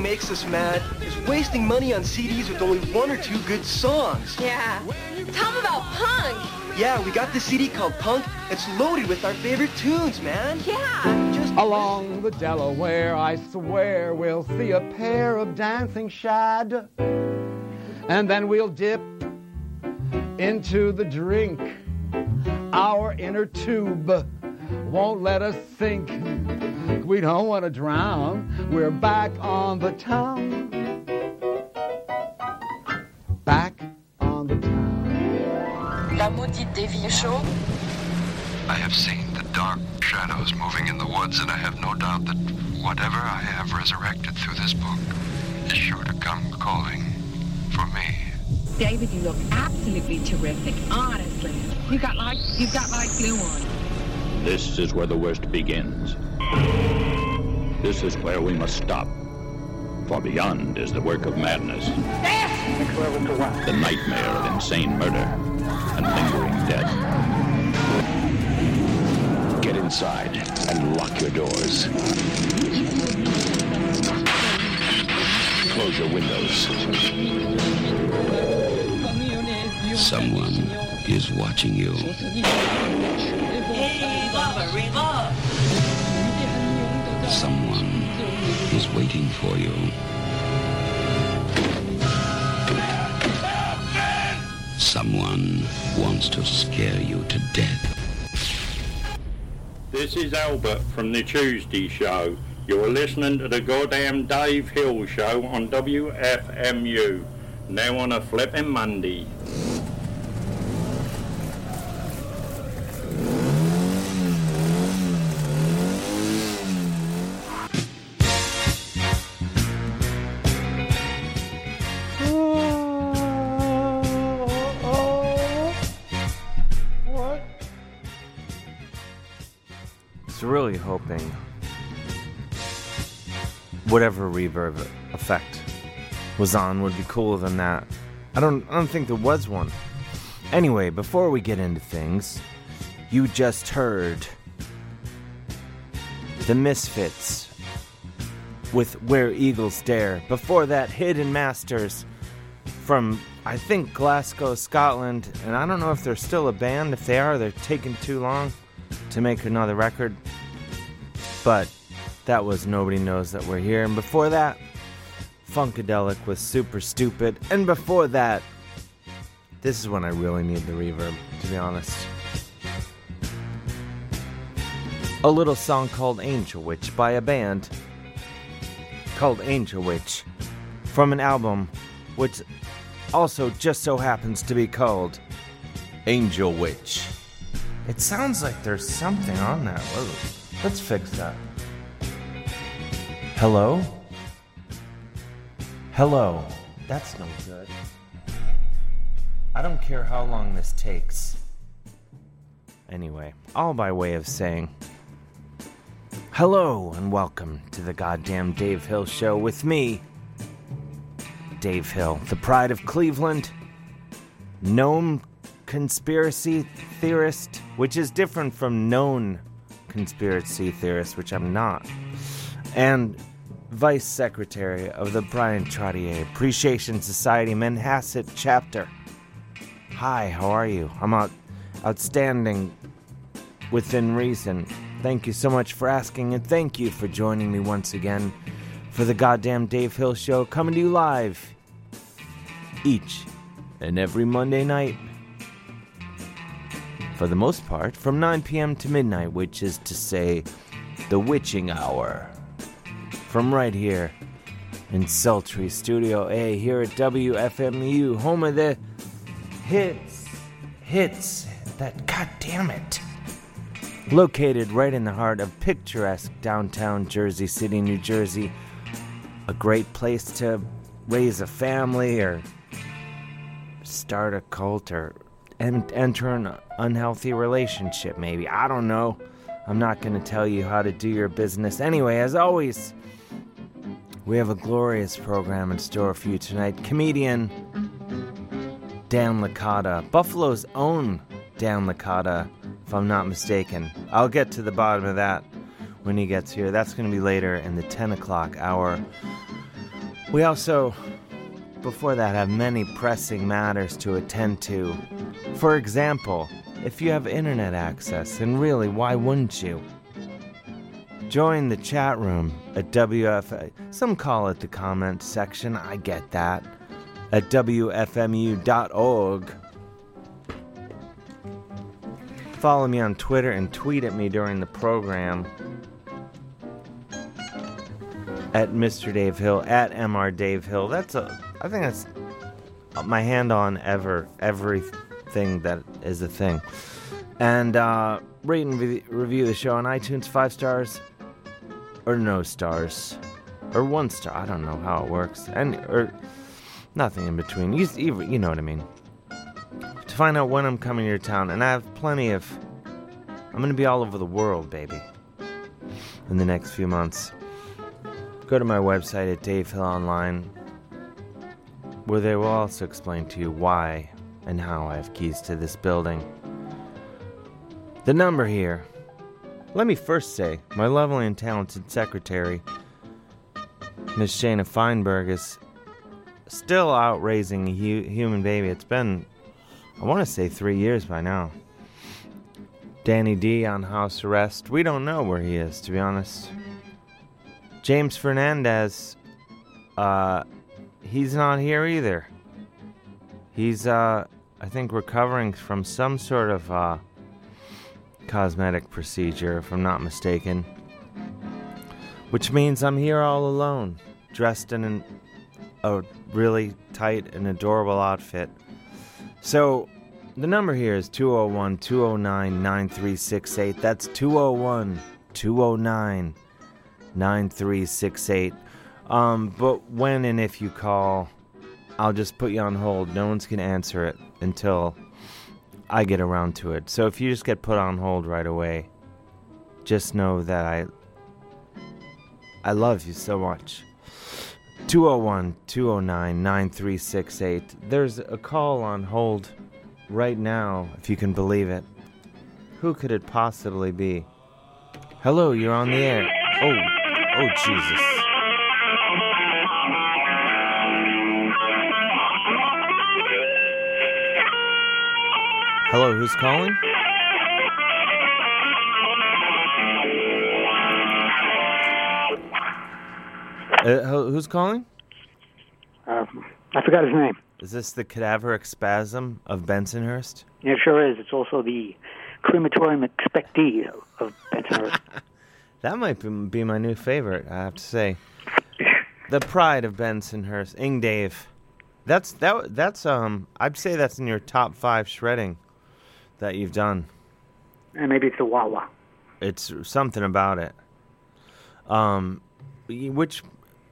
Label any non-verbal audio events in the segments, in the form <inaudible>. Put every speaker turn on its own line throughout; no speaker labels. makes us mad is wasting money on CDs with only one or two good songs.
Yeah. Tell them about punk.
Yeah, we got this CD called Punk. It's loaded with our favorite tunes, man.
Yeah.
Just
Along the Delaware, I swear we'll see a pair of dancing shad. And then we'll dip into the drink. Our inner tube won't let us sink. We don't want to drown. We're back on the town. Back on the town.
La maudite des vieux show.
I have seen the dark shadows moving in the woods, and I have no doubt that whatever I have resurrected through this book is sure to come calling for me.
David, you look absolutely terrific, honestly. You got like you've got like glue on.
This is where the worst begins. This is where we must stop. For beyond is the work of madness, the nightmare of insane murder, and lingering death. Get inside and lock your doors. Close your windows. Someone is watching you. Someone is waiting for you. Someone wants to scare you to death.
This is Albert from the Tuesday Show. You're listening to the goddamn Dave Hill Show on WFMU. Now on a flipping Monday.
was really hoping whatever reverb effect was on would be cooler than that. I don't I don't think there was one. Anyway, before we get into things, you just heard The Misfits with Where Eagles Dare. Before that, Hidden Masters from I think Glasgow, Scotland, and I don't know if they're still a band. If they are, they're taking too long to make another record. But that was Nobody Knows That We're Here. And before that, Funkadelic was super stupid. And before that, this is when I really need the reverb, to be honest. A little song called Angel Witch by a band called Angel Witch from an album which also just so happens to be called Angel Witch. It sounds like there's something on that. Whoa. Let's fix that. Hello? Hello. That's no good. I don't care how long this takes. Anyway, all by way of saying hello and welcome to the goddamn Dave Hill Show with me, Dave Hill, the pride of Cleveland gnome conspiracy theorist, which is different from known conspiracy theorist, which I'm not, and vice secretary of the Brian Trottier Appreciation Society Manhasset chapter. Hi, how are you? I'm out, outstanding within reason. Thank you so much for asking, and thank you for joining me once again for the goddamn Dave Hill Show coming to you live each and every Monday night for the most part, from 9 p.m. to midnight, which is to say, the witching hour. From right here in sultry Studio A here at WFMU, home of the hits, hits, that goddamn it. Located right in the heart of picturesque downtown Jersey City, New Jersey, a great place to raise a family or start a cult or en- enter an unhealthy relationship, maybe. I don't know. I'm not going to tell you how to do your business. Anyway, as always, we have a glorious program in store for you tonight. Comedian Dan Licata, Buffalo's own Dan Licata, if I'm not mistaken. I'll get to the bottom of that when he gets here. That's going to be later in the 10 o'clock hour. We also, before that, have many pressing matters to attend to. For example, if you have internet access, and really, why wouldn't you? Join the chat room at WF. Some call it the comment section, I get that. At WFMU.org. Follow me on Twitter and tweet at me during the program at Mr. Dave Hill at Mr. Dave Hill. That's a I think that's my hand on ever everything that is a thing. And uh, rate and re- review the show on iTunes five stars or no stars or one star. I don't know how it works and or nothing in between. You you, you know what I mean. To find out when I'm coming to your town, and I have plenty of. I'm gonna be all over the world, baby. In the next few months go to my website at Dave Hill Online, where they will also explain to you why and how I have keys to this building. The number here. Let me first say, my lovely and talented secretary, Miss Shana Feinberg, is still out raising a hu- human baby. It's been, I want to say, three years by now. Danny D on house arrest. We don't know where he is, to be honest. James Fernandez, uh, he's not here either. He's, uh, I think, recovering from some sort of uh, cosmetic procedure, if I'm not mistaken. Which means I'm here all alone, dressed in an, a really tight and adorable outfit. So, the number here is 201 209 9368. That's 201 209 9368. Um, but when and if you call, I'll just put you on hold. No one's going to answer it until I get around to it. So if you just get put on hold right away, just know that I I love you so much. 201 209 9368. There's a call on hold right now, if you can believe it. Who could it possibly be? Hello, you're on the air. Oh, oh, Jesus. Hello, who's calling? Uh, who- who's calling?
Uh, I forgot his name.
Is this the cadaveric spasm of Bensonhurst?
It sure is. It's also the crematorium expectee of Bensonhurst.
That might be, be my new favorite, I have to say. The Pride of Bensonhurst, Ing Dave. That's that that's um I'd say that's in your top 5 shredding that you've done.
and maybe it's the Wawa.
It's something about it. Um y- which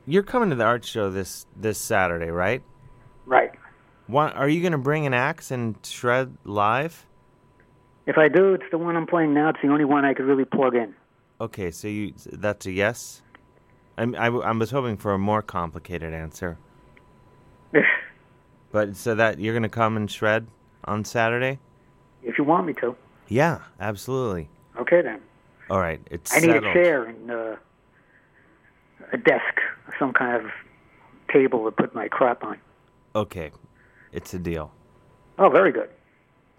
you're coming to the art show this this Saturday, right?
Right.
What, are you going to bring an axe and shred live?
If I do, it's the one I'm playing now. It's the only one I could really plug in.
Okay, so you that's a yes. I'm, I, w- I was hoping for a more
<laughs>
complicated answer. but so that you're gonna come and shred on Saturday?
If you want me to.
Yeah, absolutely.
Okay, then.
All right, it's
I need
settled.
a chair and uh, a desk, some kind of table to put my crap on.
Okay, it's a deal.
Oh, very good.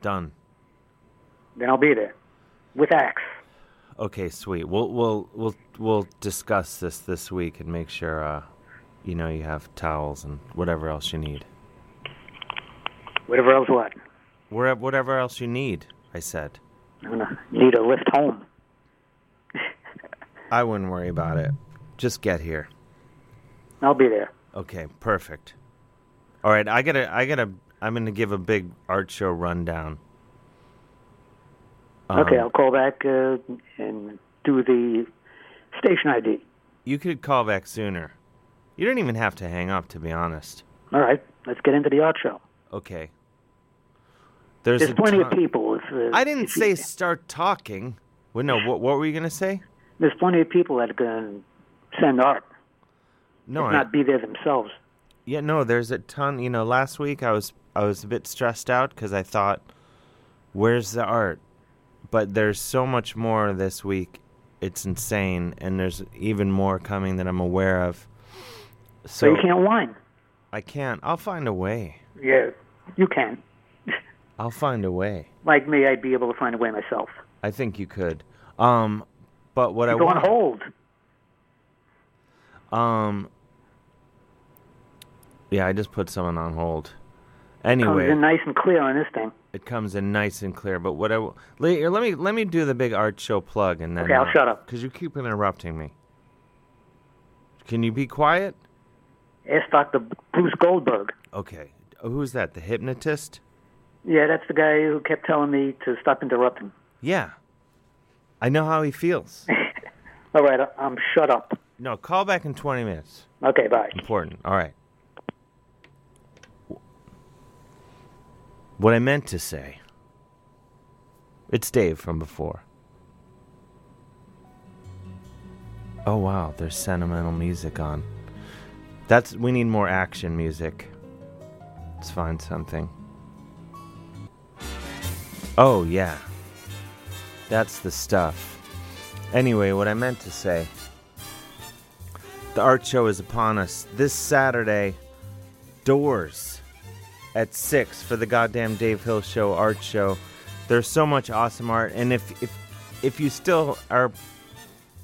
Done.
Then I'll be there with axe.
Okay, sweet. We'll we'll we'll we'll discuss this this week and make sure uh, you know you have towels and whatever else you need.
Whatever else what?
Where whatever else you need, I said.
I'm gonna need a lift home.
I wouldn't worry about it. Just get here.
I'll be there.
Okay, perfect. All right, I gotta, I gotta, I'm gonna give a big art show rundown. Um,
okay, I'll call back uh, and do the station ID.
You could call back sooner. You don't even have to hang up, to be honest.
All right, let's get into the art show.
Okay. There's,
There's
a
plenty of
ton-
people. If, uh,
I didn't say start talking. Well, no, what, what were you gonna say?
There's plenty of people that are gonna send art,
No,
if
I,
not be there themselves.
Yeah, no, there's a ton. You know, last week I was I was a bit stressed out because I thought, "Where's the art?" But there's so much more this week. It's insane, and there's even more coming that I'm aware of.
So you can't whine.
I can't. I'll find a way.
Yeah, you can.
I'll find a way.
Like me, I'd be able to find a way myself.
I think you could. Um, but what I
Go on
want,
hold.
um, yeah, I just put someone on hold. Anyway,
Comes in nice and clear on this thing.
it comes in nice and clear. But what I w- let, here, let me let me do the big art show plug and then
Okay, I'll shut up.
because you keep interrupting me. Can you be quiet?
Ask Dr. Bruce Goldberg.
Okay, who's that? The hypnotist?
Yeah, that's the guy who kept telling me to stop interrupting.
Yeah, I know how
<laughs>
he feels.
All right, I- I'm shut up.
No, call back in twenty minutes.
Okay, bye.
Important. All right. What I meant to say. It's Dave from before. Oh wow, there's sentimental music on. That's we need more action music. Let's find something. Oh yeah. That's the stuff. Anyway, what I meant to say. The art show is upon us this Saturday. Doors at six for the goddamn Dave Hill Show art show. There's so much awesome art, and if if if you still are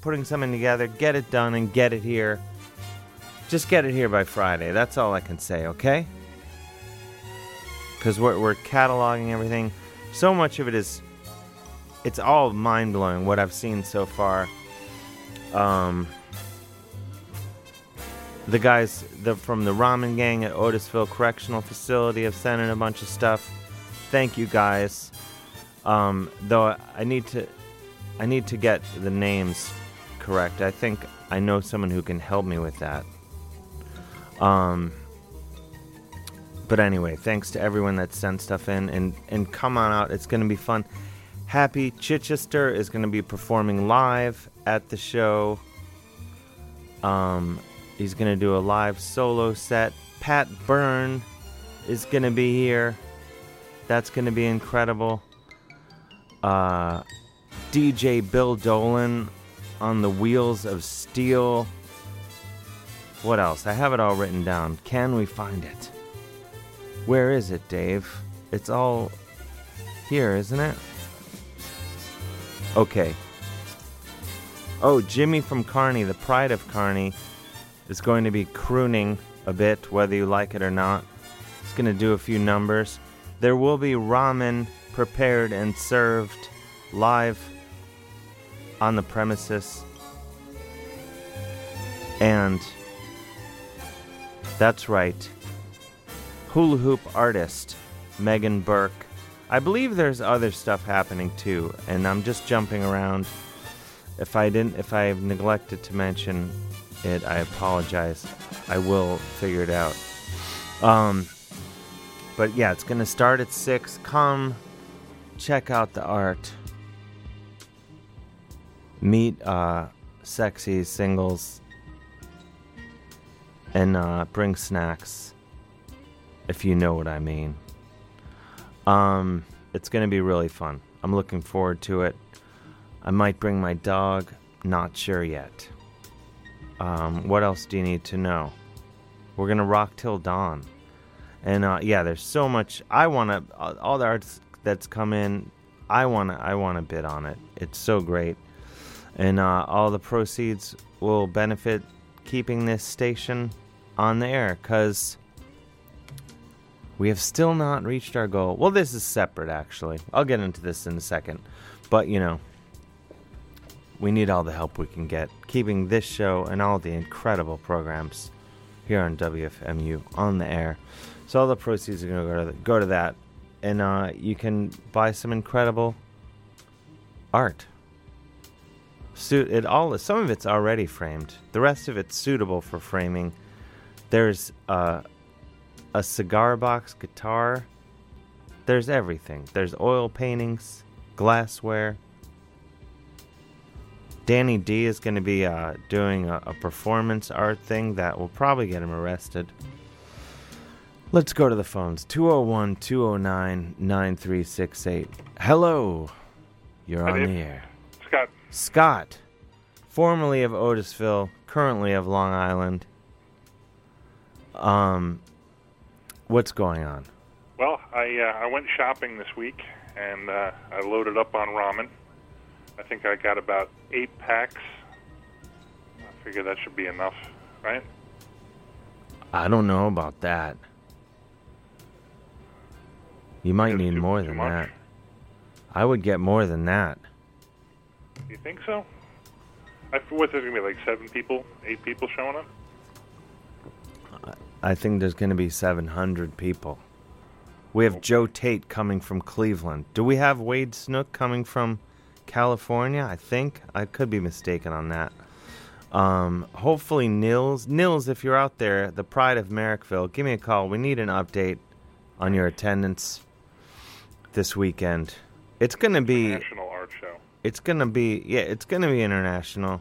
putting something together, get it done and get it here. Just get it here by Friday. That's all I can say. Okay? Because we're we're cataloging everything. So much of it is, it's all mind blowing what I've seen so far. Um, the guys the, from the ramen gang at Otisville Correctional Facility have sent in a bunch of stuff. Thank you guys. Um, though I- I need to, I need to get the names correct. I think I know someone who can help me with that. Um, but anyway, thanks to everyone that sent stuff in and and come on out. It's going to be fun. Happy Chichester is going to be performing live at the show. Um, he's going to do a live solo set. Pat Byrne is going to be here. That's going to be incredible. Uh, DJ Bill Dolan on the wheels of steel. What else? I have it all written down. Can we find it? Where is it, Dave? It's all here, isn't it? Okay. Oh, Jimmy from Carney, the pride of Carney, is going to be crooning a bit, whether you like it or not. He's going to do a few numbers. There will be ramen prepared and served live on the premises. And that's right, hula hoop artist Megan Burke. I believe there's other stuff happening too, and I'm just jumping around. If I didn't, if I have neglected to mention it, I apologize. I will figure it out. Um, but yeah, it's gonna start at six. Come check out the art. Meet uh, sexy singles and uh, bring snacks if you know what I mean. Um, it's gonna be really fun. I'm looking forward to it. I might bring my dog. Not sure yet. Um, what else do you need to know? We're gonna rock till dawn, and uh, yeah, there's so much. I wanna all all the arts that's come in. I wanna I wanna bid on it. It's so great, and uh, all the proceeds will benefit keeping this station on the air because we have still not reached our goal. Well, this is separate, actually. I'll get into this in a second. But, you know, we need all the help we can get keeping this show and all the incredible programs here on WFMU on the air. So, all the proceeds are going to go to go to that. And uh, you can buy some incredible art. Suit it all. Some of it's already framed. The rest of it's suitable for framing. There's uh, a cigar box guitar. There's everything. There's oil paintings, glassware. Danny D is going to be uh, doing a, a performance art thing that will probably get him arrested. Let's go to the phones 201 209 9368. Hello. You're
Hi,
on
Dave.
the air.
Scott.
Scott, formerly of Otisville, currently of Long Island. Um, what's going on?
Well, I uh, I went shopping this week and uh, I loaded up on ramen. I think I got about eight packs. I figure that should be enough, right?
I don't know about that. You might need more than
much?
that. I would get more than that.
You think so? I what's there's gonna be like seven people, eight people showing up?
I think there's going to be 700 people. We have Joe Tate coming from Cleveland. Do we have Wade Snook coming from California? I think I could be mistaken on that. Um, hopefully Nils, Nils, if you're out there, the pride of Merrickville, give me a call. We need an update on your attendance this weekend. It's going to be
National art show.
it's gonna be yeah, it's gonna be international.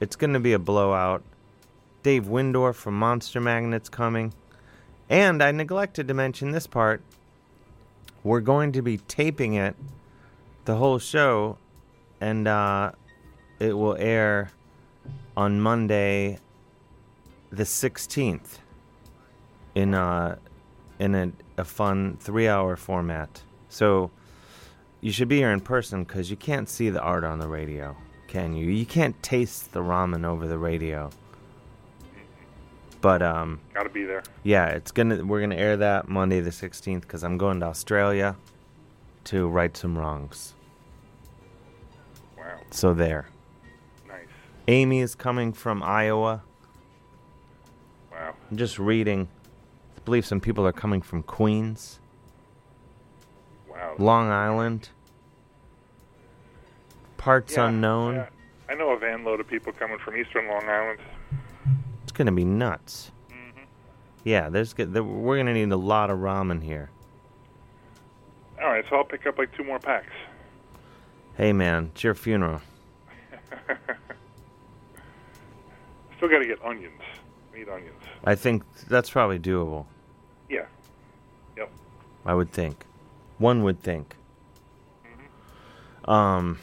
It's gonna be a blowout. Dave Windor from Monster Magnet's coming. And I neglected to mention this part. We're going to be taping it the whole show and uh it will air on Monday the sixteenth in uh in a, a fun three hour format. So you should be here in person because you can't see the art on the radio, can you? You can't taste the ramen over the radio. But um,
Gotta be there.
yeah, it's gonna we're gonna air that Monday the sixteenth because I'm going to Australia to right some wrongs.
Wow.
So there.
Nice.
Amy is coming from Iowa.
Wow.
I'm just reading. I believe some people are coming from Queens.
Wow.
Long Island. Parts
Yeah,
unknown.
yeah. I know a van load of people coming from Eastern Long Island.
It's gonna be nuts. Yeah, there's go- there, we're gonna need a lot of ramen here.
All right, so I'll pick up like two more packs. <laughs>
Hey man, it's your funeral.
Still gotta get onions. Need onions.
I think that's probably doable.
Yeah. Yep.
I would think. One would think.
Mm-hmm.
Um,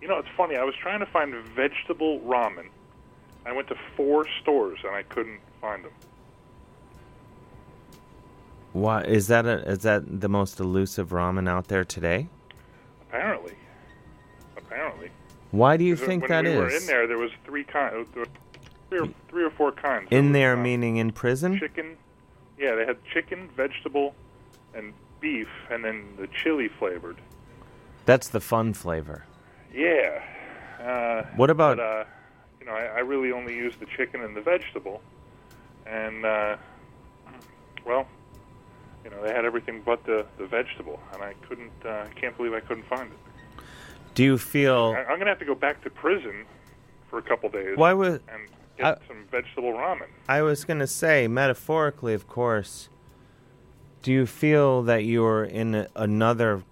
You know, it's funny. I was trying to find vegetable ramen. I went to four stores and I couldn't find them.
why is that? A, is that the most elusive ramen out there today?
Apparently. Apparently.
Why do you
'Cause
think
when
that
we
is?
were in there, there was three kinds, three or, three or four kinds.
In there meaning in prison?
Chicken. Yeah, they had chicken, vegetable, and beef, and then the chili flavored.
That's the fun flavor.
Yeah. Uh,
What about-
But, uh, you know, I, I really only use the chicken and the vegetable, and uh, well, you know, they had everything but the the vegetable, and I couldn't. Uh, can't believe I couldn't find it.
Do you feel?
I, I'm gonna have to go back to prison for a couple days.
Why would-
and get
I-
some vegetable ramen?
I was going to say, metaphorically, of course, do you feel that you're in a- another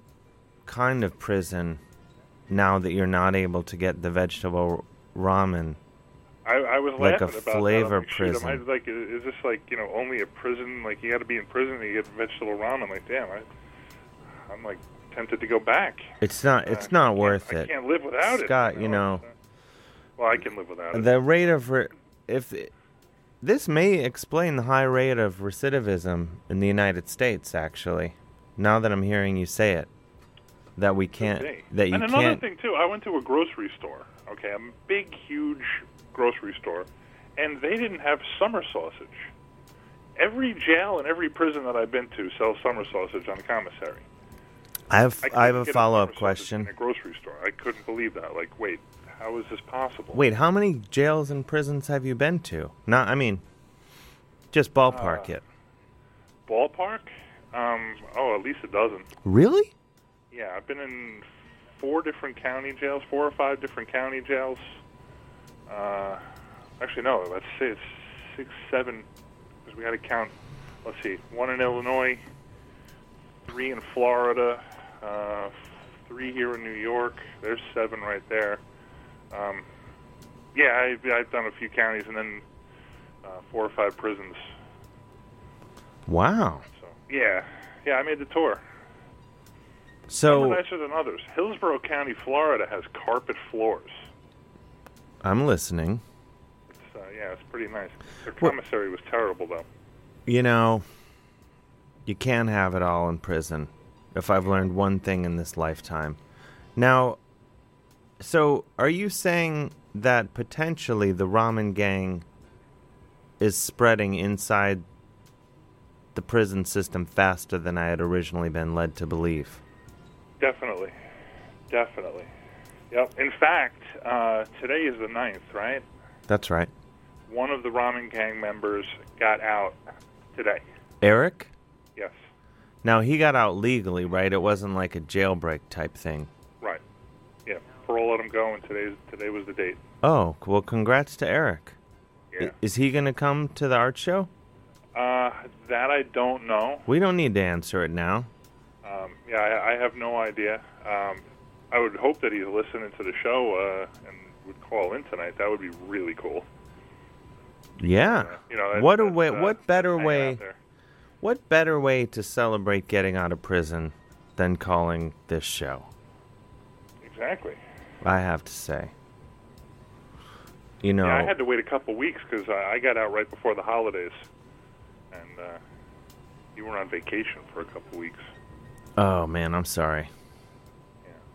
kind of prison now that you're not able to get the vegetable ramen?
I, I was
Like a
laughing about that. I'm
flavor
like, "Shoot, am I,
prison.
like, is is this like you know only a prison? Like you got to be in prison to get vegetable ramen? Like damn, I, I'm like tempted to go back.
It's not.
Uh,
It's not
I
worth
can't-
it.
I can't live without it,
Scott,
you
you
know,
know,
Well, I can live without it.
the rate of re- if this may explain the high rate of recidivism in the United States. Actually, now that I'm hearing you say it, that we can't.
Hey.
That you
and another
can't.
thing too, I went to a grocery store. Okay, a big, huge grocery store, and they didn't have summer sausage. Every jail and every prison that I've been to sells summer sausage on commissary.
I have.
couldn't
I have a
get
follow
summer
up
sausage
question.
in a grocery store. I couldn't believe that. Like, wait, how is this possible?
Wait, how many jails and prisons have you been to? Not, I mean, just ballpark
Uh,
it.
Ballpark? Um, oh, at least a dozen.
Really?
Yeah, I've been in four different county jails, four or five different county jails. Uh, actually, no, let's say it's six, seven, because we got to count. Let's see, one in Illinois, three in Florida, uh, three here in New York. There's seven right there. Um, yeah, I, I've done a few counties and then uh, four or five prisons.
Wow.
Yeah, yeah, I made the tour. Some
So
are nicer than others. Hillsborough County, Florida has carpet floors.
I'm listening.
It's, uh, yeah, that's pretty nice. Their commissary was terrible, though.
You know, you can't have it all in prison. If I've learned one thing in this lifetime. Now, so are you saying that potentially the ramen gang is spreading inside the prison system faster than I had originally been led to believe?
Definitely. Definitely. Yep. In fact, uh, today is the ninth, right?
That's right.
One of the ramen gang members got out today.
Eric?
Yes.
Now, he got out legally, right? It wasn't like a jailbreak type thing.
Right. Yeah. Parole let him go, and today's today was the date.
Oh, well, congrats to Eric. I-
Yeah.
Is he going to come to the art show?
Uh, that I don't know.
We don't need to answer it now.
Um, yeah, I, I have no idea. Um, I would hope that he's listening to the show uh, and would call in tonight. That would be really cool.
Yeah.
You know, that-
what a
that's,
way!
uh,
what better
hanging
way?
out there.
What better way to celebrate getting out of prison than calling this show?
Exactly.
I have to say. You know,
Yeah, I had to wait a couple weeks because I, I got out right before the holidays, and uh, you were on vacation for a couple weeks.
oh man, I'm sorry.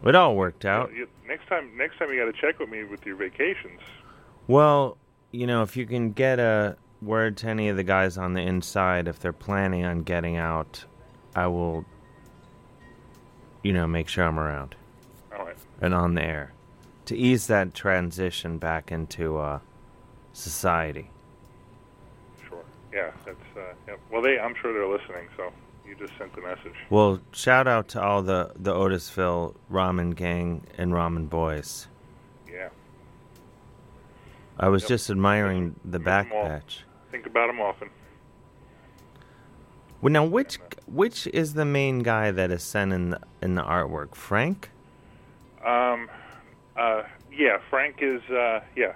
It all worked out.
You- next time, next time you got to check with me with your vacations.
Well, you know, if you can get a word to any of the guys on the inside, if they're planning on getting out, I will, you know, make sure I'm around.
All right.
And on the air. To ease that transition back into uh, society.
Sure. Yeah, that's uh, yeah. well. They, I'm sure they're listening. So you just sent the message.
Well, shout out to all the, the Otisville ramen gang and ramen boys.
Yeah.
I was
Yep.
just admiring the back patch.
Think about them often.
Well, now which which is the main guy that is sent in the, in the artwork? Frank?
Um, uh, yeah, Frank is. Uh, yeah.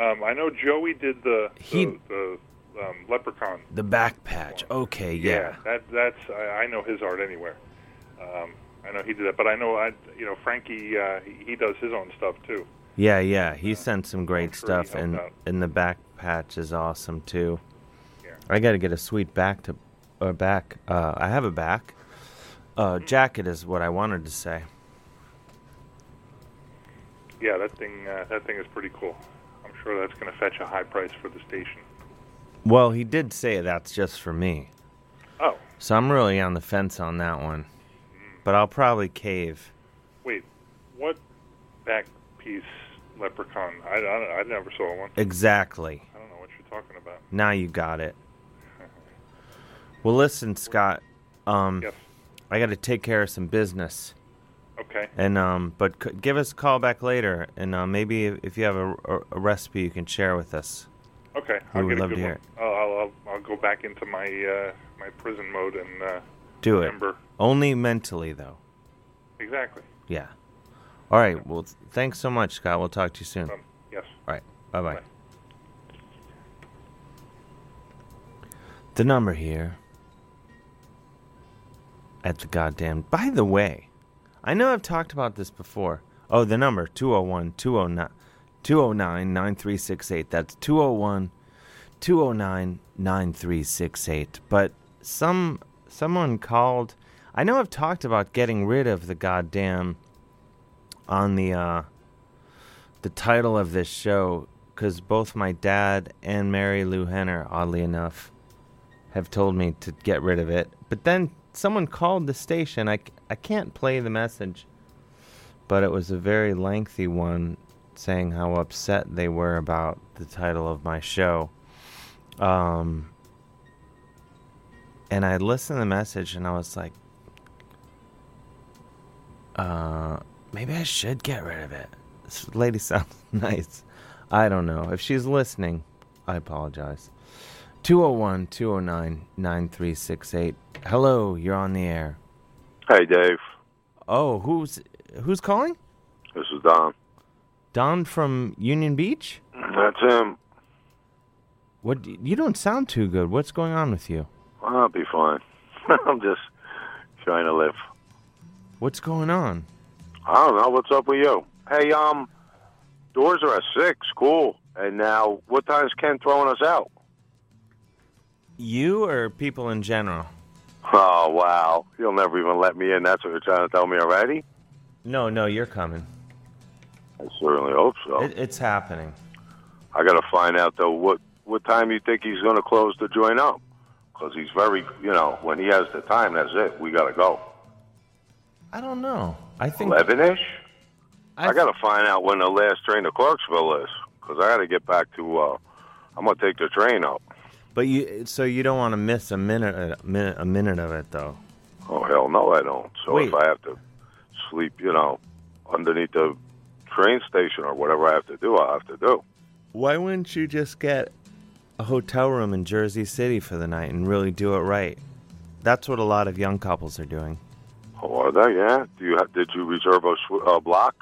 Um, I know Joey did the the,
He-
the um, leprechaun.
The back patch. Okay, yeah.
that that's I, I know his art anywhere. Um, I know he did that, but I know I you know Frankie uh, he, he does his own stuff too.
Yeah, yeah. He sent some great stuff
helped
and
out.
and the back patch is awesome too. I got to get a sweet back to or back uh I have a back. Uh jacket is what I wanted to say.
Yeah, that thing uh, that thing is pretty cool. I'm sure that's going to fetch a high price for the station.
Well, he did say that's just for me.
Oh.
So I'm really on the fence on that one. But I'll probably cave.
Wait, what back piece leprechaun? I, I, don't- I never saw one.
Exactly.
I don't know what you're talking about.
Now you got it. Well, listen, Scott. Um, I got to take care of some business.
Okay.
And um, but c- give us a call back later, and uh, maybe if, if you have a, a, a recipe you can share with us.
Okay,
We
I'll
would
get
love
a good
to hear
one. I'll, I'll I'll go back into my uh, my prison mode and uh,
Do it.
remember
Only mentally, though.
exactly.
Yeah. All right. Well, th- thanks so much, Scott. We'll talk to you soon.
yes.
All right. Bye bye. The number here at the goddamn. By the way, I know I've talked about this before. Oh, the number 201 209 209 9368. That's 201 209 9368. But some someone called. I know I've talked about getting rid of the goddamn on the uh, the title of this show because both my dad and Mary Lou Henner, oddly enough, have told me to get rid of it. But then someone called the station. I, c- I can't play the message, but it was a very lengthy one saying how upset they were about the title of my show. Um, and I listened to the message and I was like, uh, maybe I should get rid of it. This lady <laughs> sounds nice. I don't know. If she's listening, I apologize. 201 209 9368. Hello, you're on the air.
Hey, Dave.
Oh, who's who's calling?
This is Don.
Don from Union Beach?
That's him.
What you don't sound too good. What's going on with you?
I'll be fine. <laughs> I'm just trying to live.
What's going on?
I don't know what's up with you. Hey, um, doors are at six. Cool. And now, what time's Ken throwing us out?
You or people in general?
Oh, wow. You'll never even let me in. That's what you're trying to tell me already?
No, no, you're coming.
I certainly hope so.
It, it's happening.
I got to find out, though, what, what time you think he's going to close the joint up. Because he's very, you know, when he has the time, that's it. We got to go.
I don't know. I think
11 ish? I, got to find out when the last train to Clarksville is. Because I got to get back to, uh, I'm going to take the train up.
But you, so you don't want to miss a minute, a minute, a minute of it, though.
Oh hell no, I don't. So
Wait.
if I have to sleep, you know, underneath the train station or whatever I have to do, I have to do.
Why wouldn't you just get a hotel room in Jersey City for the night and really do it right? That's what a lot of young couples are doing.
Oh, are they? Yeah. Do you have, did you reserve a sw- uh, block?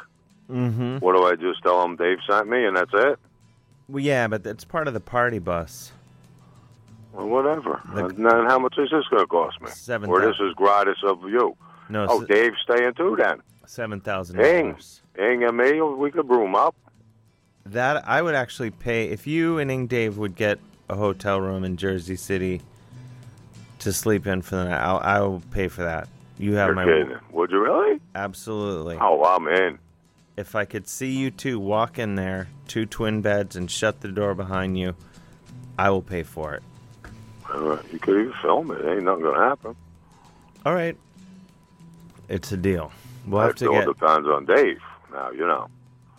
Mm-hmm.
What do I just tell them? Dave sent me, and that's it.
Well, yeah, but that's part of the party bus.
Well, whatever. and then how much is this going to cost me?
Seven
Or
thou-
this is gratis of you?
No,
Oh,
s-
Dave's staying too then.
seven thousand
Ing,
dollars.
Ing and me, we could room up.
That I would actually pay if you and Ing Dave would get a hotel room in Jersey City to sleep in for the night. I'll, I'll pay for that. You have
You're
my
kidding. Would you really?
Absolutely.
Oh, I'm in.
If I could see you two walk in there, two twin beds, and shut the door behind you, I will pay for it.
Uh, you could even film it. Ain't nothing going to happen.
All right. It's a deal. We'll have
It
to
all
get.
depends on Dave. Now, you know,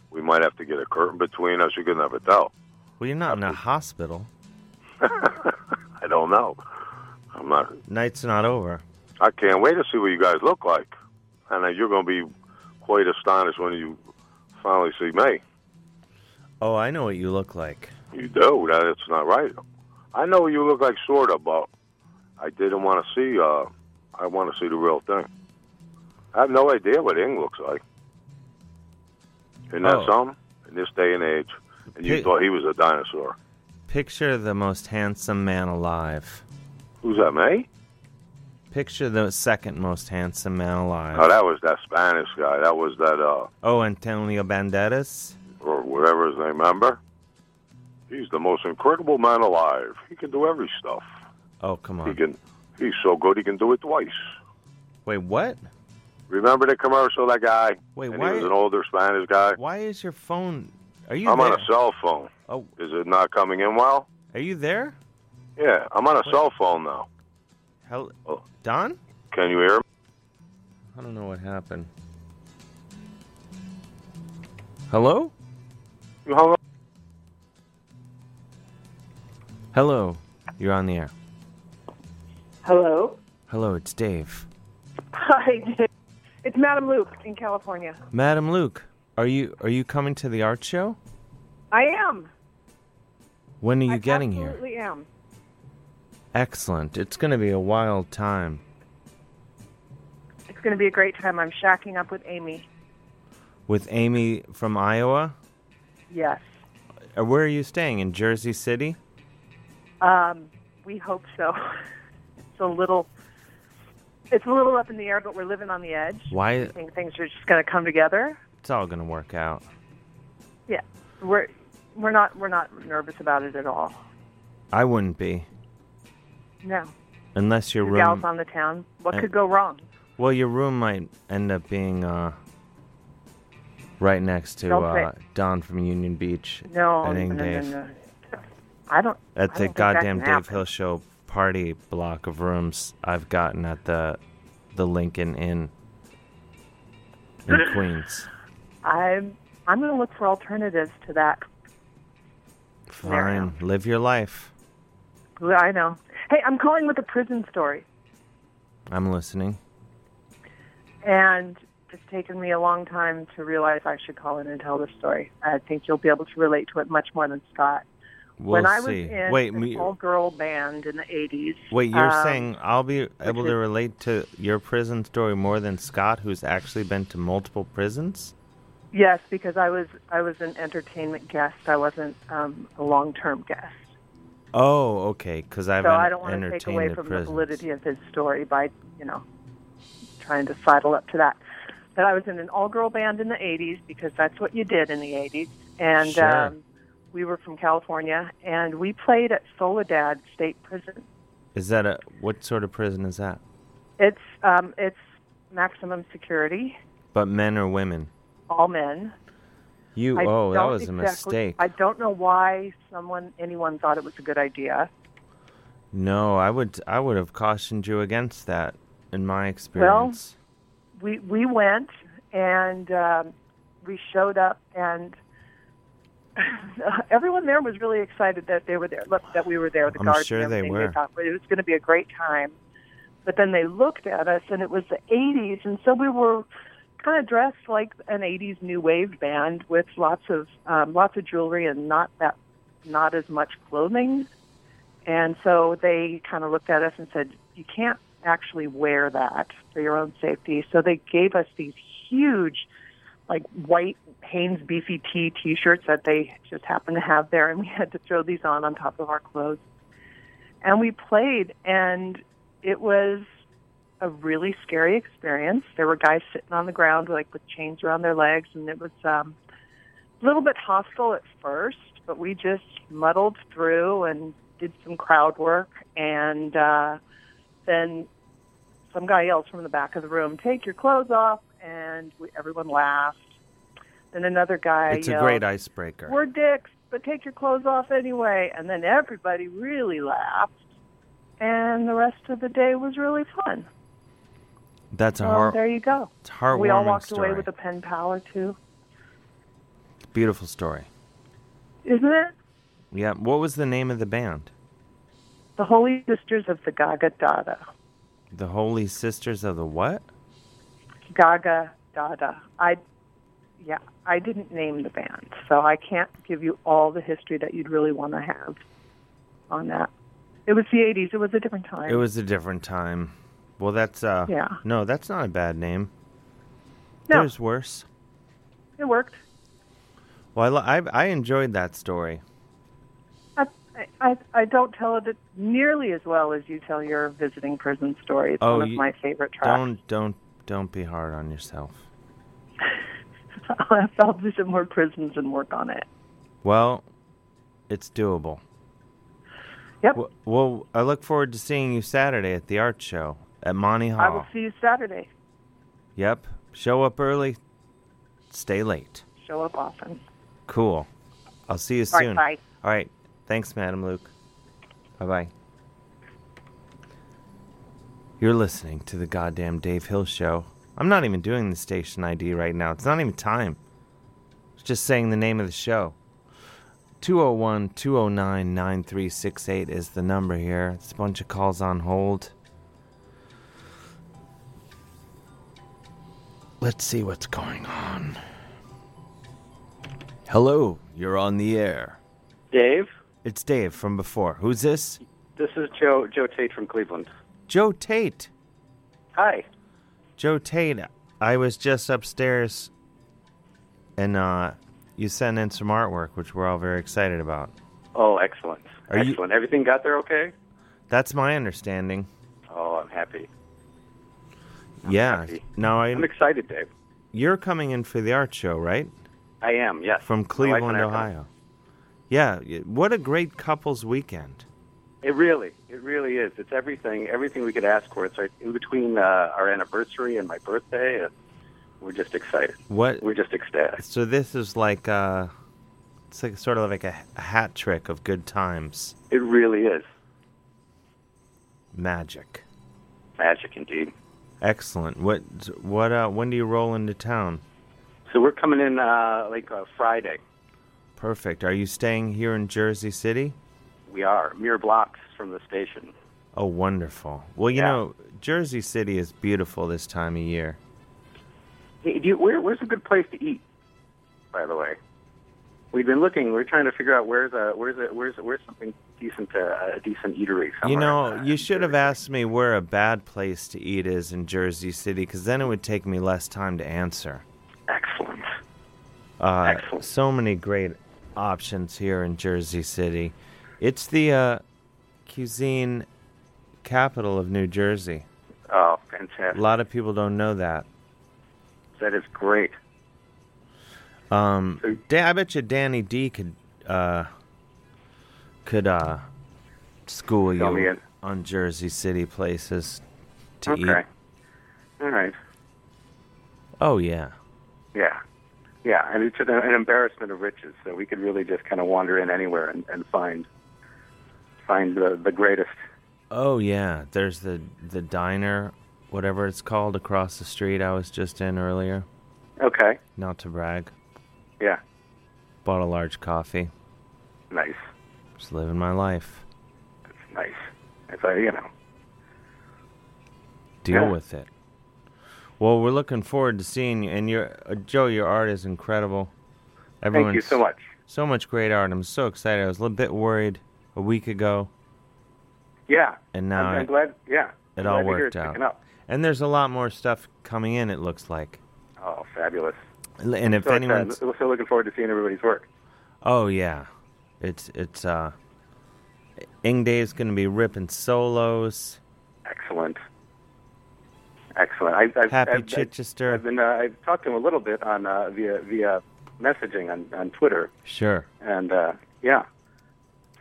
we might have to get a curtain between us. You can never tell. <laughs>
Well, you're not in a hospital.
I don't know. I'm not.
Night's not over.
I can't wait to see what you guys look like, and uh, you're going to be quite astonished when you finally see me.
Oh, I know what you look like.
You do. That it's not right. I know you look like sort of, but I didn't want to see. Uh, I want to see the real thing. I have no idea what Ing looks like. Isn't that
Oh.
something? In this day and age, and you
Pig-
thought he was a dinosaur.
Picture the most handsome man alive.
Who's that, me?
Picture the second most handsome man alive.
Oh, that was that Spanish guy. That was that uh
Oh, Antonio Banderas?
or whatever his name. Remember? He's the most incredible man alive. He can do every stuff.
Oh, come
He
on.
can. He's so good. He can do it twice.
Wait, what?
Remember the commercial? That guy.
Wait,
and
why-
He was an older Spanish guy.
Why is your phone. Are you
I'm
there?
on a cell phone.
Oh.
Is it not coming in well?
Are you there?
Yeah, I'm on a cell phone now.
Hel-
Oh.
Don?
Can you hear me?
I don't know what happened. Hello?
You hung up?
Hello. You're on the air.
Hello.
Hello, it's Dave.
Hi, Dave. It's Madam Luke in California.
Madam Luke, are you are you coming to the art show?
I am.
When are you
I
getting here?
absolutely am.
Excellent. It's going to be a wild time.
It's going to be a great time. I'm shacking up with Amy.
With Amy from Iowa.
Yes.
Uh, Where are you staying? In Jersey City?
Um, we hope so. <laughs> It's a little. It's a little up in the air, but we're living on the edge. I
Why?
think things are just going to come together.
It's all going to work out.
Yeah, we're we're not we're not nervous about it at all.
I wouldn't be.
No,
Unless your
the gals
room.
on the town. What
Uh,
could go wrong?
Well, your room might end up being uh, right next to
Don't
uh,
say-
Don from Union Beach.
No,
at
no,
Ing
no, no,
Dave.
no. I don't.
At
I
the
don't think that
goddamn
can
Dave Hill Show party block of rooms I've gotten at the the Lincoln Inn
<laughs>
in Queens.
I'm I'm going to look for alternatives to that.
Fine, live your life.
Well, I know. Hey, I'm calling with a prison story,
I'm listening.
and it's taken me a long time to realize I should call in and tell this story. I think you'll be able to relate to it much more than Scott.
We'll
when I was
see.
in
wait,
an
me-
all-girl band in the '80s.
wait. You're
um,
saying I'll be able
is-
to relate to your prison story more than Scott, who's actually been to multiple prisons?
yes, because I was I was an entertainment guest. I wasn't um, a long-term guest,
Oh, okay. Because I've
so
en-
I don't want to
entertained
take away
at
from the
prison.
validity of his story by you know trying to sidle up to that. But I was in an all-girl band in the '80s because that's what you did in the '80s, and
Sure.
um, We were from California, and we played at Soledad State Prison.
Is that a what sort of prison is that?
It's um, it's maximum security,
But men or women?
all men.
You
I
oh that
don't
was a
exactly-
mistake.
I don't know why someone, anyone, thought it was a good idea.
No, I would I would have cautioned you against that in my experience.
Well, we we went and um, we showed up, and <laughs> everyone there was really excited that they were there. Look, that we were there. The
I'm
guards
sure
and
they
everything.
were.
thought it was going to be a great time, but then they looked at us, and it was the '80s, and so we were kind of dressed like an '80s new wave band with lots of um, lots of jewelry and not that not as much clothing. And so they kind of looked at us and said, You can't actually wear that for your own safety. So they gave us these huge, like white Hanes BCT t shirts that they just happened to have there. And we had to throw these on on top of our clothes. And we played, and it was a really scary experience. There were guys sitting on the ground, like with chains around their legs, and it was um, a little bit hostile at first, but we just muddled through and did some crowd work. And uh, then some guy yells from the back of the room, "Take your clothes off!" And we, everyone laughed. Then another guy
it's a
yelled,
great icebreaker.
uh, we're dicks, but take your clothes off anyway. And then everybody really laughed. And the rest of the day was really fun.
That's a
Well,
heart,
there you go.
it's a heartwarming
we all walked
story.
away with a pen pal or two.
Beautiful story.
Isn't it?
Yeah. What was the name of the band?
The Holy Sisters of the Gaga Dada.
The Holy Sisters of the what?
Gaga Dada. I, yeah, I didn't name the band, so I can't give you all the history that you'd really want to have on that. It was the 80s. It was a different time.
It was a different time. Well, that's uh.
Yeah.
No, that's not a bad name.
No.
There's worse.
it worked.
Well, I, lo- I I enjoyed that story.
I, I, I don't tell it nearly as well as you tell your visiting prison story. It's
Oh,
one of
you-
my favorite tracks.
Don't don't don't be hard on yourself.
<laughs> I'll have to visit more prisons and work on it.
Well, it's doable.
Yep.
Well, I look forward to seeing you Saturday at the art show at Monty Hall.
I will see you Saturday.
Yep. Show up early, stay late.
Show up often.
Cool. I'll see you
All right,
soon.
bye.
All right. Thanks, Madam Luke. Bye bye. You're listening to the goddamn Dave Hill show. I'm not even doing the station ID right now. It's not even time. It's just saying the name of the show. 201 209 9368 is the number here. It's a bunch of calls on hold. Let's see what's going on. Hello, you're on the air.
Dave,
It's Dave from before. Who's this?
this is Joe Joe Tate from Cleveland.
Joe Tate.
Hi.
Joe Tate, I was just upstairs and uh, you sent in some artwork, which we're all very excited about.
Oh, excellent.
Are you-
excellent. Everything got there okay?
That's my understanding.
Oh, I'm happy.
yeah. Now I,
I'm excited, Dave.
you're coming in for the art show, right?
I am. Yes. My wife
From
and
Cleveland,
I are coming.
Ohio. Yeah. y- What a great couples weekend.
It really, it really is. It's everything, everything we could ask for. It's right in between uh, our anniversary and my birthday, and we're just excited.
What?
We're just ecstatic.
So this is like uh, it's like sort of like a, a hat trick of good times.
It really is
Magic.
magic indeed.
Excellent. What what uh when do you roll into town?
So we're coming in uh, like uh, Friday.
Perfect. Are you staying here in Jersey City?
We are mere blocks from the station.
Oh, wonderful. Well, you know, Jersey City is beautiful this time of year.
Hey, do you, where, where's a good place to eat? By the way, we've been looking. We're trying to figure out where's a where's a where's where's something decent uh, a decent eatery. Somewhere.
you know, you should have asked me where a bad place to eat is in Jersey City cuz then it would take me less time to answer.
Excellent.
Uh, So many great options here in Jersey City. It's the uh, cuisine capital of New Jersey.
Oh,
A
fantastic!
lot of people don't know that.
That is great.
Um, Da- I bet you Danny D could uh, could uh, school
Fill me
you
in.
on Jersey City places to
Okay.
eat.
All right.
Oh yeah.
Yeah. Yeah, and it's an, an embarrassment of riches. So we could really just kind of wander in anywhere and, and find find the, the greatest.
Oh yeah, there's the the diner, whatever it's called, across the street I was just in earlier.
Okay.
Not to brag.
Yeah.
Bought a large coffee.
Nice.
Just living my life.
Nice. It's like, you know.
Deal
Yeah.
with it. Well, we're looking forward to seeing you. And your uh, Joe, your art is incredible.
you
Everyone's
so much.
So much great art. I'm so excited. I was a little bit worried a week ago,
Yeah.
and now
I'm, I'm
it-
glad. Yeah.
it,
I'm glad
all
to hear
worked
it's picking
out.
Up.
And there's a lot more stuff coming in. It looks like.
Oh, fabulous.
L- And if
so excited.
anyone's
We're so looking forward to seeing everybody's work.
Oh yeah, it's it's uh, Ingday's gonna be ripping solos.
Excellent. Excellent. I, I've,
Happy
I've,
Chichester.
I've been. Uh, I've talked to him a little bit on uh, via via messaging on, on Twitter,
Sure.
and uh, yeah.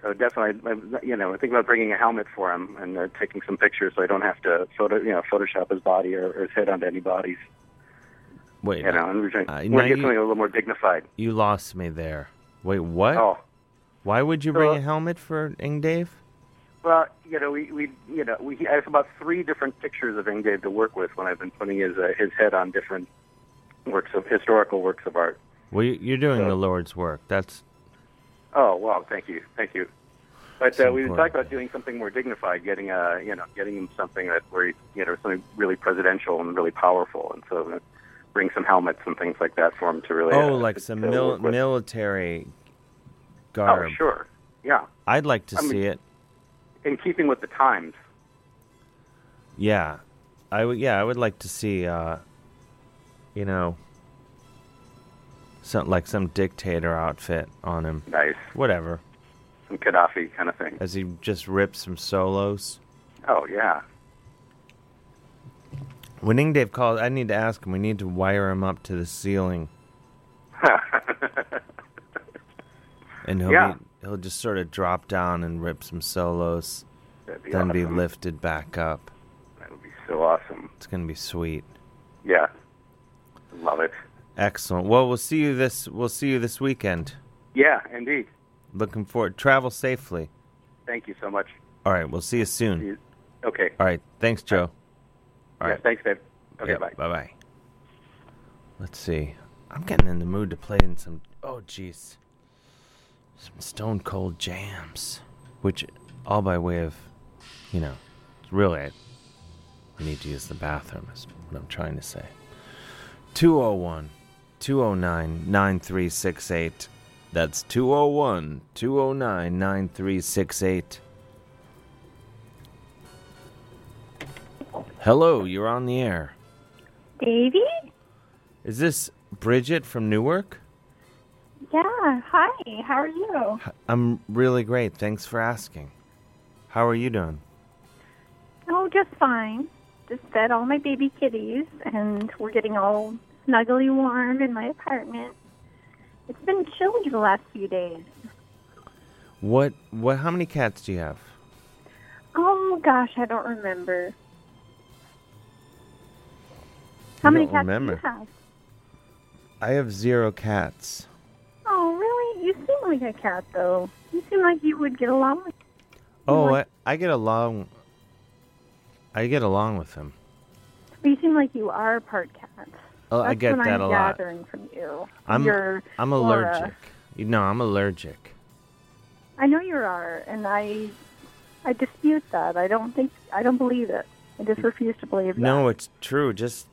So definitely, I- I- you know, I think about bringing a helmet for him and uh, taking some pictures, so I don't have to photo, you know, Photoshop his body or, or his head onto any bodies.
Wait.
You know, and we're trying,
Uh,
we're
now
gonna get
you-
something a little more dignified.
You lost me there. Wait, what?
Oh.
Why would you bring a helmet for Ingdave?
Well, you know, we, we you know, we I have about three different pictures of Ingave to work with when I've been putting his uh, his head on different works of historical works of art.
Well, you- you're doing the Lord's work. That's
Oh, wow, thank you, thank you. But uh,
So
we were
important.
talking about doing something more dignified, getting uh, you know, getting him something that where he, you know, something really presidential and really powerful, and so uh, bring some helmets and things like that for him to really.
oh,
uh,
like
to-
some
to
mil-
work with.
military
Oh,
garb.
sure, yeah,
I'd like to
I mean-
see it.
in keeping with the times.
Yeah, I would. Yeah, I would like to see. Uh, you know, some like some dictator outfit on him.
Nice.
Whatever.
Some Gaddafi kind of thing.
As he just rips some solos.
Oh yeah,
When Ingdave calls, I need to ask him. We need to wire him up to the
<laughs>
ceiling, and he'll
Yeah.
be, he'll just sort of drop down and rip some solos,
That'd be
then be
awesome.
lifted back up.
that would be so awesome.
It's gonna be sweet.
Yeah, love it.
Excellent. Well, we'll see you this we'll see you this weekend.
Yeah, indeed.
Looking forward. Travel safely.
Thank you so much.
All right. We'll see you soon.
Okay.
All right. Thanks, Joe.
yeah,
All right.
Thanks, Dave. Okay, bye.
Bye bye. Let's see. I'm getting in the mood to play in some. Oh, jeez. Some Stone Cold jams, which all by way of, you know, really I, I need to use the bathroom. Is what I'm trying to say. 201 209 9368. That's 201 209 9368. Hello, you're on the air.
Davy?
Is this Bridget from Newark?
Yeah. Hi. How are you?
I'm really great. Thanks for asking. How are you doing?
Oh, just fine. Just fed all my baby kitties, and we're getting all snuggly warm in my apartment. It's been chilly the last few days.
What what how many cats do you have?
Oh gosh, I don't remember.
I
How many
don't
cats
remember.
do you have?
I have zero cats.
Oh, really? You seem like a cat, though. You seem like you would get along with.
Oh, I, I get along I get along with them.
You seem like you are part cat.
Oh, I
That's
get
what
that
I'm
a lot.
gathering from you.
I'm
Your
I'm
aura.
allergic. You No, I'm allergic.
I know you are, and I I dispute that. I don't think I don't believe it. I just refuse to believe that.
No, it's true. Just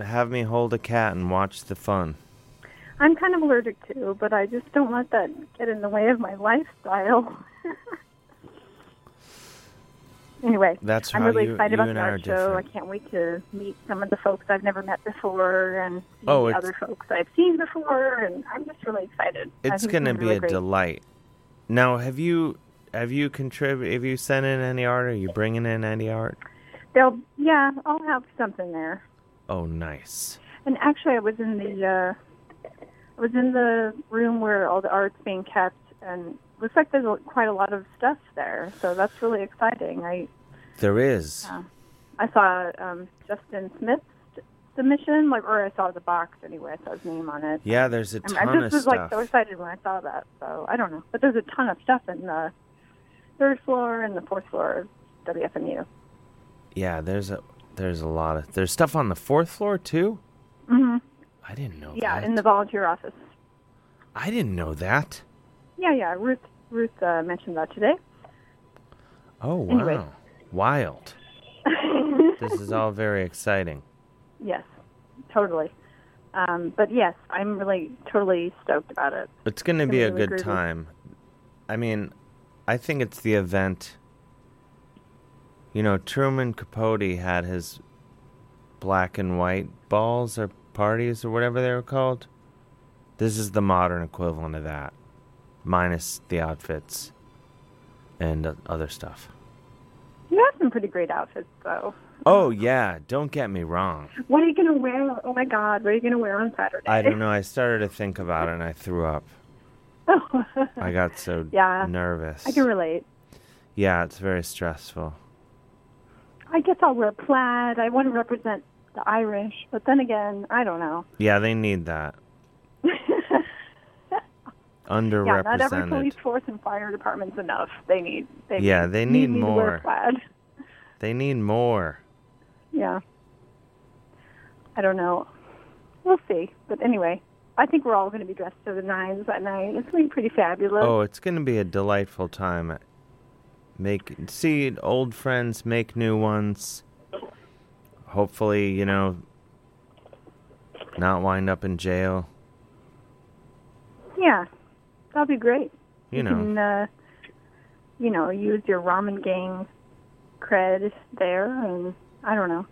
have me hold a cat and watch the fun.
I'm kind of allergic too, but I just don't let that get in the way of my lifestyle. <laughs> anyway,
That's
I'm
how
really
you-
excited
you
about
and
the
I are
art show. I
different.
can't wait to meet some of the folks I've never met before and see
Oh,
the
it's-
other folks I've seen before, and I'm just really excited. I
It's
think
going to
gonna
be
really
a
great.
delight. Now, have you have you contributed? Have you sent in any art? Are you bringing in any art?
They'll, yeah, I'll have something there.
Oh, nice.
And actually, I was in the uh, I was in the room where all the art's being kept, and looks like there's a- quite a lot of stuff there. So that's really exciting. I
There is.
yeah. I saw um, Justin Smith's submission, like, or I saw the box anyway. I saw his name on it.
Yeah, there's a
I mean,
ton
I just
of
was like so
stuff.
excited when I saw that. So I don't know, but there's a ton of stuff in the third floor and the fourth floor of WFMU.
Yeah, there's a there's a lot of there's stuff on the fourth floor too.
hmm
I didn't know.
Yeah,
that.
in the volunteer office.
I didn't know that.
Yeah, yeah. Ruth Ruth uh, mentioned that today.
Oh wow,
Anyway.
wild. this is all very exciting.
Yes, totally. Um, but yes, I'm really totally stoked about it.
It's going to
It's
be a
gonna be really
good
groovy.
time. I mean, I think it's the event. You know, Truman Capote had his black and white balls or parties or whatever they were called. This is the modern equivalent of that, minus the outfits and uh, other stuff.
You have some pretty great outfits, though.
Oh, yeah, don't get me wrong.
What are you gonna wear? Oh my God, what are you gonna wear on Saturday?
I
<laughs>
don't know. I started to think about it and I threw up. I got so
<laughs> Yeah.
nervous.
I can relate.
Yeah, it's very stressful.
I guess I'll wear plaid. I want to represent the Irish, but then again, I don't know.
Yeah, they need
<laughs>
that.
Yeah, not every
Underrepresented.
police force and fire department's enough. They need. They
Yeah, they need
me To wear
more.
plaid.
they need more.
Yeah. I don't know. We'll see. But anyway, I think we're all going to be dressed to the nines that night. It's going to be pretty fabulous.
Oh, it's going to be a delightful time. Make see old friends, make new ones. Hopefully, you know, not wind up in jail.
Yeah, that'll be great.
You know,
can, uh, you know, use your ramen gang cred there, and I don't know.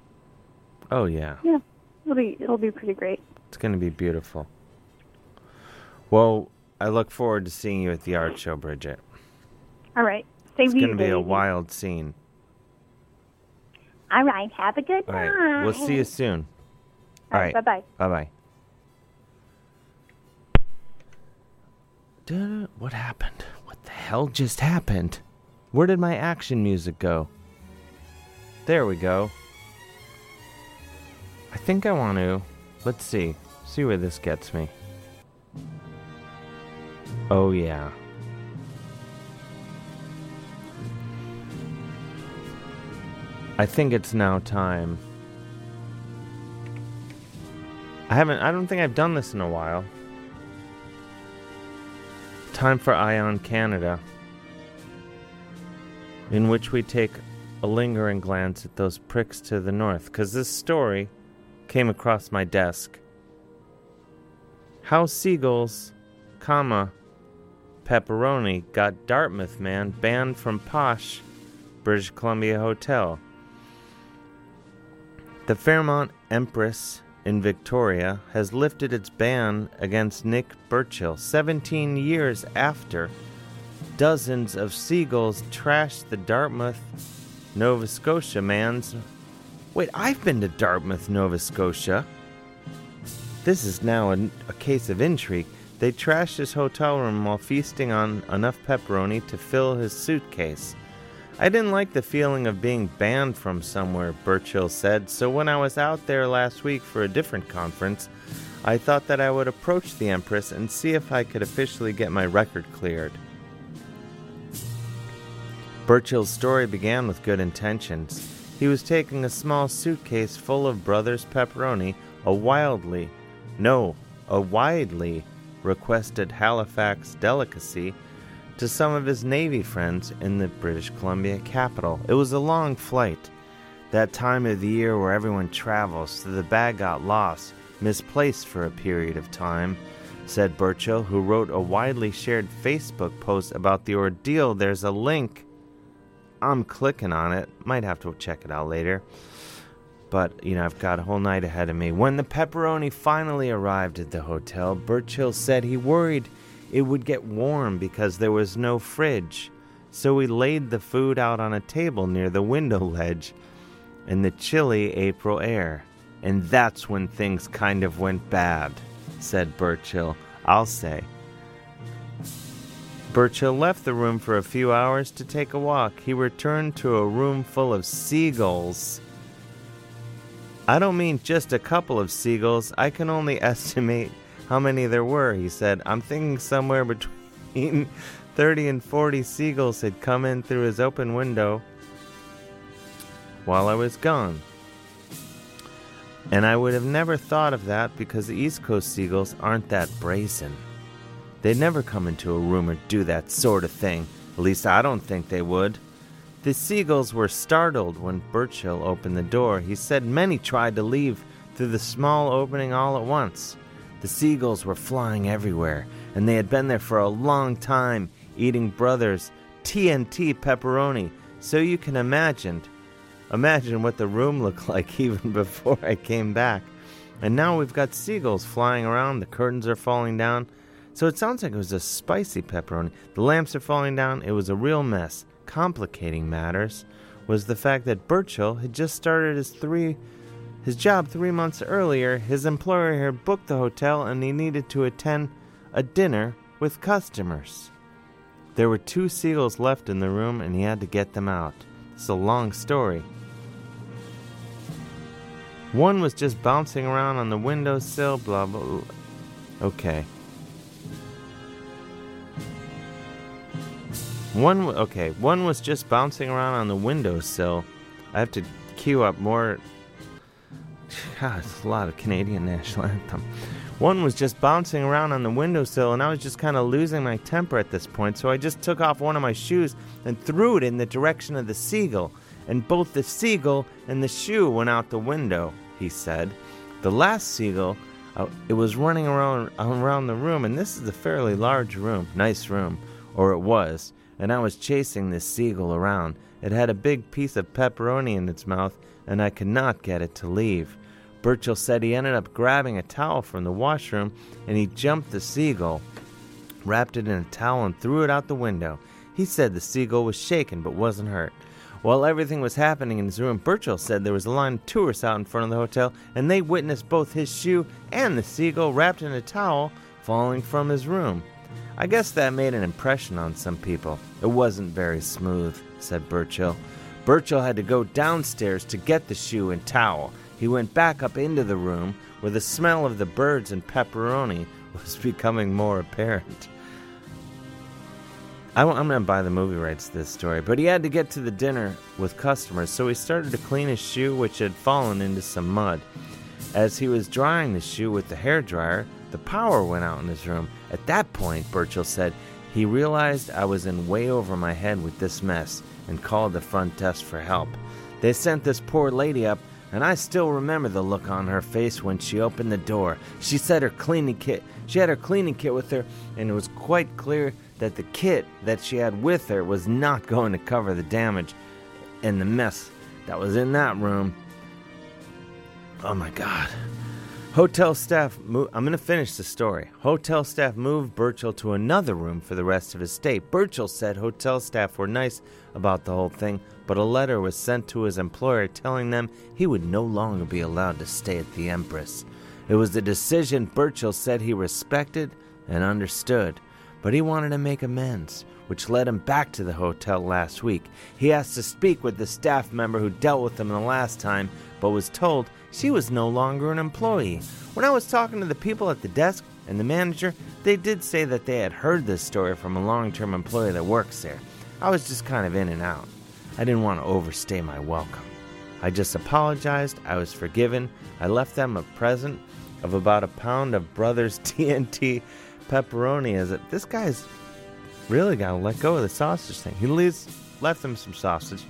oh yeah,
Yeah, it'll be it'll be pretty great.
it's going to be beautiful. Well, I look forward to seeing you at the art show, Bridget.
All right, same
It's
to you,
going to be a
baby.
wild scene.
All right, have a good
All
night.
right, we'll see you soon. All right,
Bye-bye.
Bye bye. Duh, What happened? What the hell just happened? Where did my action music go? There we go. I think I want to. Let's see. See where this gets me. Oh, yeah. I think it's now time. I haven't, I don't think I've done this in a while. Time for Ion Canada, in which we take a lingering glance at those pricks to the north, because this story came across my desk. How seagulls, comma, pepperoni got Dartmouth man banned from posh British Columbia hotel. The Fairmont Empress in Victoria has lifted its ban against Nick Burchill 17 years after dozens of seagulls trashed the Dartmouth, Nova Scotia man's. Wait, I've been to Dartmouth, Nova Scotia. This is now a, a case of intrigue. They trashed his hotel room while feasting on enough pepperoni to fill his suitcase. I didn't like the feeling of being banned from somewhere, Burchill said, so when I was out there last week for a different conference, I thought that I would approach the Empress and see if I could officially get my record cleared. Burchill's story began with good intentions. He was taking a small suitcase full of Brothers Pepperoni, a wildly, no, a widely requested Halifax delicacy, to some of his Navy friends in the British Columbia capital. It was a long flight, that time of the year where everyone travels, so the bag got lost, misplaced for a period of time, said Burchill, who wrote a widely shared Facebook post about the ordeal. There's a link. I'm clicking on it. Might have to check it out later. But, you know, I've got a whole night ahead of me. When the pepperoni finally arrived at the hotel, Burchill said he worried it would get warm because there was no fridge. So he laid the food out on a table near the window <laughs> ledge in the chilly April air. And that's when things kind of went bad, said Burchill. I'll say. Burchill left the room for a few hours to take a walk. He returned to a room full of seagulls. I don't mean just a couple of seagulls. I can only <laughs> estimate how many there were, he said. I'm thinking somewhere between <laughs> 30 and 40 seagulls had come in through his open window while I was gone. And I would have never thought of that because the East Coast seagulls aren't that brazen. They'd never come into a room or do that sort of thing. At least I don't think they would. The seagulls were startled when Birchill opened the door. He said many tried to leave through the small opening all at once. The seagulls were flying everywhere, and they had been there for a long time, eating brothers TNT pepperoni. So you can imagine, imagine what the room looked <laughs> like even before I came back. And now we've got seagulls flying around, the curtains are falling down. So it sounds like it was a spicy pepperoni. The lamps are falling down. It was a real mess. Complicating matters was the fact that Burchill had just started his three his job three months earlier. His employer had booked the hotel and he needed to attend a dinner with customers. There were two seagulls left in the room and he had to get them out. It's a long story. One was just bouncing around on the windowsill, blah blah. blah. Okay. One w- okay, one was just bouncing around on the windowsill. I have to queue up more. God, it's a lot of Canadian national anthem. One was just bouncing around on the windowsill, and I was just kind of losing my temper at this point. So I just took off one of my shoes and threw it in the direction of the seagull, and both the seagull and the shoe went out the window. He said, "The last seagull, uh, it was running around around the room, and this is a fairly large room, nice room, or it was." and I was chasing this seagull around. It had a big piece of pepperoni in its mouth, and I could not get it to leave. Burchill said he ended up grabbing a towel from the washroom and he jumped the seagull, wrapped it in a towel, and threw it out the window. He said the seagull was shaken but wasn't hurt. While everything was happening in his room, Burchill said there was a line of tourists out in front of the hotel, and they witnessed both his shoe and the seagull wrapped in a towel falling from his room. I guess that made an impression on some people. It wasn't very smooth, said Burchill. Burchill had to go downstairs to get the shoe and towel. He went back up into the room where the smell of the birds and pepperoni <laughs> was becoming more apparent. I, am going to buy the movie rights to this story, but he had to get to the dinner with customers, so he started to clean his shoe, which had fallen into some mud. As he was drying the shoe with the hair dryer, the power went out in his room. At that point, Burchill said, he realized I was in way over my head with this mess and called the front desk for help. They sent this poor lady up, and I still remember the look on her face when she opened the door. She said her cleaning kit, she had her cleaning kit with her, and it was quite clear that the kit that she had with her was not <laughs> going to cover the damage and the mess that was in that room. Oh my god. Hotel staff, mo- I'm going to finish the story. Hotel staff moved Burchill to another room for the rest of his stay. Burchill said hotel staff were nice about the whole thing, but a letter was sent to his employer telling them he would no longer be allowed to stay at the Empress. It was the decision Burchill said he respected and understood, but he wanted to make amends, which led him back to the hotel last week. He asked to speak with the staff member who dealt with him the last time, but was told she was no longer an employee. When I was talking to the people at the desk and the manager, they did say that they had heard this story from a long term employee that works there. I was just kind of in and out. I didn't want to overstay my welcome. I just apologized. I was forgiven. I left them a present of about a pound of Brothers <laughs> TNT pepperoni. As it, this guy's really got to let go of the sausage thing. He leaves, left them some sausage.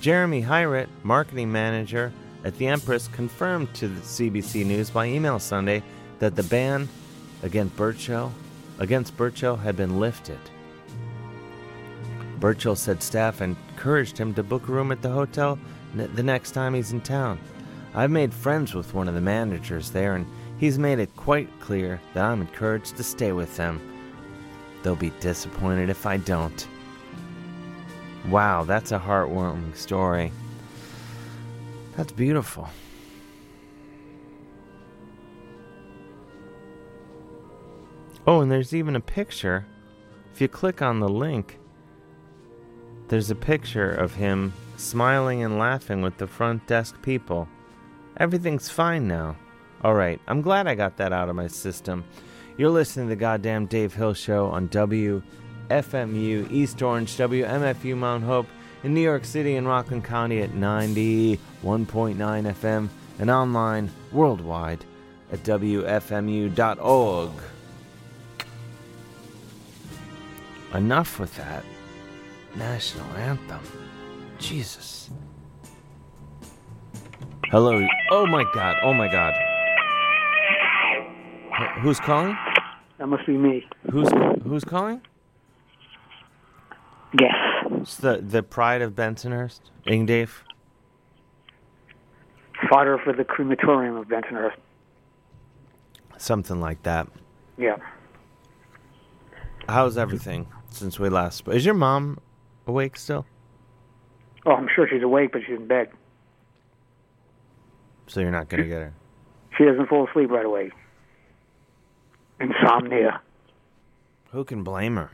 Jeremy Hyrett, marketing manager, at the Empress confirmed to the CBC News by email Sunday that the ban against Burchill, against Burchill had been lifted. Burchill said staff encouraged him to book a room at the hotel n- the next time he's in town. I've made friends with one of the managers there, and he's made it quite clear that I'm encouraged to stay with them. They'll be disappointed if I don't. Wow, that's a heartwarming story. That's beautiful. Oh, and there's even a picture. If you click on the link, there's a picture of him smiling and laughing with the front desk people. Everything's fine now. All right, I'm glad I got that out of my system. You're listening to the goddamn Dave Hill Show on WFMU East Orange, WMFU Mount Hope in New York City and Rockland County at 91.9 FM and online worldwide at WFMU.org. Enough with that national anthem. Jesus. Hello. Oh my god. Oh my god. Wh- Who's calling?
That must be me.
Who's who's calling?
Yes.
It's the the pride of Bensonhurst, Ingdave.
Fodder for the crematorium of Bensonhurst.
something like that.
Yeah.
How's everything since we last? sp- Is your mom awake still?
Oh, I'm sure she's awake, but she's in bed.
So you're not gonna get her.
She doesn't fall asleep right away. Insomnia.
Who can blame her?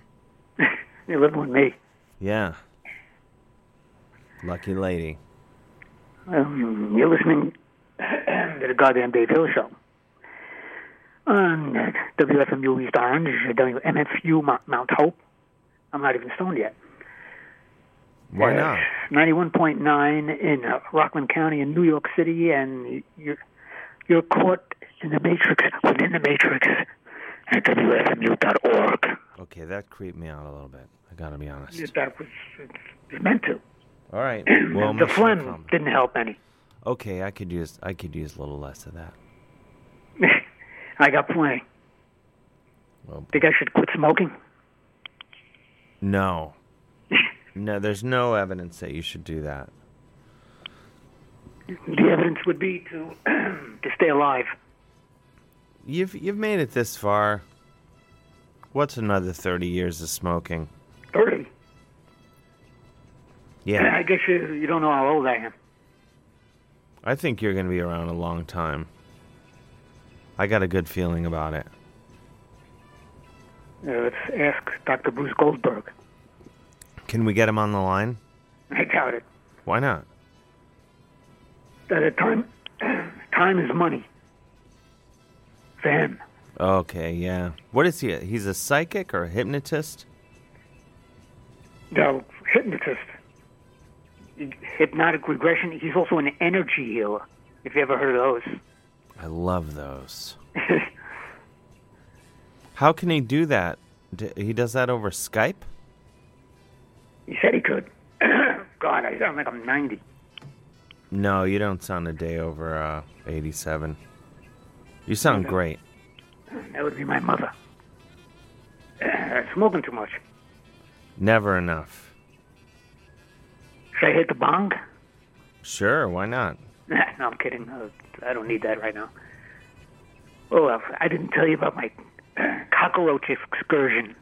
You're living with me.
Yeah. Lucky lady.
Um, you're listening to the goddamn Dave Hill Show. Uh, On WFMU East Orange, WMFU Mount, Mount Hope. I'm not even stoned yet.
Why
Yeah.
not?
91.9 in uh, Rockland County in New York City, and you're, you're caught in the matrix, within the matrix, at WFMU.org.
Okay, that creeped me out a little bit. I gotta be honest.
That was it's meant to. <laughs> <coughs>
All right. Well,
the
mission
phlegm
accomplished.
didn't help any.
Okay, I could use I could use a little less of that.
I got plenty.
Well-
Think I should quit smoking?
No. No, there's no evidence that you should do that.
The evidence would be to <clears throat> to stay alive.
You've you've made it this far. What's another 30 years of smoking?
Thirty.
Yeah.
I <clears throat> guess you you don't know how old I am.
I think you're going to be around a long time. I got a good feeling about it.
Uh, let's ask Dr. Bruce Goldberg.
Can we get him on the line?
I doubt it.
Why not?
Uh, time <clears throat> time is money. For him,
Okay, yeah. What is he? He's a psychic or a hypnotist?
no hypnotist, hypnotic regression. He's also an energy healer. If you ever heard of those.
I
<laughs>
love those. How can he do that? D- he does that over Skype?
He said he could. <clears throat> God, I sound like I'm 90.
No, you don't sound a day over uh, 87. You sound great.
That would be my mother. <clears throat> Smoking too much.
Never enough.
Should I hit the bong?
Sure, why not?
<laughs> no, I'm kidding. Uh, I don't need that right now. Oh, well, I didn't tell you about my <clears throat> cockroach excursion.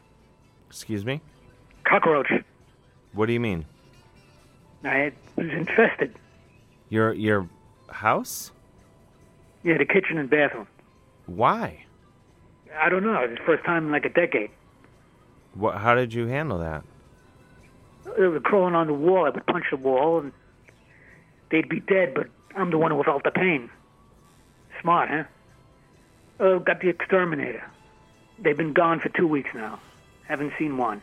Excuse me?
Cockroach.
What do you mean?
I had- was infested.
Your your house?
Yeah, the kitchen and bathroom.
Why?
I don't know. It was the first time in like a decade.
What? How did you handle that?
They were crawling on the wall. I would punch the wall, and they'd be dead, but I'm the one who felt the pain. Smart, huh? Oh, got the exterminator. They've been gone for two weeks now. Haven't seen one.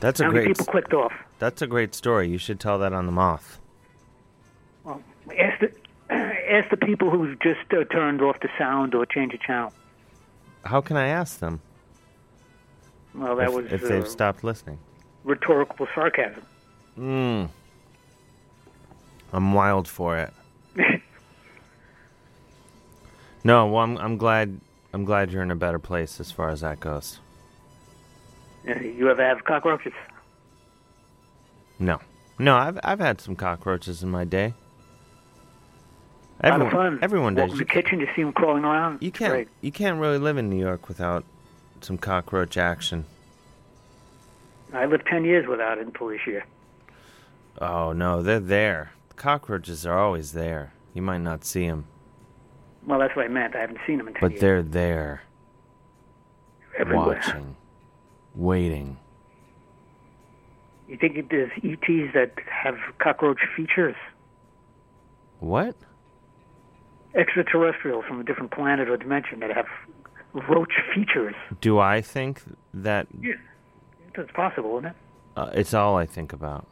That's a
How many
great.
people clicked off?
That's a great story. You should tell that on the moth.
Well, ask the, <clears throat> ask the people who've just uh, turned off the sound or changed the channel.
How can I ask them
Well, that
if,
was
if
uh,
they've stopped listening?
rhetorical sarcasm.
Mm. I'm wild for it. no, well, I'm, I'm glad. I'm glad you're in a better place as far as that goes.
You ever have cockroaches?
No, no, I've I've had some cockroaches in my day.
Lot of
Everyone,
fun.
everyone
Walk
does.
in
You
the kitchen, you see them crawling around. You
can't you can't really live in New York without some cockroach action.
I lived ten years without it until this year.
Oh no, they're there. Cockroaches are always there. You might not see them,
Well, that's what I meant. I haven't seen them in ten
but
years.
they're there.
everywhere.
Watching. Waiting.
You think it- there's ETs that have cockroach features?
What?
Extraterrestrials from a different planet or dimension that have roach features.
Do I think that
Yeah. That's possible, isn't it?
uh, it's all I think about?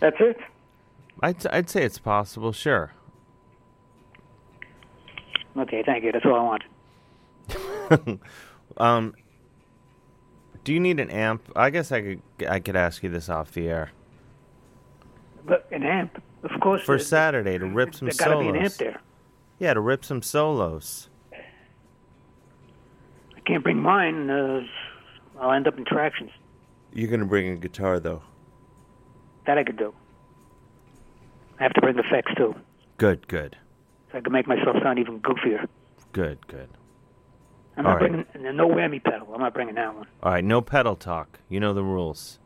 That's it?
I'd, I'd say it's possible, sure. <laughs>
Okay, thank you. That's all I want.
um, do you need an amp? I guess I could I could ask you this off the air
But an amp, of course.
for
there-
Saturday to rip some
there gotta be an amp
solos.
there.
Yeah, to rip some solos.
I can't bring mine. Uh, I'll end up in tractions.
You're gonna bring a guitar though.
That I could do. I have to bring the effects too,
Good, good,
so I can make myself sound even goofier.
good, good.
I'm
All
not
right.
bringing no whammy pedal. I'm not bringing that one.
All right, no pedal talk. You know the rules.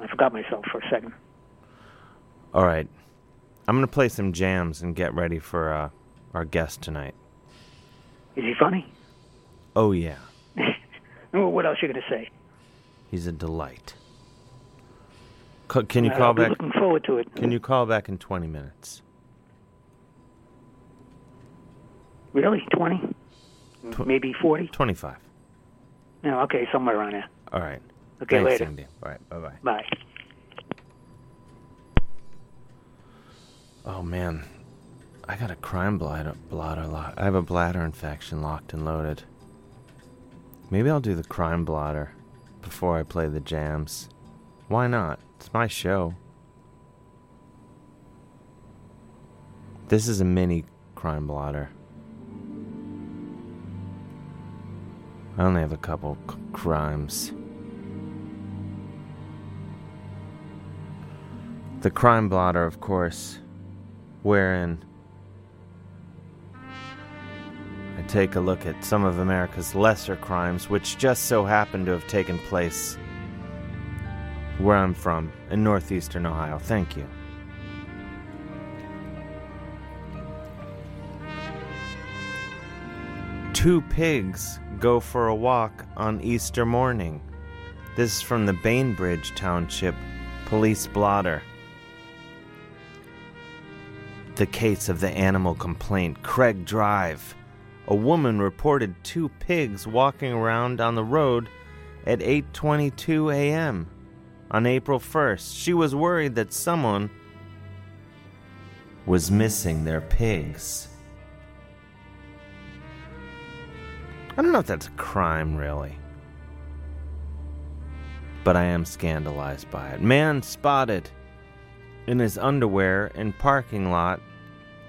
I forgot myself for a second.
All right, I'm gonna play some jams and get ready for uh, our guest tonight.
Is he funny?
Oh yeah,
Oh, what else you gonna say?
he's a delight. C- can you
Uh,
call
I'll be
back?
looking forward to it.
Can you call back in 20 minutes?
Really? Twenty? Maybe forty?
25.
No, okay, somewhere around there.
All right.
Okay,
Thanks,
later.
Andy. All right. Bye bye.
Bye.
Oh man, I got a crime bladder. Bladder. Lo- I have a bladder infection locked and loaded. Maybe I'll do the crime blotter before I play the jams. Why not? It's my show. This is a mini crime blotter. I only have a couple c- crimes. The crime blotter, of course, wherein I take a look at some of America's lesser crimes, which just so happen to have taken place where I'm from, in northeastern Ohio. Thank you. Two pigs go for a walk on Easter morning. This is from the Bainbridge Township Police Blotter. The case of the animal complaint, Craig Drive. A woman reported two pigs walking around on the road at 8:22 a.m. on April 1st. She was worried that someone was missing their pigs. I don't know if that's a crime, really. But I am scandalized by it. Man spotted in his underwear in parking lot.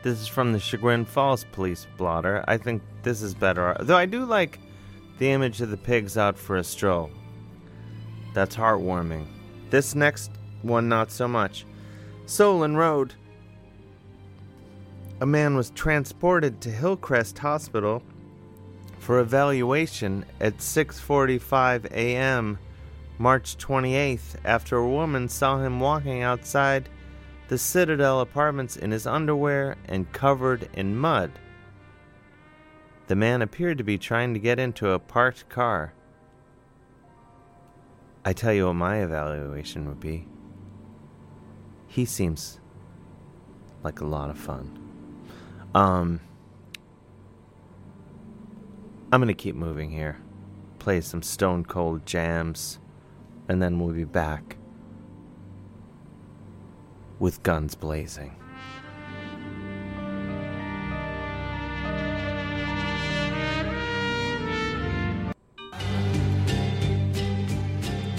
This is from the Chagrin Falls police blotter. I think this is better. Though I do like the image of the pigs out for a stroll. That's heartwarming. This next one, not so much. Solon Road. A man was transported to Hillcrest Hospital for evaluation at 6:45 a.m. March 28th after a woman saw him walking outside the Citadel Apartments in his underwear and covered in mud. The man appeared to be trying to get into a parked car. I tell you what my evaluation would be. He seems like a lot of fun. Um I'm gonna keep moving here, play some Stone Cold jams, and then we'll be back with guns blazing.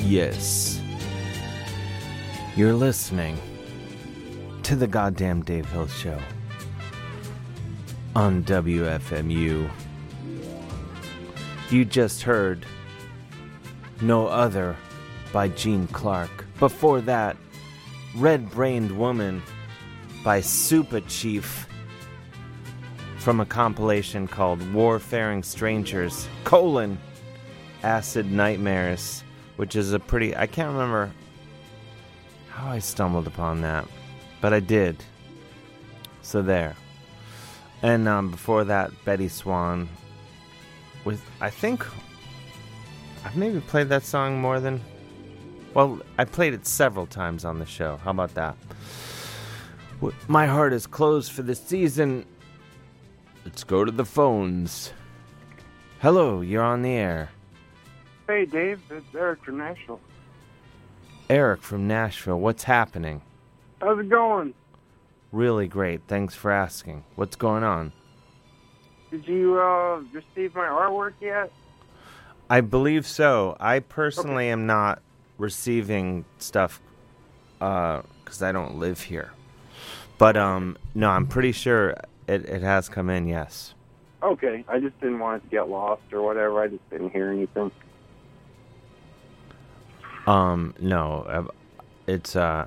Yes. You're listening to the goddamn Dave Hill Show on WFMU. You just heard No Other by Gene Clark. Before that, Red Brained Woman by Super Chief from a compilation called Warfaring Strangers, colon, Acid Nightmares, which is a pretty, I can't remember how I stumbled upon that, but I did. So there. And um, before that, Betty Swan with I think I've maybe played that song more than well, I played it several times on the show. How about that? W- My heart is closed for the season. Let's go to the phones. Hello, you're on the air.
Hey, Dave, it's Eric from Nashville.
Eric from Nashville, what's happening?
How's it going?
Really great. Thanks for asking. What's going on?
Did you uh, receive my artwork yet?
I believe so. I personally am not receiving stuff because I don't live here. But um, no, I'm pretty sure it, it has come in. Yes.
Okay, I just didn't want it to get lost or whatever. I just didn't hear anything.
Um, no, uh, it's uh,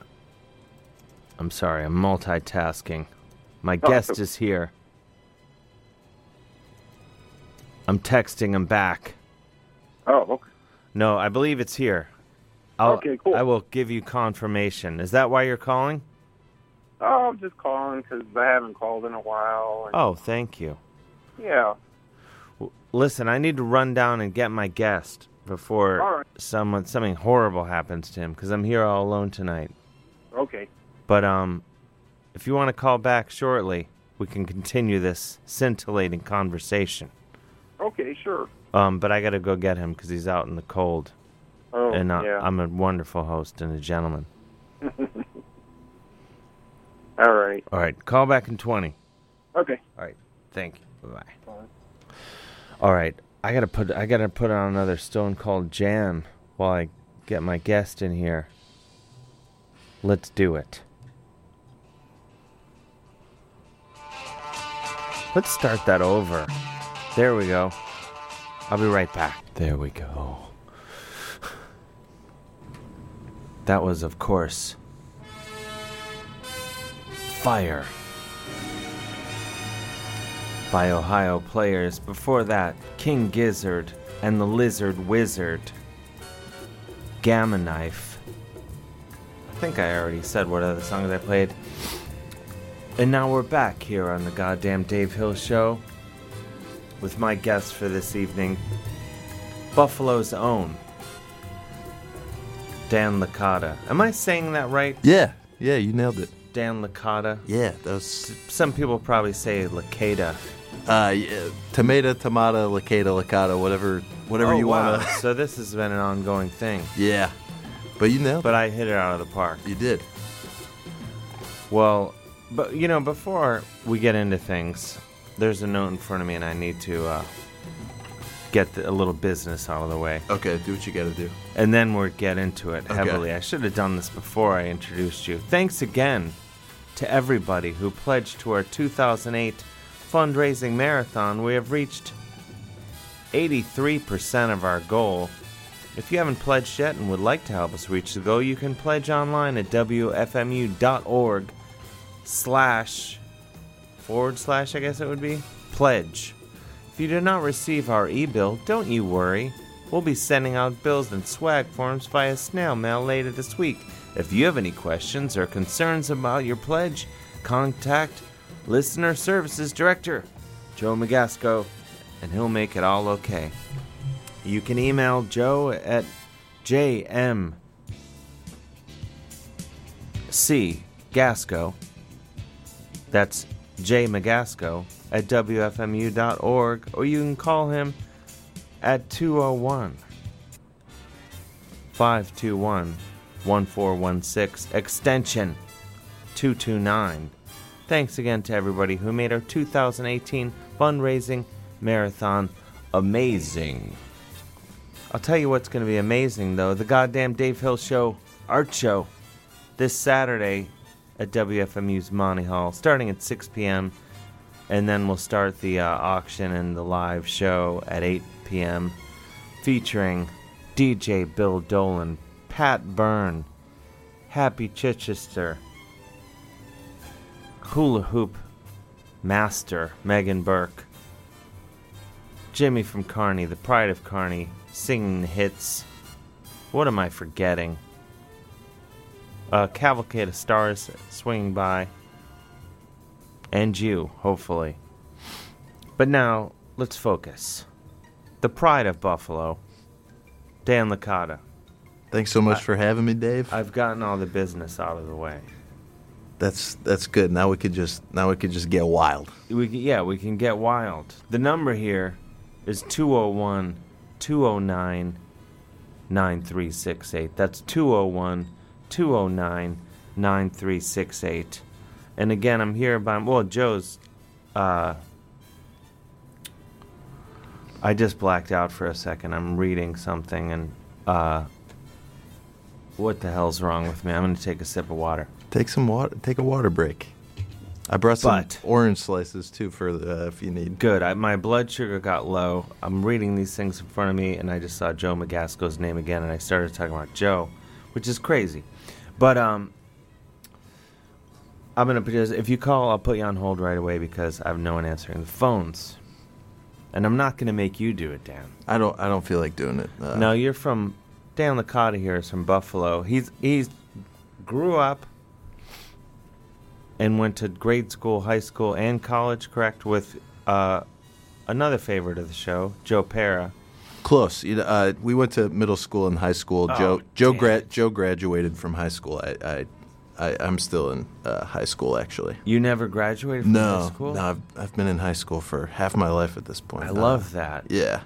I'm sorry, I'm multitasking. My
Oh,
guest
so-
is here. I'm texting him back.
Oh, okay.
No, I believe it's here. I'll, okay, cool. I will give you confirmation. Is that why you're calling?
Oh, I'm just calling because I haven't called in a while.
Oh, thank you.
And, yeah.
W- Listen, I need to run down and get my guest before
All right.
someone something horrible happens to him because I'm here all alone tonight.
Okay.
But um, if you want to call back shortly, we can continue this scintillating conversation.
Okay, sure.
Um, but I got to go get him because he's out in the cold.
Oh,
and uh,
yeah.
I'm a wonderful host and a gentleman.
<laughs> All right.
All right, call back in 20.
Okay.
All right. Thank you. Bye bye. All right, I gotta put I gotta put on another Stone Cold Jam while I get my guest in here. Let's do it. Let's start that over. There we go. I'll be right back. There we go. That was, of course, Fire by Ohio Players. Before that, King Gizzard and the Lizard Wizard. Gamma Knife. I think I already said what other songs I played. And now we're back here on the goddamn Dave Hill Show with my guest for this evening, Buffalo's own Dan Licata. Am I saying that right?
Yeah, yeah, you nailed it.
Dan Licata.
Yeah, those.
Some people probably say Licata.
Uh, yeah, tomato, tomato, licata, licata, whatever, whatever
Oh,
you
wow.
want to.
so this has been an ongoing thing.
<laughs> Yeah, but you nailed
But I hit it out of the park.
You did.
Well, but you know, before we get into things, there's a note in front of me, and I need to uh, get the, a little business out of the way.
Okay, do what you gotta do.
And then we'll get into it
Okay.
heavily. I should have done this before I introduced you. Thanks again to everybody who pledged to our 2008 fundraising marathon. We have reached 83% of our goal. If you haven't pledged yet and would like to help us reach the goal, you can pledge online at wfmu.org slash forward slash, I guess it would be, pledge. If you did not receive our e bill, don't you worry. We'll be sending out bills and swag forms via snail mail later this week. If you have any questions or concerns about your pledge, contact Listener Services Director Joe Magasco, and he'll make it all okay. You can email Joe at jm C. Gasco. That's J. Magasco at WFMU.org, or you can call him at 201 521 1416, extension 229. Thanks again to everybody who made our 2018 fundraising marathon amazing. I'll tell you what's going to be amazing, though the goddamn Dave Hill Show art show this Saturday at WFMU's Monty Hall, starting at 6 p.m. And then we'll start the uh, auction and the live show at 8 p.m. featuring DJ Bill Dolan, Pat Byrne, Happy Chichester, Hula Hoop Master Megan Burke, Jimmy from Carney, the pride of Carney, singing the hits. What am I forgetting? A Uh, cavalcade of stars swinging by. And you, hopefully. But now, let's focus. the pride of Buffalo, Dan Licata.
Thanks so much for having me, Dave.
I've gotten all the business out of the way.
That's that's good. Now we could just now we could just get wild.
We can, yeah, we can get wild. The number here is 201 209 9368. That's 201 209 9368. And again, I'm here by, well, Joe's, uh, I just blacked out for a second. I'm reading something and, uh, what the hell's wrong with me? I'm going to take a sip of water.
Take some water. Take a water break. I brought some
But-
orange slices too for uh, if you need.
Good. I, my blood sugar got low. I'm reading these things in front of me, and I just saw Joe McGaskill's name again, and I started talking about Joe, which is crazy. But um, I'm gonna put this- if you call, I'll put you on hold right away because I have no one answering the phones, and I'm not gonna make you do it, Dan.
I don't. I don't feel like doing it. Uh,
no, you're from Dan Licata here is from Buffalo. He's he's grew up and went to grade school, high school, and college. Correct with uh, another favorite of the show, Joe Para.
Close. You know, uh, we went to middle school and high school.
Oh,
Joe Joe
damn
gra- Joe graduated from high school. I, I, I I'm still in uh, high school actually.
You never graduated from high
No,
school.
no, I've, I've been in high school for half my life at this point.
I
Uh,
love that.
Yeah,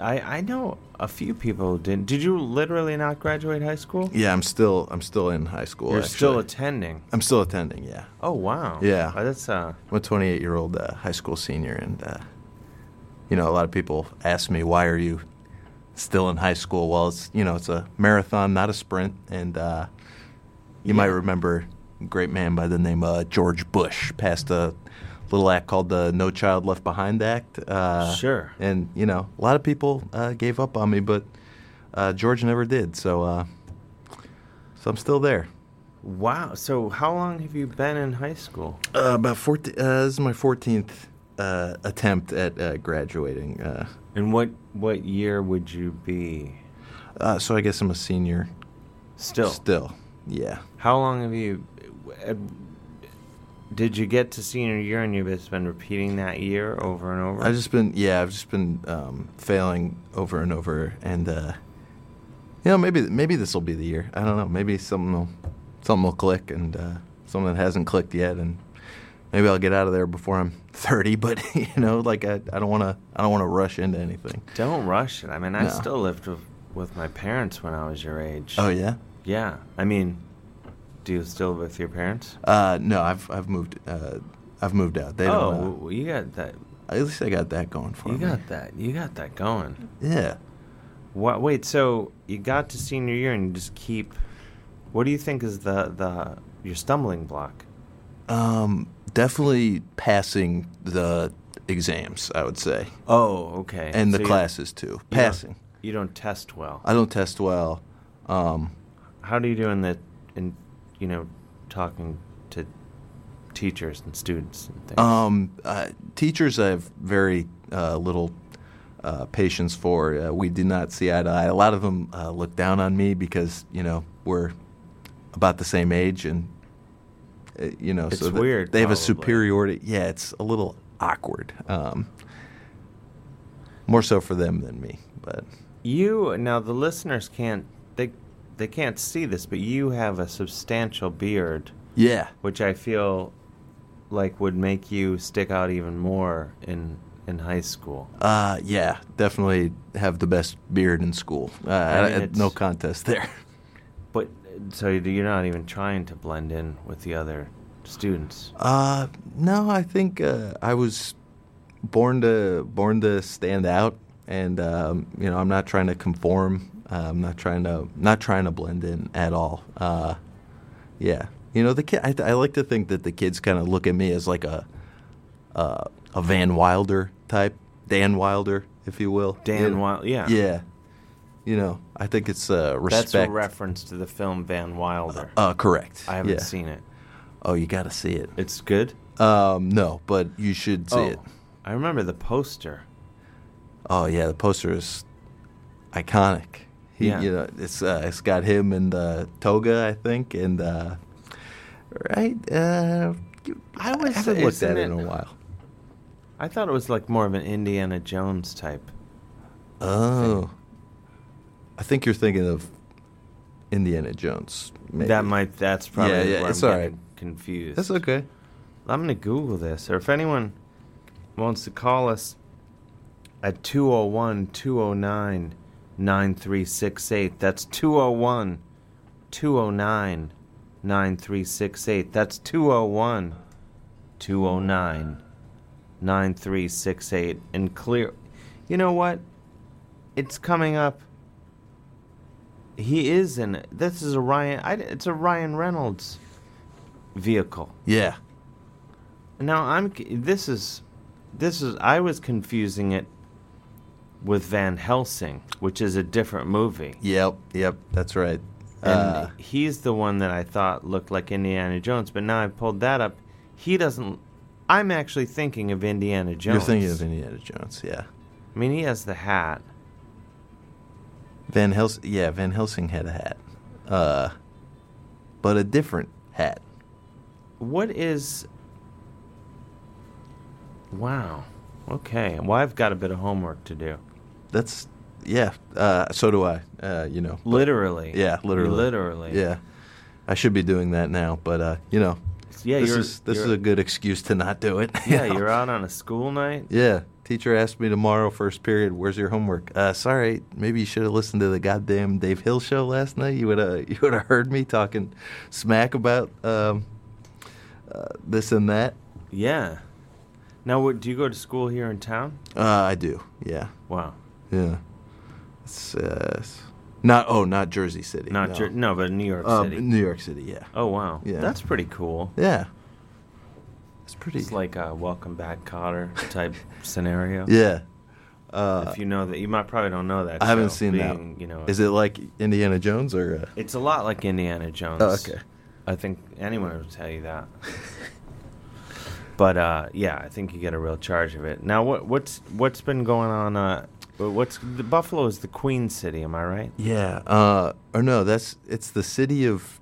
I I know a few people who didn't. Did you literally not graduate high school?
yeah. I'm still I'm still in high school.
You're still
actually.
attending.
I'm still attending. Yeah.
Oh wow.
Yeah.
Oh, that's uh.
I'm a 28 year old uh, high school senior, and uh, you know, a lot of people ask me, "Why are you still in high school?" Well, it's you know, it's a marathon, not a sprint, and uh, you might remember a great man by the name of George Bush passed a little act called the No Child Left Behind Act. Uh,
Sure.
And you know, a lot of people uh, gave up on me, but uh, George never did. So, uh, so I'm still there.
Wow. So how long have you been in high school?
Uh, about 14, uh, this is my 14th uh, attempt at uh, graduating. Uh,
and what what year would you be?
Uh, so I guess I'm a senior.
Still.
Still, yeah.
How long have you? uh, Did you get to senior year and you've just been repeating that year over and over?
I've just been, yeah, I've just been um, failing over and over, and uh, you know, maybe maybe this will be the year. I don't know. Maybe something will something will click, and uh, something that hasn't clicked yet, and maybe I'll get out of there before I'm <laughs> 30. But you know, like I, I don't want to I don't want to rush into anything.
Don't rush it. I mean, I
No.
still lived with, with my parents when I was your age.
Oh, yeah?
Yeah. I mean, do you still live with your parents?
Uh, no, I've I've moved uh, I've moved out. They
oh,
don't. Uh,
well, you got that.
At least I got that going for
You
me.
got that. You got that going.
Yeah.
What? Wait. So you got to senior year and you just keep. What do you think is the the your stumbling block?
Um, definitely passing the exams, I would say.
Oh, okay.
And
So
the
you-
classes too.
you don't-
Passing.
You don't test well.
I don't test well. Um,
How do you do in the in you know talking to teachers and students and things?
um, uh, teachers, I have very uh, little uh, patience for. Uh, we do not see eye to eye. A lot of them uh, look down on me because you know we're about the same age, and uh, you know,
It's
so that-
weird,
They have a
probably.
superiority. Yeah, it's a little awkward. Um, more so for them than me, but.
You now the listeners can't they they can't see this, but you have a substantial beard.
Yeah.
Which I feel like would make you stick out even more in in high school.
Uh, yeah, definitely have the best beard in school. Uh,
I mean,
I- I- no
it's-
contest there.
But so you're not even trying to blend in with the other students.
Uh, no, I think uh, I was born to born to stand out, and um, you know, I'm not trying to conform. Uh, I'm not trying to not trying to blend in at all. Uh, yeah, you know, the kid. I, I like to think that the kids kind of look at me as like a uh, a Van Wilder type, Dan Wilder, if you will.
Dan
You-
Wil- yeah.
yeah. You know, I think it's uh, respect.
That's a reference to the film Van Wilder.
Uh, correct.
I haven't
Yeah.
seen it.
Oh, you got to see it.
It's good.
Um, no, but you should see
Oh,
it.
I remember the poster.
Oh yeah, the poster is iconic. He,
Yeah.
you know, it's uh, it's got him and uh, Toga, I think, and uh, right. Uh,
I was
haven't looked at it in a while.
I thought it was like more of an Indiana Jones type.
Oh. I think you're thinking of Indiana Jones. maybe.
That might. That's probably
Yeah, yeah,
where
it's
I'm
all
getting
right.
confused.
That's okay.
I'm gonna Google this, or if anyone wants to call us at 201-209-9368. That's 201-209-9368. That's 201-209-9368. And clear. You know what? It's coming up. He is in. This is a Ryan. I, it's a Ryan Reynolds vehicle.
Yeah.
Now I'm. c- This is. This is. I was confusing it with Van Helsing, which is a different movie.
Yep. Yep. That's right.
And
Uh,
he's the one that I thought looked like Indiana Jones, but now I pulled that up. He doesn't. I'm actually thinking of Indiana Jones.
You're thinking of Indiana Jones, yeah.
I mean, he has the hat.
Van Helsing, yeah, Van Helsing had a hat, uh, but a different hat.
What is. Wow. Okay. Well, I've got a bit of homework to do.
That's yeah. Uh, so do I. Uh, you know, but-
Literally.
Yeah, literally.
Literally.
Yeah, I should be doing that now, but uh, you know,
Yeah,
this
you're-
is this is
you're-
a good excuse to not do it. <laughs> you
<laughs> Yeah,
know?
you're out on a school night.
Yeah, teacher asked me tomorrow, first period, where's your homework? Uh, sorry, maybe you should have listened to the goddamn Dave Hill show last night. You would have <laughs> you would have heard me talking smack about um, uh, this and that.
Yeah. Now, what, do you go to school here in town?
Uh, I do. Yeah.
Wow.
Yeah. It's, uh, it's- not oh, not Jersey City.
Not
no.
Jer- no, but New York
Uh,
City.
New York City. Yeah.
Oh wow.
Yeah.
That's pretty cool.
Yeah. It's pretty.
It's like a welcome
<laughs>
back Cotter type scenario.
Yeah. Uh,
if you know that, you might probably don't know that.
I haven't
show,
seen
being,
that.
You know,
is it like Indiana Jones or? Uh,
It's a lot like Indiana Jones.
Oh, okay.
I think anyone would tell you that. <laughs> but uh, yeah, I think you get a real charge of it. Now, what what's what's been going on? Uh, what's the Buffalo is the Queen City? Am I right?
Yeah. Uh, or no, that's it's the city of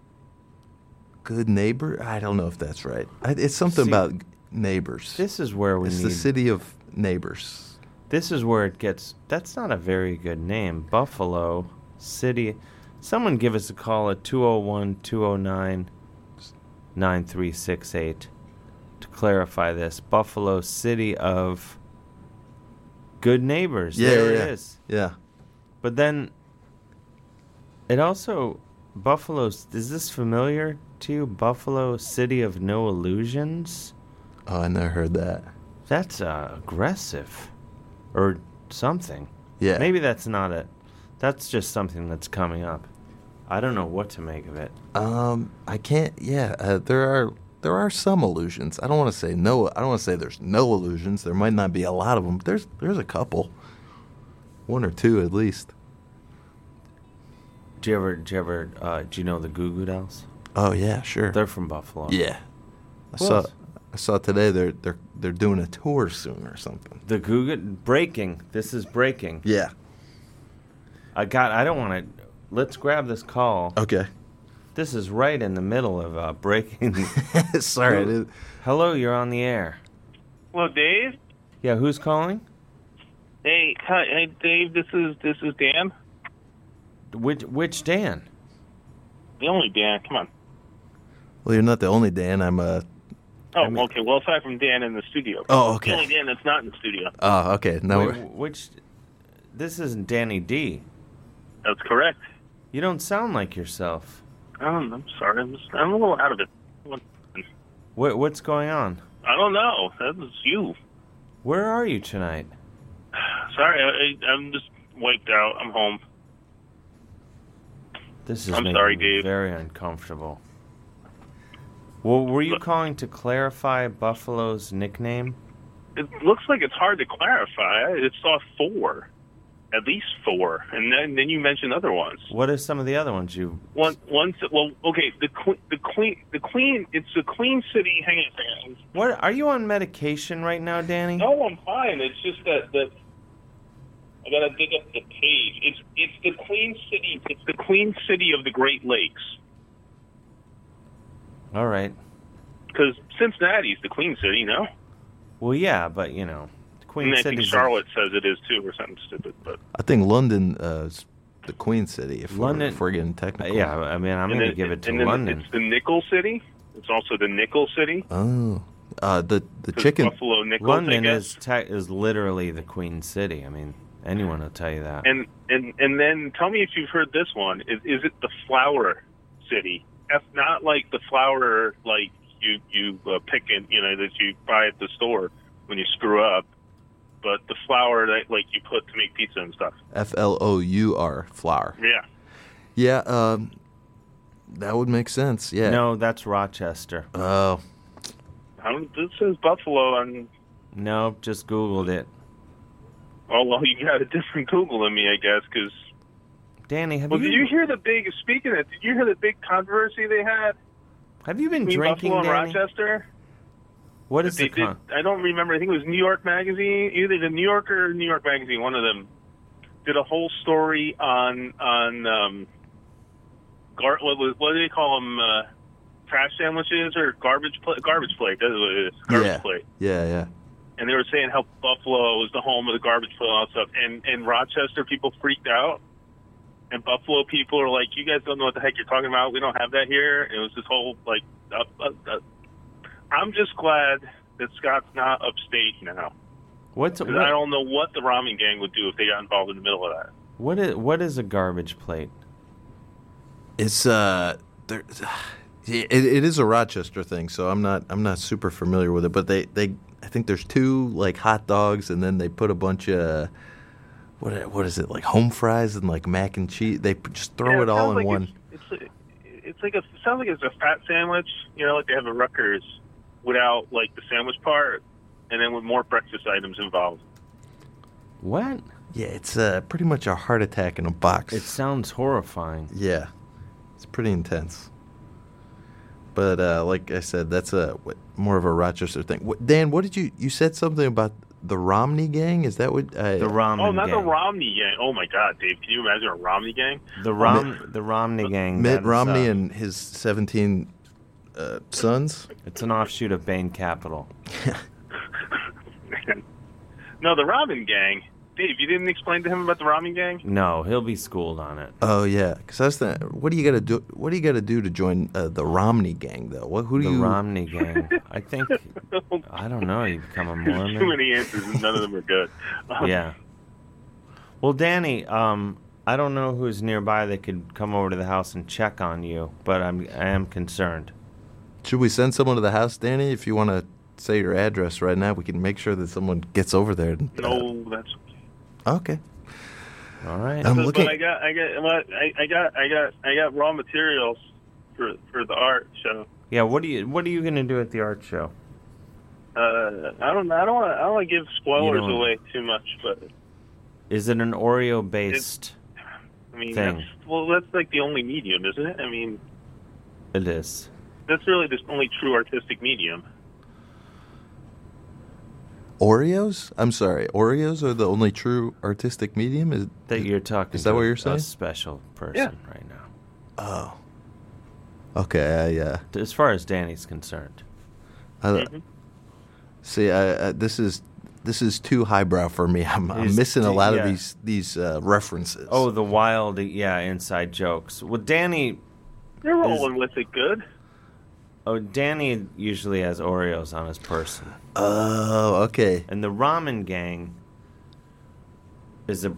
good neighbor. I don't know if that's right. I, it's something
See,
about neighbors.
This is where we
it's
need.
the city of neighbors.
This is where it gets. That's not a very good name. Buffalo City. Someone give us a call at 201 209 9368 to clarify this. Buffalo City of Good Neighbors.
Yeah, yeah,
there it
yeah.
is.
Yeah.
But then it also. Buffalo's. Is this familiar to you? Buffalo City of No Illusions?
Oh, I never heard that.
That's uh, aggressive, or something.
Yeah.
Maybe that's not it. That's just something that's coming up. I don't know what to make of it.
Um, I can't. Yeah, uh, there are there are some illusions. I don't want to say no. I don't want to say there's no illusions. There might not be a lot of them. There's there's a couple, one or two at least.
Do you ever? Do you ever? Uh, do you know the Goo Goo Dolls?
Oh yeah, sure.
They're from Buffalo.
Yeah. I
Well-
saw I saw today they're they're they're doing a tour soon or something.
The Goo Goo breaking. This is breaking.
Yeah.
I got. I don't want to. Let's grab this call.
Okay.
This is right in the middle of uh, breaking.
<laughs> Sorry, I didn't-
Hello, you're on the air.
Hello, Dave.
Yeah, who's calling?
Hey, hi, hey, Dave. This is this is Dan.
Which which Dan?
The only Dan. Come on.
Well, you're not the only Dan. I'm uh
Oh, okay. Well, aside from Dan in the studio.
Oh, okay.
The only Dan that's not in the studio.
oh okay. No,
Wait, wh- which? This isn't Danny D.
That's correct.
You don't sound like yourself.
Um, I'm sorry. I'm, just, I'm a little out of it.
What what's going on?
I don't know. That was you.
Where are you tonight?
Sorry. I, I, I'm just wiped out. I'm home.
This is
I'm
making
sorry,
me very uncomfortable. Well, were you calling to clarify Buffalo's nickname?
It looks like it's hard to clarify. I saw four, at least four, and then then you mentioned other ones.
What are some of the other ones you?
One, one. Well, okay. The queen, the queen, the queen. It's the queen city. Hang on, hang on.
What are you on medication right now, Danny?
No, I'm fine. It's just that that I gotta dig up the page. It's it's the queen city. It's the queen city of the Great Lakes
All right.
because Cincinnati's the queen city. No,
Well, yeah, but you know, Queen
and I think
City's a-
Charlotte says it is too, or something stupid. But
I think London uh, is the Queen City. If
London-
we're, if we're getting technical.
yeah, I mean, I'm
And
going to
then-
give it to
and then
London.
It's the Nickel City. It's also the Nickel City.
Oh, uh, the the
Because
chicken.
Buffalo Nickels, I
London
guess.
is te- is literally the Queen City. I mean, anyone will tell you that.
And and and then tell me if you've heard this one. Is, is it the flower city? That's not like the flower like you you uh, pick and you know that you buy at the store when you screw up, but the flour that like you put to make pizza and stuff.
F L O U R flour.
Yeah.
Yeah, um, that would make sense. Yeah.
No, that's Rochester.
Oh.
I don't, this says Buffalo on.
Nope, just Googled it.
Oh well, you got <laughs> a different Google than me, I guess. Because
Danny, have
well,
you,
did you hear the big? Speaking of, did you hear the big controversy they had?
have you been
between
drinking,
Buffalo
Danny?
and Rochester.
What is the con-
I don't remember. I think it was New York Magazine, either the New Yorker or New York Magazine. One of them did a whole story on on um, gar- what was what do they call them? Uh, trash sandwiches or garbage plate? Garbage plate. That's what it is. Garbage
Yeah.
plate.
Yeah, yeah.
And they were saying how Buffalo was the home of the garbage plate and all that stuff. And and Rochester people freaked out. And Buffalo people are like, you guys don't know what the heck you're talking about. We don't have that here. It was this whole like, up, up, up. I'm just glad that Scott's not upstate now.
What's
'Cause
what,
I don't know what the ramen gang would do if they got involved in the middle of that.
what is what is a garbage plate?
It's uh, there, <sighs> it, it is a Rochester thing, so I'm not I'm not super familiar with it. But they, they I think there's two like hot dogs, and then they put a bunch of what what is it like home fries and like mac and cheese. They p- just throw
Yeah,
it all in
sounds like
one.
It's, it's, it's like a it sounds like it's a fat sandwich. You know, like they have a Rutgers without like the sandwich part, and then with more breakfast items involved.
What?
Yeah, it's uh, pretty much a heart attack in a box. It
sounds horrifying.
Yeah, it's pretty intense. But uh, like I said, that's a what, more of a Rochester thing. What, Dan, what did you you said something about the Romney gang? Is that what uh, I,
The Romney
oh, not the Romney gang. Oh my God, Dave, can you imagine a Romney gang?
The Rom the Romney gang.
Mitt
that is,
Romney
uh,
and his seventeen uh, sons?
It's an offshoot of Bain Capital.
<laughs> No, the Robin gang. Dave, you didn't explain to him about the Robin gang. <laughs>
No, he'll be schooled on it.
Oh yeah, because that's the. What do you got to do? What do you got to do to join uh, the Romney gang though? What who do
the
you?
Romney gang. I think I don't know. You become a
There's <laughs> too
Mormon.
many answers, and none of them are good. Um,
<laughs> Yeah. Well, Danny, um, I don't know who's nearby that could come over to the house and check on you, but I'm I am concerned.
<laughs> Should we send someone to the house, Danny? If you want to say your address right now, we can make sure that someone gets over there. and-
<laughs> No, that's
Okay.
All right.
I'm
But-
looking.
But I got, I got, well, I, I got, I got, I got raw materials for for the art show.
Yeah. What do you What are you gonna do at the art show?
Uh, I don't, I don't want, I don't want to give spoilers
don't-
away too much, but
Is it an Oreo based?
I mean,
Thing.
that's, well, that's like the only medium, isn't it? I mean,
It is.
that's really the only true artistic medium.
Oreos? I'm sorry. Oreos are the only true artistic medium. Is
that you're talking?
Is that what
to
you're
a
saying?
special person right now.
Oh. Okay. Yeah.
As far as Danny's concerned.
I,
Mm-hmm.
See, I, I, this is this is too highbrow for me. <laughs> I'm, I'm
It's
missing a
too-
lot
yeah.
of these these uh, references.
Oh, the wild, yeah, inside jokes. Well, Danny,
You're rolling with it good.
oh, Danny usually has Oreos on his person.
Oh, okay.
And the ramen gang is a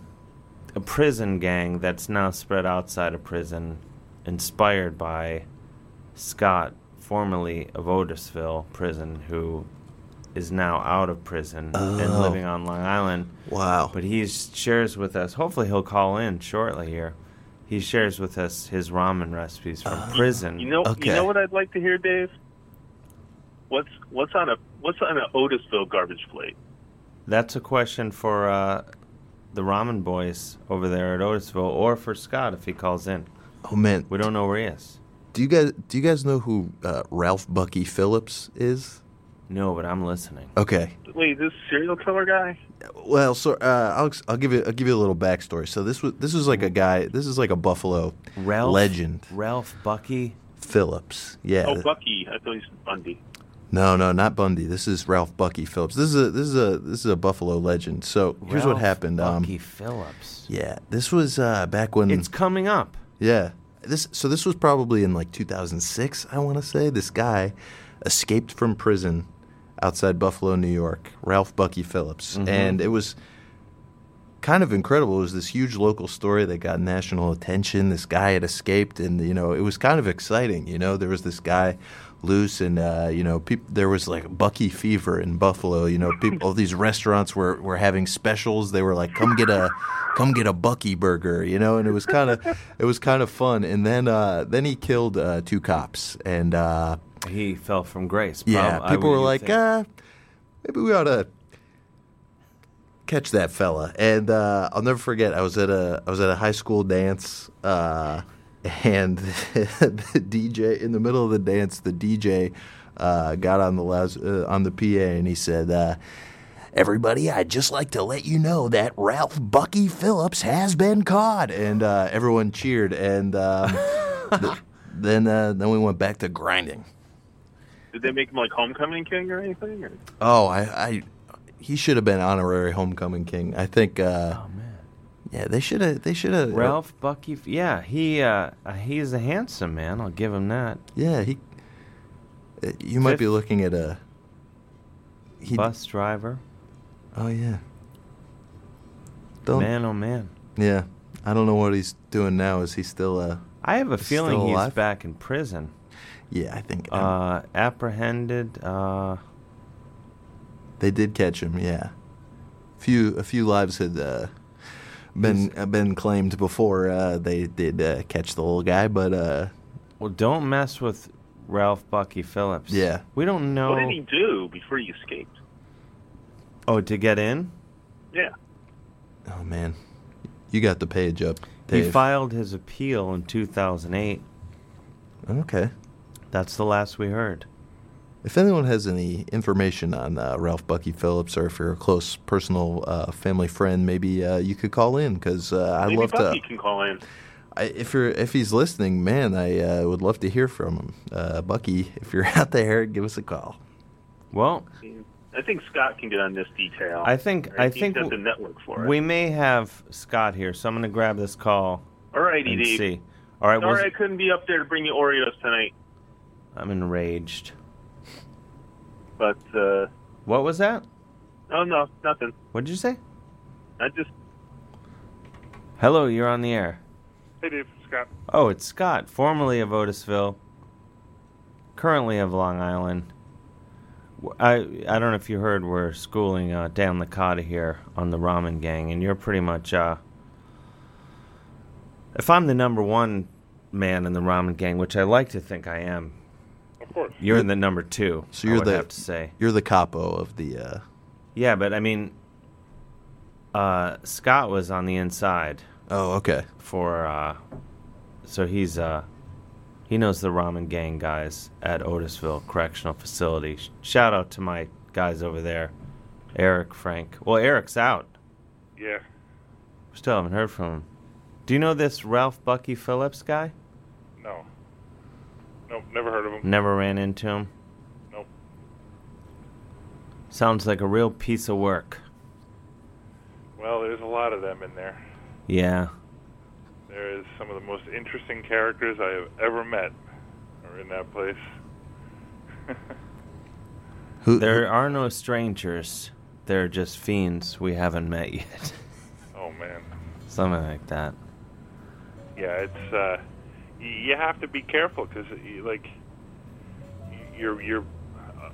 a prison gang that's now spread outside of prison, inspired by Scott, formerly of Otisville prison, who is now out of prison and
Oh.
living on Long Island.
Wow.
But he shares with us, hopefully he'll call in shortly here. He shares with us his ramen recipes from
Oh.
prison.
You know, you know what I'd like to hear, Dave. What's what's on a what's on an Otisville garbage plate?
That's a question for uh, the ramen boys over there at Otisville, or for Scott if he calls in.
Oh man,
we don't know where he is.
Do you guys do you guys know who uh, Ralph Bucky Phillips is?
No, but I'm listening.
Okay.
Wait, is this serial killer guy?
Well, so uh, I'll ex- I'll give you I'll give you a little backstory. So this was this was like a guy. This is like a Buffalo
Ralph
legend
Ralph Bucky.
Phillips. Yeah. Oh,
Oh, Bucky. I thought he said Bundy.
No, no, not Bundy. This is Ralph Bucky Phillips. This is a this is a this is a Buffalo legend. So here's what
Ralph
happened.
Bucky
um,
Phillips.
Yeah, this was uh, back when
It's coming up.
Yeah, this so this was probably in like 2006. I want to say this guy escaped from prison outside Buffalo, New York. Ralph Bucky Phillips,
Mhm.
and it was kind of incredible. It was this huge local story that got national attention. This guy had escaped, and you know, it was kind of exciting. You know, there was this guy loose, and uh, you know, peop- there was like Bucky fever in Buffalo. You know, people, all these restaurants were were having specials. They were like, "Come get a." Come get a Bucky burger, you know, and it was kind of, it was kind of fun. And then, uh, then he killed uh, two cops, and uh,
He fell from grace.
yeah,
Prob- I
people
would
were like,
think.
uh, maybe we ought to catch that fella. And uh, I'll never forget. I was at a I was at a high school dance, uh, and <laughs> the DJ in the middle of the dance, the DJ uh, got on the loud, uh, on the PA, and he said. Uh, Everybody, I'd just like to let you know that Ralph Bucky Phillips has been caught, and uh, everyone cheered. And um, th- then, uh, then we went back to grinding.
Did they make him like homecoming king or anything? Or?
Oh, I, I he should have been honorary homecoming king. I think. Uh, Yeah, they should have. They
uh,
should have.
Oh, Ralph Bucky. F- Yeah, he uh, he's a handsome man. I'll give him that.
Yeah, he. uh, You might be looking at a. He-
Bus driver.
Oh yeah.
Man, oh man.
Yeah, I don't know what he's doing now. Is he still? Uh,
I have a
is
feeling
still
he's
alive?
back in prison.
Yeah, I think. um,
Uh, apprehended. Uh,
They did catch him. Yeah, few a few lives had uh, been uh, been claimed before uh, they did uh, catch the little guy, but uh,
well, don't mess with Ralph Bucky Phillips.
Yeah.
We don't know.
What did he do before he escaped?
Oh, to get in,
Yeah.
oh man, you got the page up.
he
Dave.
filed his appeal in 2008.
Okay.
That's the last we heard.
If anyone has any information on uh, Ralph Bucky Phillips, or if you're a close personal uh, family friend, maybe uh, you could call in because uh, I'd
Maybe
love
Bucky
to.
can call in.
I, if you're if he's listening, man, I uh, would love to hear from him. Uh, Bucky, if you're <laughs> out there, give us a call.
Well,
I think Scott can get on this detail.
I think
Or
I
if he
think
does the
w-
network for it.
we may have Scott here, so I'm going to grab this call.
All righty,
and
Dave.
see. All right,
Sorry
well,
I couldn't be up there to bring you Oreos tonight,
I'm enraged.
but uh,
What was that?
oh no, nothing.
What did you say?
I just
Hello, you're on the air.
Hey, Dave, Scott.
Oh, it's Scott, formerly of Otisville, currently of Long Island. W- I I don't know if you heard we're schooling uh, Dan Licata here on the Ramen Gang, and you're pretty much uh, if I'm the number one man in the Ramen Gang, which I like to think I am.
Of course.
You're the number two.
So
I
you're
would
the
have to say.
you're the capo of the. Uh,
Yeah, but I mean, uh, Scott was on the inside.
Oh, okay.
For uh, so he's uh, he knows the ramen gang guys at Otisville Correctional Facility. Sh- Shout out to my guys over there, Eric, Frank. Well, Eric's out.
Yeah.
Still haven't heard from him. Do you know this Ralph Bucky Phillips guy?
No. Nope, never heard of him.
Never ran into him.
Nope.
Sounds like a real piece of work.
Well, there's a lot of them in there.
Yeah.
There is some of the most interesting characters I have ever met are in that place.
there are no strangers. They're just fiends we haven't met yet. <laughs>
Oh man.
Something like that.
Yeah, it's uh, y- you have to be careful because like your your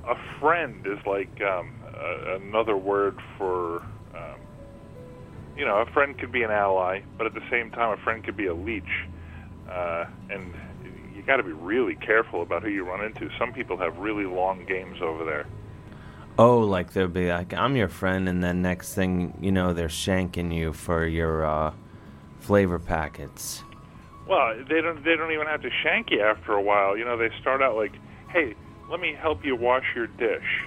a friend is like um, a, another word for um, you know a friend could be an ally, but at the same time a friend could be a leech, uh, and you got to be really careful about who you run into. Some people have really long games over there.
Oh, like they'll be like, I'm your friend, and then next thing you know, they're shanking you for your uh, flavor packets.
Well, they don't they don't even have to shank you after a while. You know, they start out like, "Hey, let me help you wash your dish,"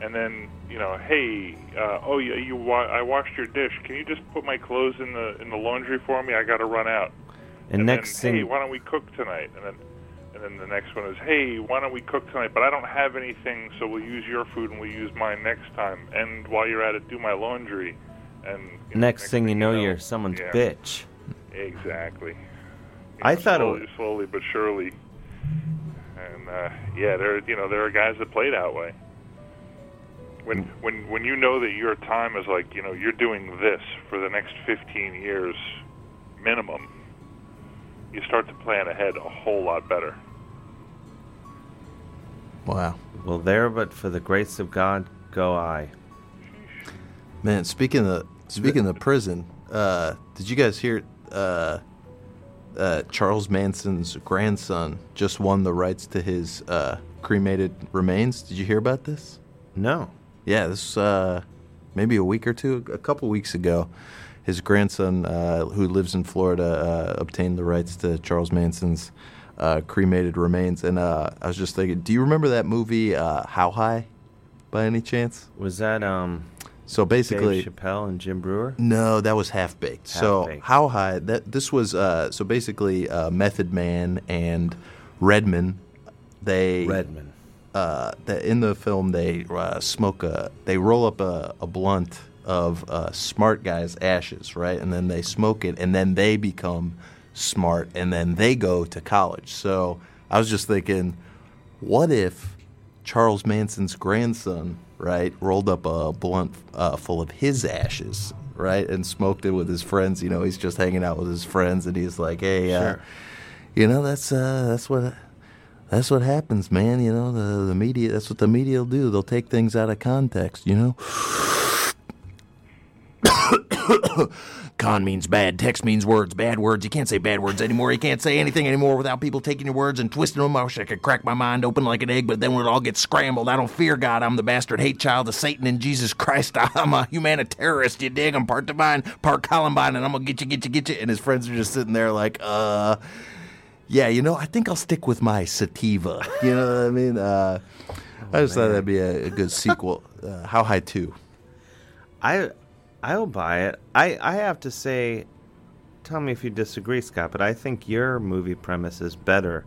and then you know, "Hey, uh, oh you, you wa- I washed your dish. Can you just put my clothes in the in the laundry for me? I got to run out."
And, next
then,
thing,
hey, why don't we cook tonight? And then And then the next one is, hey, why don't we cook tonight? But I don't have anything, so we'll use your food and we'll use mine next time. And while you're at it, do my laundry. And
Next thing you know, you're someone's
yeah.
bitch.
exactly.
I thought it
slowly, slowly but surely. And uh, yeah, there you know there are guys that play that way. When
Mm.
when when you know that your time is like you know you're doing this for the next 15 years minimum, you start to plan ahead a whole lot better.
Wow.
Well, there, but for the grace of God, go I.
Man, speaking of speaking of prison, uh, did you guys hear? Uh, uh, Charles Manson's grandson just won the rights to his uh, cremated remains. Did you hear about this?
No.
Yeah, this uh, maybe a week or two, a couple weeks ago, his grandson, uh, who lives in Florida, uh, obtained the rights to Charles Manson's uh, cremated remains. And uh, I was just thinking, do you remember that movie uh, How High, by any chance?
Was that um?
So basically,
Dave Chappelle and Jim Brewer.
no, that was half baked. So
Half-Baked.
how high? That this was uh, so basically uh, Method Man and Redman. They
Redman.
Uh, that in the film they uh, smoke a they roll up a, a blunt of uh, smart guy's ashes, right? And then they smoke it, and then they become smart, and then they go to college. So I was just thinking, what if Charles Manson's grandson, right, rolled up a blunt uh, full of his ashes, right, and smoked it with his friends. You know, he's just hanging out with his friends, and he's like, "Hey, uh,
Sure.
you know, that's uh, that's what." That's what happens, man. You know, the, the media, that's what the media will do. They'll take things out of context, you know? Con means bad. Text means words. Bad words. You can't say bad words anymore. You can't say anything anymore without people taking your words and twisting them. I wish I could crack my mind open like an egg, but then when it all gets scrambled, I don't fear God. I'm the bastard hate child of Satan and Jesus Christ. <laughs> I'm a humanitarian. You dig? I'm part divine, part Columbine, and I'm gonna get you, get you, get you. And his friends are just sitting there like, uh, yeah, you know, I think I'll stick with my sativa. <laughs> You know what I mean? Uh, I just thought that'd be a, a good sequel. Uh, How High Two.
I I'll buy it. I I have to say, tell me if you disagree, Scott. But I think your movie premise is better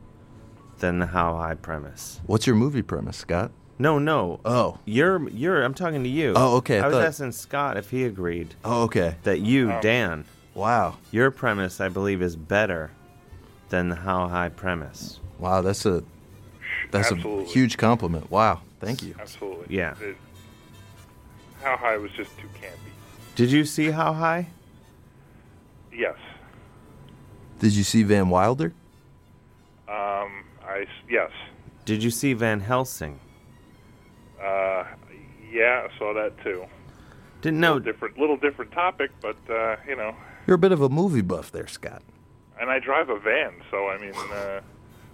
than the How High premise.
What's your movie premise, Scott?
No, no.
Oh,
you're you're. I'm talking to you.
Oh, okay, I
I, was
thought-
asking Scott if he agreed.
Oh, okay.
That you,
Oh.
Dan.
Wow.
Your premise, I believe, is better than the How High premise.
Wow, that's a that's a
Absolutely.
huge compliment. Wow, thank you.
Absolutely.
Yeah.
It- how high was just too campy.
Did you see How High?
Yes.
Did you see Van Wilder?
Um. I s- yes.
Did you see Van Helsing?
Uh. Yeah. I saw that too.
Didn't know.
Little different. Little different topic, but uh, you know.
You're a bit of a movie buff there, Scott.
And I drive a van, so I mean, uh,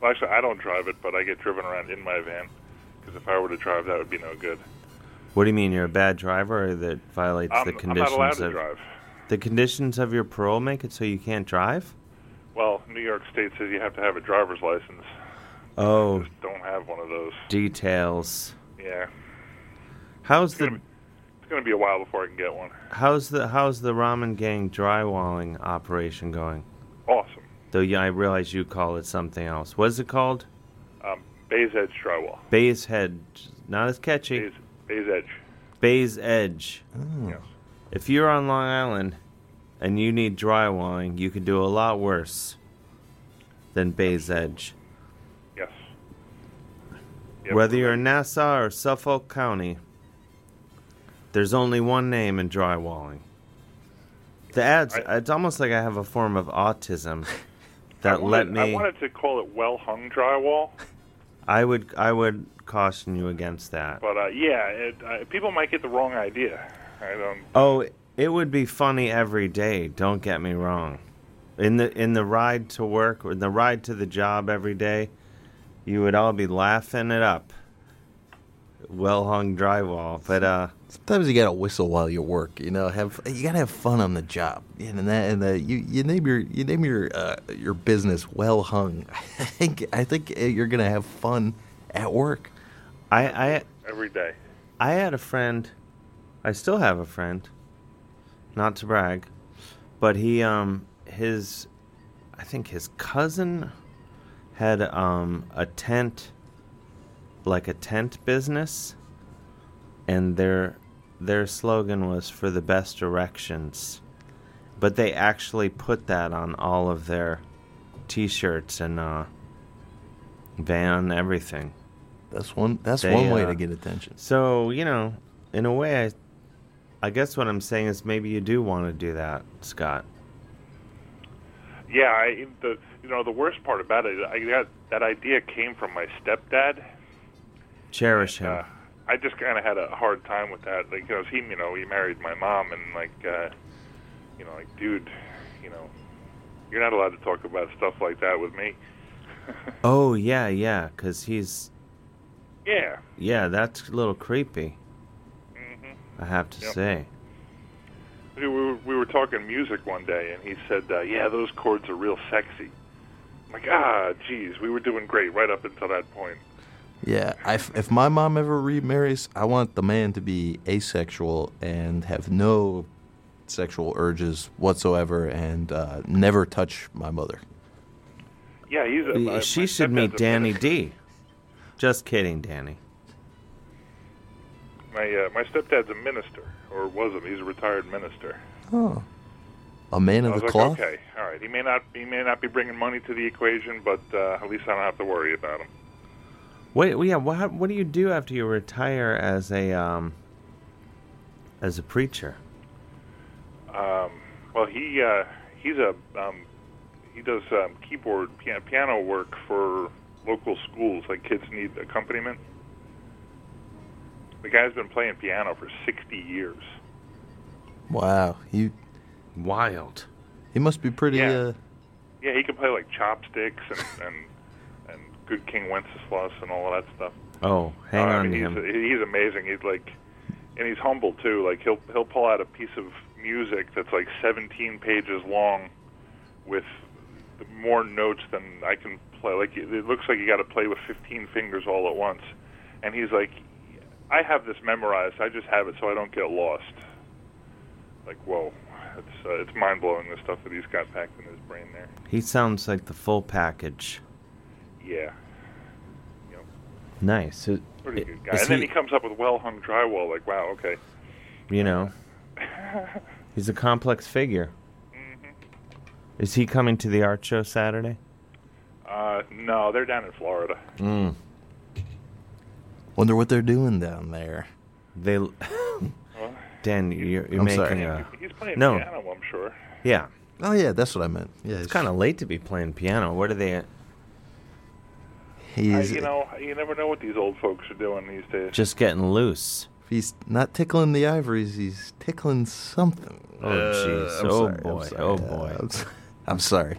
well, actually, I don't drive it, but I get driven around in my van. Because if I were to drive, that would be no good.
What do you mean? You're a bad driver, or that violates
I'm-
the
I'm not
conditions
allowed to
of
drive.
the conditions of your parole make it so you can't drive?
Well, New York State says you have to have a driver's license.
Oh,
Don't have one of those.
details.
Yeah,
How's the
it's going to be a while before I can get one.
how's the how's the ramen gang drywalling operation going?
Awesome.
Though yeah, I realize you call it something else. What is it called?
Um, Bay's Edge drywall.
Bay's head. Not as catchy. Bay's,
Bay's Edge.
Bay's Edge.
Yes.
If you're on Long Island and you need drywalling, you could do a lot worse than Bay's Edge.
Yes.
Whether you're in Nassau or Suffolk County, there's only one name in drywalling. The ads, it's almost like I have a form of autism
<laughs>
that
I wanted,
let me.
I wanted to call it well hung drywall,
I would I would caution you against that.
but uh, yeah, it, uh, people might get the wrong idea. I don't.
Oh, it would be funny every day. Don't get me wrong. In the in the ride to work or in the ride to the job every day, you would all be laughing it up. Well hung drywall, but uh,
Sometimes you gotta whistle while you work. You know, have you gotta have fun on the job. And that, and that, you, you name your you name your uh, your business well hung. <laughs> I think I think uh, you're gonna have fun at work.
I I
every day.
I had a friend. I still have a friend. Not to brag, but he um his I think his cousin had um, a tent, like a tent business, and their their slogan was for the best erections. But they actually put that on all of their T-shirts and uh, van everything.
That's one. That's
They,
one way
uh,
to get attention.
So you know, in a way, I, I guess what I'm saying is maybe you do want to do that, Scott.
Yeah, I, the you know the worst part about it, I got that idea came from my stepdad.
Cherish him.
I just kind of had a hard time with that, like because he, you know, he married my mom, and like, uh, you know, like, dude, you know, you're not allowed to talk about stuff like that with me.
oh yeah, yeah, because he's
Yeah.
yeah. That's a little creepy. I have to
Mm-hmm. Yep.
say.
We were, we were talking music one day, and he said, uh, "Yeah, those chords are real sexy." I'm like, ah, geez, we were doing great right up until that point.
Yeah, if, if my mom ever remarries, I want the man to be asexual and have no sexual urges whatsoever, and uh, never touch my mother.
Yeah, he's a, Uh, my-
she should meet Danny D. Just kidding, Danny.
my uh, my stepdad's a minister, or was him? He's a retired minister.
Oh, a man
I was
of the
like,
cloth.
okay, all right. He may not he may not be bringing money to the equation, but uh, at least I don't have to worry about him.
What? Yeah. What? how- What do you do after you retire as a um as a preacher?
Um, well, he uh, he's a um, he does um, keyboard pian- piano work for local schools. Like kids need accompaniment. The guy's been playing piano for 60 years.
Wow, he
wild.
He must be pretty. Uh,
Yeah, he can play like chopsticks and and, and Good King Wenceslas and all of that stuff.
Oh, hang
Uh, I
on
mean,
to
he's,
him.
he's amazing. He's like, and he's humble too. Like he'll he'll pull out a piece of music that's like 17 pages long, with more notes than I can play. Like it it looks like you got to play with 15 fingers all at once. And he's like, I have this memorized. I just have it so I don't get lost. Like whoa, it's uh, it's mind blowing the stuff that he's got packed in his brain there.
He sounds like the full package.
Yeah.
Nice. Is-
Pretty good guy.
Eh, is
and then
he-
he comes up with well hung drywall. Like, wow, okay. <laughs>
you know, he's a complex figure.
Mm-hmm.
Is he coming to the art show Saturday?
Uh, no, they're down in Florida.
Mm.
Wonder what they're doing down there.
They, Dan, you're, you're
I'm
making
sorry.
a
He's playing
no.
piano, I'm sure.
Yeah.
Oh yeah, that's what I meant. Yeah,
it's kind of late to be playing piano. What are they?
He
I-
is
you know, you never know what these old folks are doing these days.
just getting loose.
If he's not tickling the ivories, he's tickling something.
Oh, jeez.
Uh, I'm
Oh,
sorry, I'm
boy.
sorry.
Oh,
Uh, I'm, s- I'm sorry.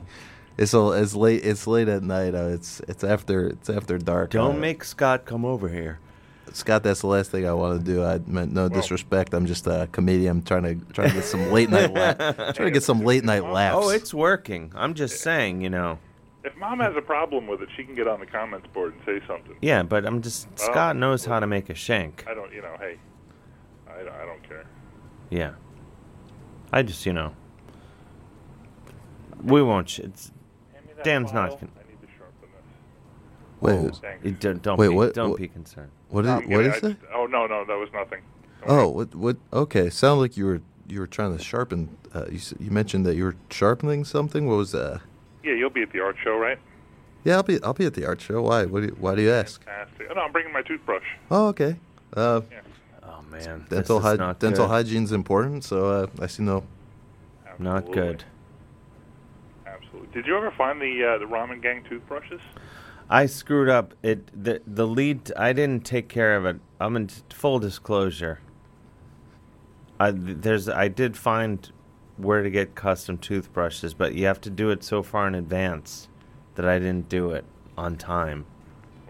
It's all, it's late. It's late at night. Uh, it's it's after it's after dark.
Don't
Uh,
make Scott come over here.
Scott. That's the last thing I want to do. I meant no disrespect. I'm just a comedian. I'm trying to <laughs> trying to get some late
<laughs>
night laugh. Trying to get some late night laughs.
Oh, it's working. I'm just saying, you know.
If mom has a problem with it, she can get on the comments board and say something.
Yeah, but I'm just
Well,
Scott knows how to make a shank.
I don't, you know, hey, I, I don't care.
Yeah. I just, you know. We won't. Sh- it's, Dan's not. Con-
Wait,
Whoa.
thanks.
It- don't don't
Wait,
be,
what-
don't
what-
be concerned.
What is
I'm
what
kidding.
is
I
that?
just- oh no, no, that was nothing.
Oh, what what? Okay, sounded like you were you were trying to sharpen. Uh, you s- you mentioned that you were sharpening something. What was that?
Yeah, you'll be at the art show, right?
Yeah, I'll be I'll be at the art show. Why? What do you, why do you ask?
Fantastic. Oh no, I'm bringing my toothbrush.
Oh, okay. Uh,
Oh man,
dental
this is
hy-
not
dental
good.
hygiene's important, so uh, I see no.
Not good.
Absolutely. Did you ever find the uh, the ramen gang toothbrushes?
I screwed up. It the the lead. I didn't take care of it. I'm in full disclosure. I there's I did find where to get custom toothbrushes, but you have to do it so far in advance that I didn't do it on time.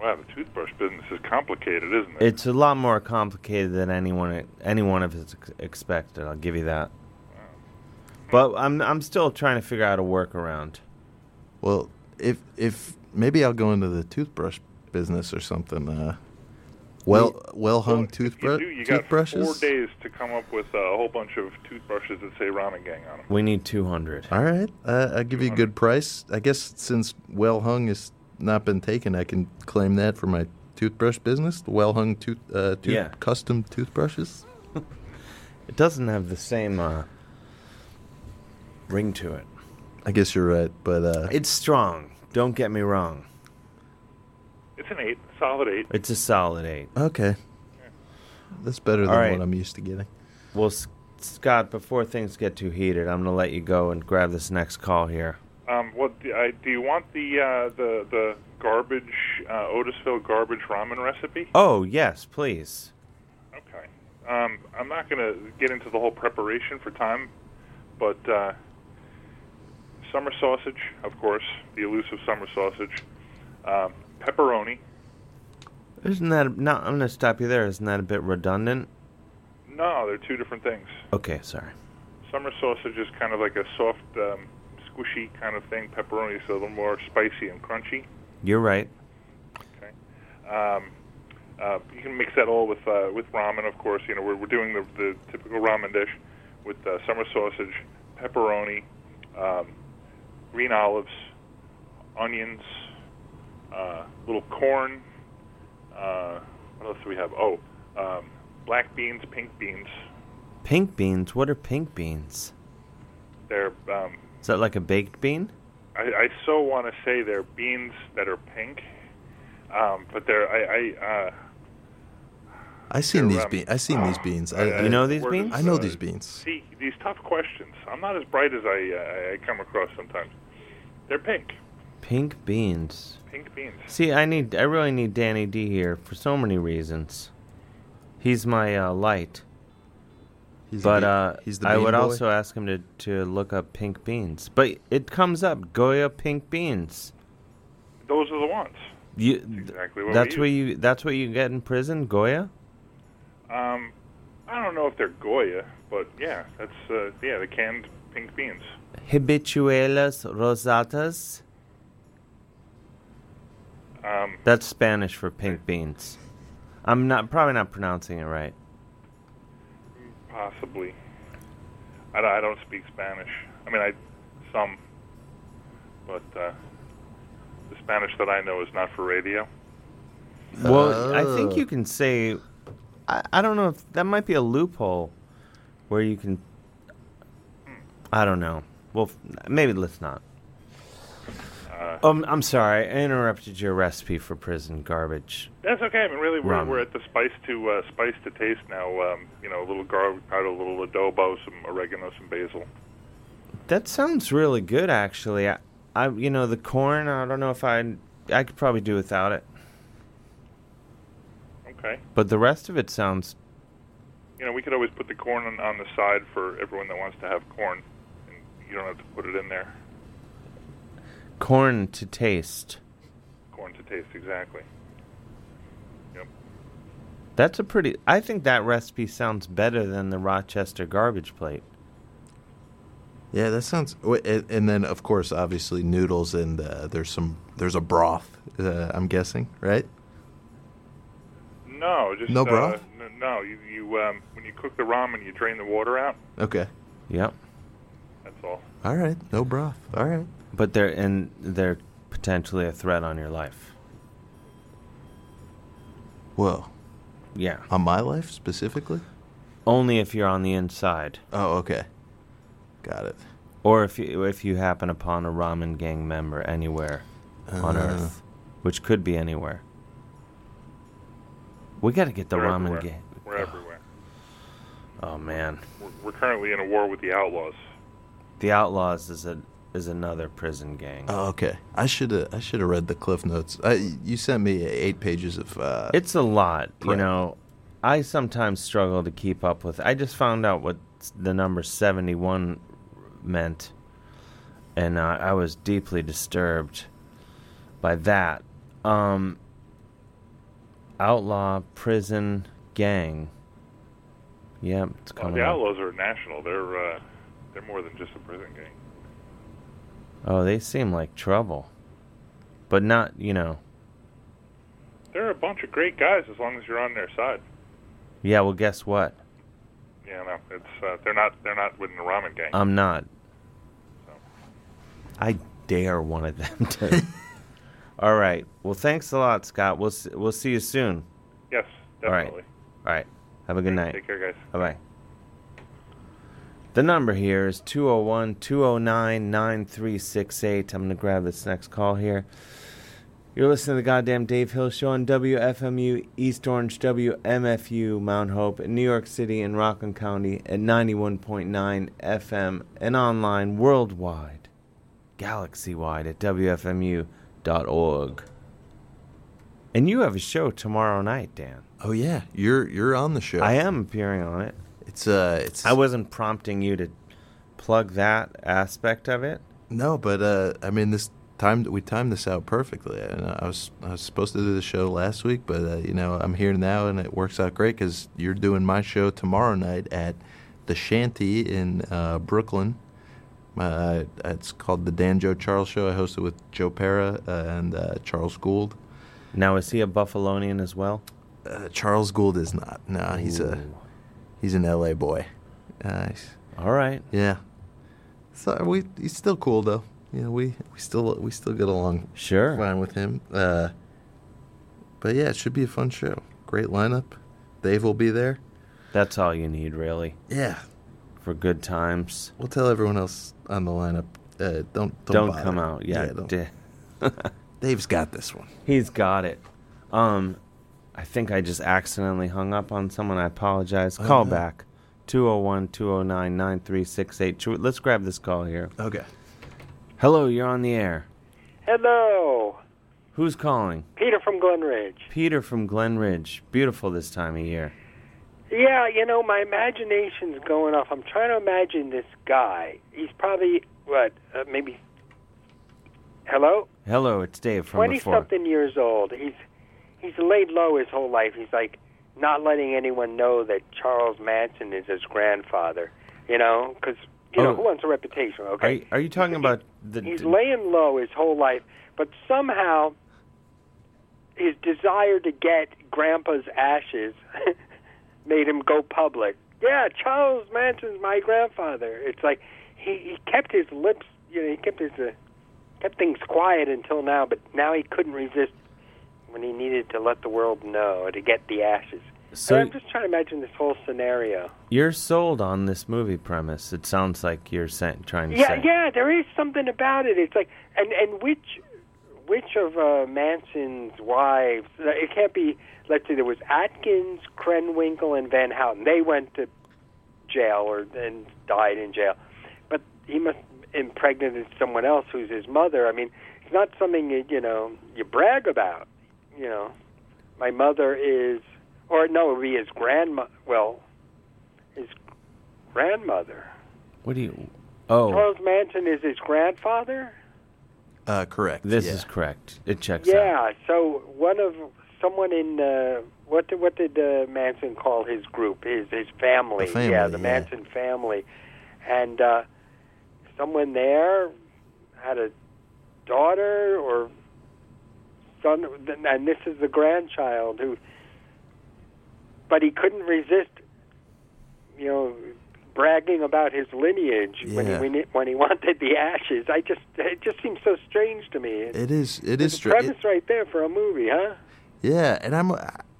Wow, the toothbrush business is complicated, isn't it?
It's a lot more complicated than anyone anyone of us ex- expected. I'll give you that. But I'm I'm still trying to figure out a workaround.
Well, if if maybe I'll go into the toothbrush business or something. Uh, well well hung toothbrush
You do. You got four
toothbrushes.
days to come up with uh, a whole bunch of toothbrushes that say ramen gang on them.
We need 200.
All right, uh, I'll give you a good price. I guess since well hung is not been taken. I can claim that for my toothbrush business, the well hung tooth, uh, tooth
Yeah.
custom toothbrushes.
<laughs> It doesn't have the same uh, ring to it.
I guess you're right, but uh,
It's strong. Don't get me wrong.
It's an eight, solid eight.
It's a solid eight.
okay. That's better than
All right.
what I'm used to getting.
Well, S- Scott, before things get too heated, I'm going to let you go and grab this next call here.
Um, what do, I, do you want the uh, the the garbage uh, Otisville garbage ramen recipe?
Oh, yes, please.
Okay. Um, I'm not going to get into the whole preparation for time, but uh, summer sausage, of course, the elusive summer sausage, um, pepperoni.
Isn't that no? I'm going to stop you there. Isn't that a bit redundant?
No, they're two different things.
Okay, sorry.
Summer sausage is kind of like a soft, um, squishy kind of thing. Pepperoni is a little more spicy and crunchy.
You're right.
Um, uh, you can mix that all with uh, with ramen, of course. You know, we're, we're doing the, the typical ramen dish with uh, summer sausage, pepperoni, um, green olives, onions, uh, little corn. Uh, what else do we have? Oh, um, black beans, pink beans.
Pink beans. What are pink beans?
They're um,
Is that like a baked bean?
I, I so want to say they're beans that are pink, um, but they're I, I uh,
I seen
They're,
these
um,
beans. I seen these beans. I,
I-
I-
You know these we're- beans?
I know
uh,
these beans.
See these tough questions. I'm not as bright as I uh, I come across sometimes. They're pink.
Pink beans.
Pink beans.
See, I need. I really need Danny D here for so many reasons. He's my uh, light.
He's
but
the,
uh,
he's the
I
bean
would
boy?
also ask him to, to look up pink beans. But it comes up Goya pink beans.
Those are the ones.
You,
exactly what we
that's what
use.
you. That's what you get in prison, Goya.
Um, I don't know if they're Goya, but yeah, that's uh, yeah the canned pink beans.
Habituales rosatas.
Um,
That's Spanish for pink beans. I'm not probably not pronouncing it right.
possibly. I, don't- I don't speak Spanish. I mean, I some, but uh, the Spanish that I know is not for radio.
Well, I think
Oh.
you can say. I, I don't know if that might be a loophole, where you can. I don't know. Well, f- maybe let's not. um, I'm sorry, I interrupted your recipe for prison garbage.
That's okay. I mean, really, we're,
Ramen.
we're at the spice to uh, spice to taste now. Um, you know, a little garlic powder, a little adobo, some oregano, some basil.
That sounds really good, actually. I, I, you know, the corn. I don't know if I, I could probably do without it,
Okay.
but the rest of it sounds
You know, we could always put the corn on, on the side for everyone that wants to have corn, and you don't have to put it in there.
corn to taste.
Corn to taste, exactly.
That's a pretty. I think that recipe sounds better than the Rochester garbage plate.
Yeah, that sounds. w- a- And then, of course, obviously noodles and uh, there's some there's a broth. Uh, I'm guessing, right?
No, just
No
uh,
broth?
n- No, you, you um, when you cook the ramen, you drain the water out.
Okay.
Yep.
That's all.
All right. No broth. All right.
But they're and they're potentially a threat on your life.
Whoa.
Yeah.
On my life specifically.
Only if you're on the inside.
Oh, okay. Got it.
Or if you if you happen upon a ramen gang member anywhere on
Ah.
Earth, which could be anywhere. We got to get the
We're
ramen
everywhere.
gang.
We're everywhere.
Oh man,
We're, we're currently in a war with the outlaws.
the Outlaws is a is another prison gang.
Oh, okay. I should have I should have read the cliff notes. I, you sent me eight pages of. Uh,
It's a lot, you
Right.
know. I sometimes struggle to keep up with. I just found out what s- the number 71 meant, and uh, I was deeply disturbed by that. Um, outlaw, prison, gang. Yep, it's
Well,
coming
the
up.
outlaws are national. They're uh, they're more than just a prison gang.
Oh, they seem like trouble. But not, you know.
They're a bunch of great guys as long as you're on their side.
Yeah, well, guess what?
You know, it's uh, they're not they're not with the ramen gang.
Uh,
I'm not. I dare one of them to All right. Well, thanks a lot, Scott. We'll s- we'll see you soon.
Yes,
All right. All right. Have a good night.
Take care, guys.
Bye bye. The number here is 201 209 9368. I'm going to grab this next call here. You're listening to the goddamn Dave Hill Show on WFMU East Orange, WMFU Mount Hope in New York City and Rockland County at 91.9 FM and online worldwide, galaxy-wide at WFMU.org. And you have a show tomorrow night, Dan.
Oh yeah, you're you're on the show.
I am appearing on it.
It's uh, it's.
I wasn't prompting you to plug that aspect of it.
No, but uh, I mean, this time we timed this out perfectly. And I was I was supposed to do the show last week, but uh, you know I'm here now, and it works out great because you're doing my show tomorrow night at the Shanty in uh, Brooklyn. Uh, it's called the Dan Joe Charles Show. I hosted with Joe Pera uh, and uh, Charles Gould.
Now is he a Buffalonian as well?
Uh, Charles Gould is not. No, he's a he's an LA boy. Uh, he's-
All right.
Yeah. So we he's still cool though. You know, we we still we still get along
sure
fine with him. Uh, but yeah, it should be a fun show. Great lineup. Dave will be there.
That's all you need, really.
Yeah.
For good times.
We'll tell everyone else on the lineup. Uh, don't don't,
Don't
bother.
come out. Yeah.
don't.
<laughs>
Dave's got this one.
He's got it. Um, I think I just accidentally hung up on someone. I apologize.
Oh,
call
no.
back 201 209 9368. Should we- Let's grab this call here.
Okay.
Hello, you're on the air.
Hello,
Who's calling?
Peter from Glen Ridge.
Peter from Glen Ridge. Beautiful this time of year.
Yeah, you know, my imagination's going off. I'm trying to imagine this guy. He's probably, what, uh, maybe, hello?
Hello, it's Dave from
20
before.
something years old. He's he's laid low his whole life. He's like not letting anyone know that Charles Manson is his grandfather, you know, because, you
Oh.
know, who wants a reputation, okay?
Are you, are you talking about the?
He's laying low his whole life, but somehow his desire to get Grandpa's ashes <laughs> made him go public. Yeah, Charles Manson's my grandfather. It's like he, he kept his lips, you know, he kept his uh, kept things quiet until now, but now he couldn't resist when he needed to let the world know to get the ashes.
So-
And I'm just trying to imagine this whole scenario.
You're sold on this movie premise. It sounds like you're sen- trying to
Yeah,
say.
yeah, there is something about it. It's like, and and which which of uh, Manson's wives? It can't be. Let's see, there was Atkins, Krenwinkel, and Van Houten. They went to jail or and died in jail, but he must impregnated someone else who's his mother. I mean, it's not something you, you know you brag about. You know, my mother is, or no, it would be his grandma. Well, his grandmother.
What do you? Oh,
Charles Manson is his grandfather.
Uh, correct.
this
yeah.
is correct. It checks out.
yeah. So one of someone in uh, what did, what did uh, Manson call his group? His his family.
The family,
yeah, the
yeah.
Manson family, and uh, someone there had a daughter or son, and this is the grandchild who. But he couldn't resist, you know, bragging about his lineage when he
Yeah.
when he, when he <laughs> wanted the ashes. I just it just seems so strange to me. It-
It is. It
There's
is
a
str-
premise right there for a movie, huh?
Yeah, and I'm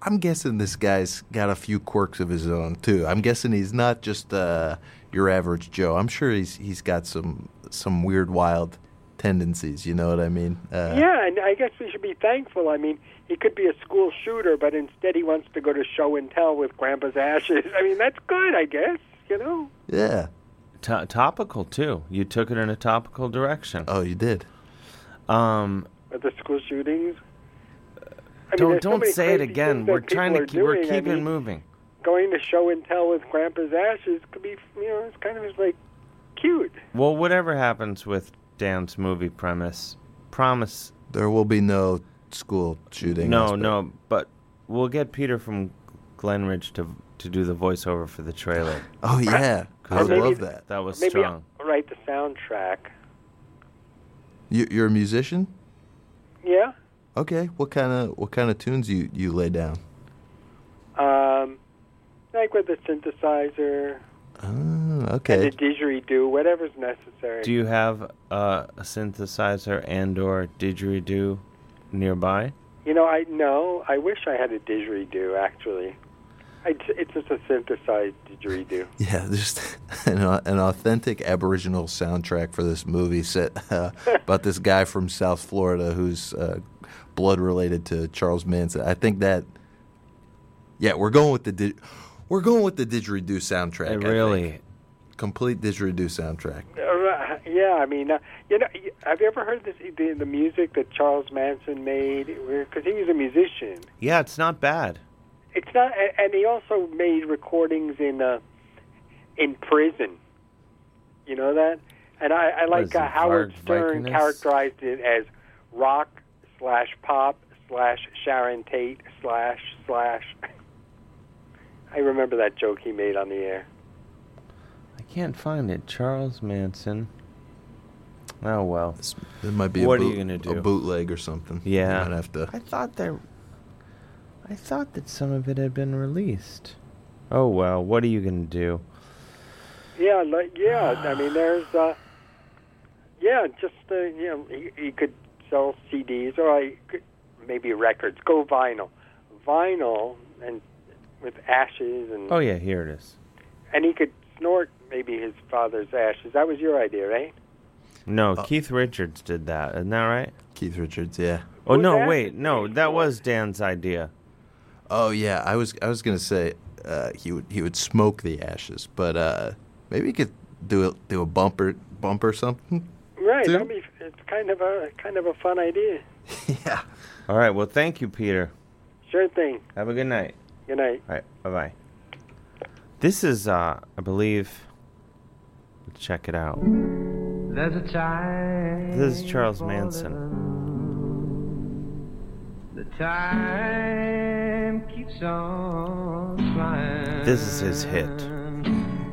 I'm guessing this guy's got a few quirks of his own too. I'm guessing he's not just uh, your average Joe. I'm sure he's he's got some some weird, wild tendencies. You know what I mean? Uh,
yeah, and I guess we should be thankful. I mean, he could be a school shooter, but instead he wants to go to show and tell with Grandpa's ashes. <laughs> I mean, that's good, I guess. You know,
Yeah.
To- topical too. You took it in a topical direction.
Oh, you did.
Um,
with the school shootings. I mean,
don't
there's so
don't
many
say it
crazy
again.
things that
We're trying to
people
keep.
are
We're
doing. I
keeping
mean,
moving.
Going to show and tell with Grandpa's ashes could be, you know, it's kind of just like cute.
Well, whatever happens with Dan's movie premise, promise.
There will be no school shooting.
No, no, but we'll get Peter from Glen Ridge to to do the voiceover for the trailer.
Oh yeah, I
Or maybe-
love that.
That was
Maybe
strong.
I'll write the soundtrack.
You, you're a musician.
Yeah.
Okay. What kind of what kind of tunes you you lay down?
Um, like with the synthesizer
Oh,
and
okay.
the didgeridoo, whatever's necessary.
Do you have uh, a synthesizer and or didgeridoo nearby?
You know, I no, I wish I had a didgeridoo. Actually, I, it's just a synthesized didgeridoo.
<laughs> Yeah, just <laughs> an, an authentic Aboriginal soundtrack for this movie set <laughs> uh, about this guy from South Florida who's uh, blood related to Charles Manson. I think that, yeah, we're going with the di- we're going with the didgeridoo soundtrack. I think.
really-
complete didgeridoo soundtrack.
Uh, yeah, I mean, uh, you know, y- have you ever heard this the, the music that Charles Manson made? Because he was a musician.
Yeah, it's not bad.
It's not, a- and he also made recordings in uh, in prison. You know that, and I, I
Was
like
it
uh, Howard
Varg
Stern
Vikernes?
characterized it as rock slash pop slash Sharon Tate slash slash. <laughs> I remember that joke he made on the air.
I can't find it. Charles Manson. Oh well.
It might be a
What are
boot-
you gonna do?
a bootleg or something.
Yeah.
Might have to-
I thought there. I thought that some of it had been released. Oh well. What are you gonna do?
Yeah, like yeah.
Ah.
I mean, there's uh, yeah, just uh, you know, you, you could sell CDs or I could, maybe records. Go vinyl, vinyl, and with ashes and
Oh yeah, here it is.
and he could snort maybe his father's ashes. That was your idea, right?
No, Keith Richards did that. Isn't that right?
Uh, Keith Richards. Yeah.
Oh
Who's
no!
that?
Wait, no, that was Dan's idea.
Oh yeah, I was I was gonna say uh, he would he would smoke the ashes, but uh, maybe he could do a do a bumper bump or something.
Right.
Yeah.
That'd be, it's kind of a kind of a fun idea.
All right. Well, thank you, Peter.
Sure thing.
Have a good night.
Good night.
All right. Bye bye. This is, uh, I believe. Let's check it out.
There's a time.
This is Charles Manson.
The time keeps on flying.
This is his hit.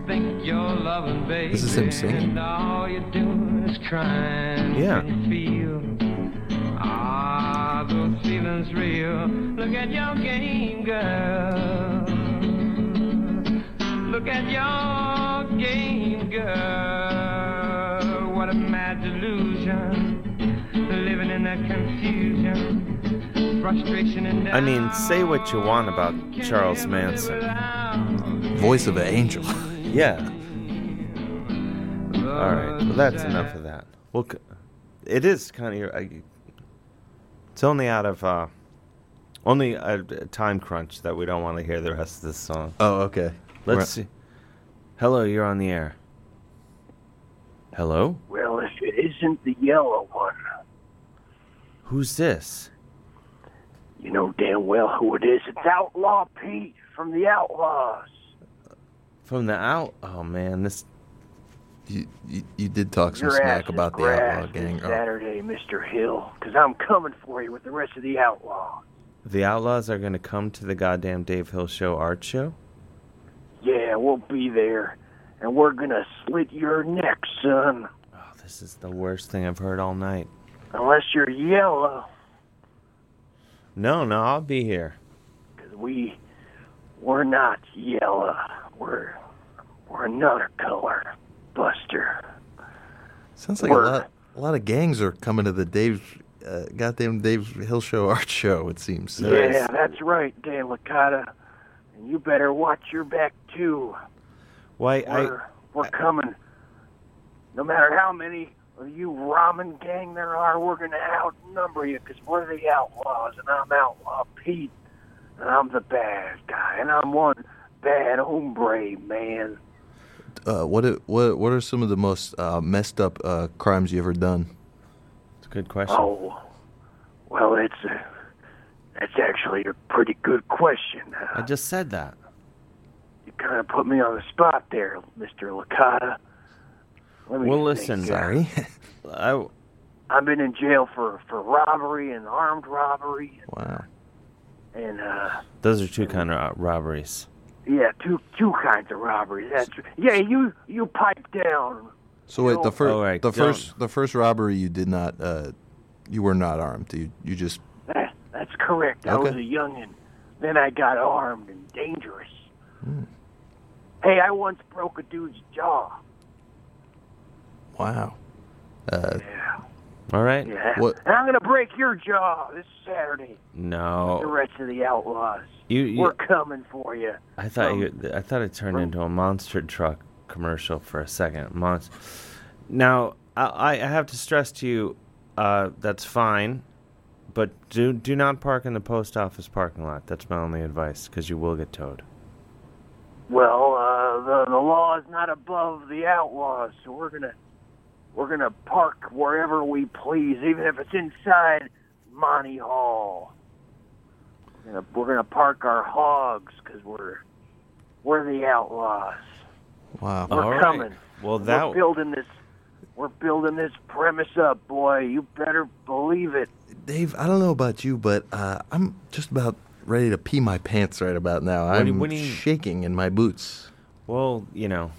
Think you're loving, baby.
This is him singing.
And all you're doing is crying.
Yeah.
Can you feel? Are those feelings real? Look at your game, girl. Look at your game, girl. What a mad delusion. Living in that confusion. Frustration and
I mean, say what you want about Charles Manson.
Voice of an angel. <laughs>
Yeah. All right. Well, that's enough of that. Well, c- it is kind of. I, it's only out of uh, only a, a time crunch that we don't want to hear the rest of this song.
Oh, okay.
Let's
Right.
see. Hello, you're on the air. Hello,
Well, if it isn't the yellow one,
who's this?
you know damn well who it is. It's Outlaw Pete from the Outlaws.
From the out. Oh man, this.
You you, you did talk
Your ass is grass this
Oh.
Saturday, Mr. Hill, because I'm coming for you with the rest of the Outlaws.
The Outlaws are going to come to the goddamn Dave Hill Show art show?
Yeah, we'll be there, and we're going to slit your neck, son,
This is the worst thing I've heard all night.
unless you're yellow,
No, no, I'll be here.
because we, we're not yellow. We're, we're another color, Buster.
Sounds like
Word.
a lot a lot of gangs are coming to the Dave uh, goddamn Dave Hill Show <laughs> art show. It seems.
yeah, that's right, Dan Licata. And you better watch your back, too.
Why? I,
We're, we're coming. No matter how many of you ramen gang there are, we're going to outnumber you because we're the outlaws, and I'm Outlaw Pete, and I'm the bad guy, and I'm one bad hombre, man.
Uh, what i- what what are some of the most uh, messed up uh, crimes you ever done?
It's a good question.
Oh, well, it's a, that's actually a pretty good question. Uh,
I just said that.
You kind of put me on the spot there, Mr. Licata. Let me
Well,
think,
listen.
uh,
I,
I've been in jail for for robbery and armed robbery
<laughs> wow.
and uh
Those are two kind of robberies.
yeah, two two kinds of robberies. That's yeah, you you pipe down.
So wait, the first
All right,
the
don't.
first the first robbery you did not uh, you were not armed. You you just
That, that's correct. I was a
Okay.
youngin. Then I got armed and dangerous.
Hmm.
Hey, I once broke a dude's jaw.
wow. Uh,
All right.
Yeah.
What?
And I'm gonna break your jaw this Saturday. The
No.
rest of the outlaws.
Oh. You. you
We're coming for you.
I thought you.
Um,
I thought it turned into a monster truck commercial for a second. Monster. Now I, I have to stress to you, uh, that's fine, but do do not park in the post office parking lot. That's my only advice because you will get towed.
Well, uh, the the law is not above the outlaws, so we're gonna we're gonna park wherever we please, even if it's inside Monty Hall. We're gonna, we're gonna park our hogs because we're we're the outlaws.
Wow.
We're coming.
Well,
we're
that
building this. We're building this premise up, boy. You better believe it.
Dave, I don't know about you, but uh, I'm just about ready to pee my pants right about now.
What do-
I'm
what do you-
shaking in my boots.
well, you know.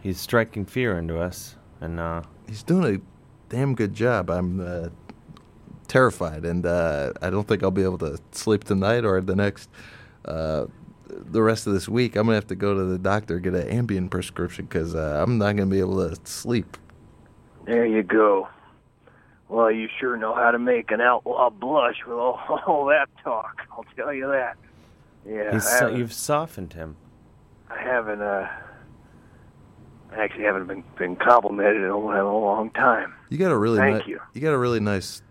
He's striking fear into us, and uh,
He's doing a damn good job. I'm uh, terrified, and uh, I don't think I'll be able to sleep tonight or the next, uh, the rest of this week. I'm gonna have to go to the doctor get an Ambien prescription because uh, I'm not gonna be able to sleep.
There you go. Well, you sure know how to make an outlaw blush with all, <laughs> all that talk. I'll tell you that. Yeah,
he's
I,
so,
haven't,
you've softened him.
I haven't. Uh, I actually haven't been been complimented in a, in a long time.
You got a really
Thank
ni-
you.
got a really nice,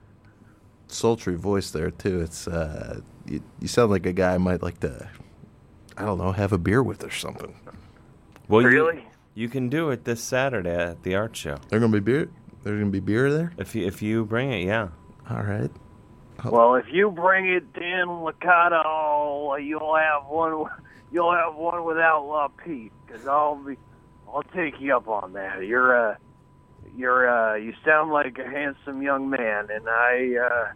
sultry voice there too. It's uh, you, you sound like a guy I might like to, I don't know, have a beer with or something.
Well, really? You, you can do it this Saturday at the art show.
There's gonna be beer. There's gonna be beer there.
If you if you bring it, yeah.
All right.
Oh.
Well, if you bring it, Dan Licata, you'll have one. You'll have one with Outlaw Pete, because I'll be. I'll take you up on that. You're uh, you're uh, you sound like a handsome young man, and I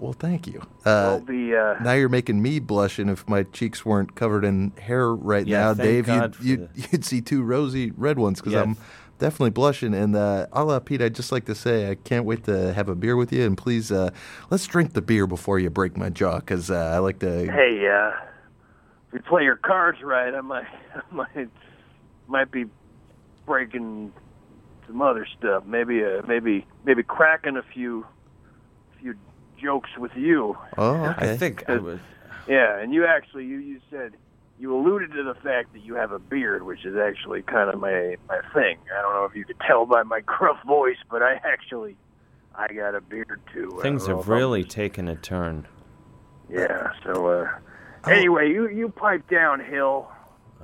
Well, thank you.
uh,
Uh,
will be uh,
now you're making me blush, and if my cheeks weren't covered in hair right
Yeah,
now,
thank
Dave,
God
you'd,
for
you'd, you'd see two rosy red ones because
Yeah.
I'm definitely blushing. And uh, a la Pete, I'd just like to say I can't wait to have a beer with you, and please uh, let's drink the beer before you break my jaw because uh, I like to.
hey, uh, if you play your cards right, I might, <laughs> I might, might be breaking some other stuff. Maybe, uh, maybe, maybe cracking a few, few jokes with you.
Oh,
<laughs> I think I would.
Yeah, and you actually, you, you said you alluded to the fact that you have a beard, which is actually kind of my my thing. I don't know if you could tell by my <laughs> gruff voice, but I actually, I got a beard too. I
Things
don't know if
have
I'm-
really taken a turn.
Yeah. So uh, Anyway, you you pipe down, Hill.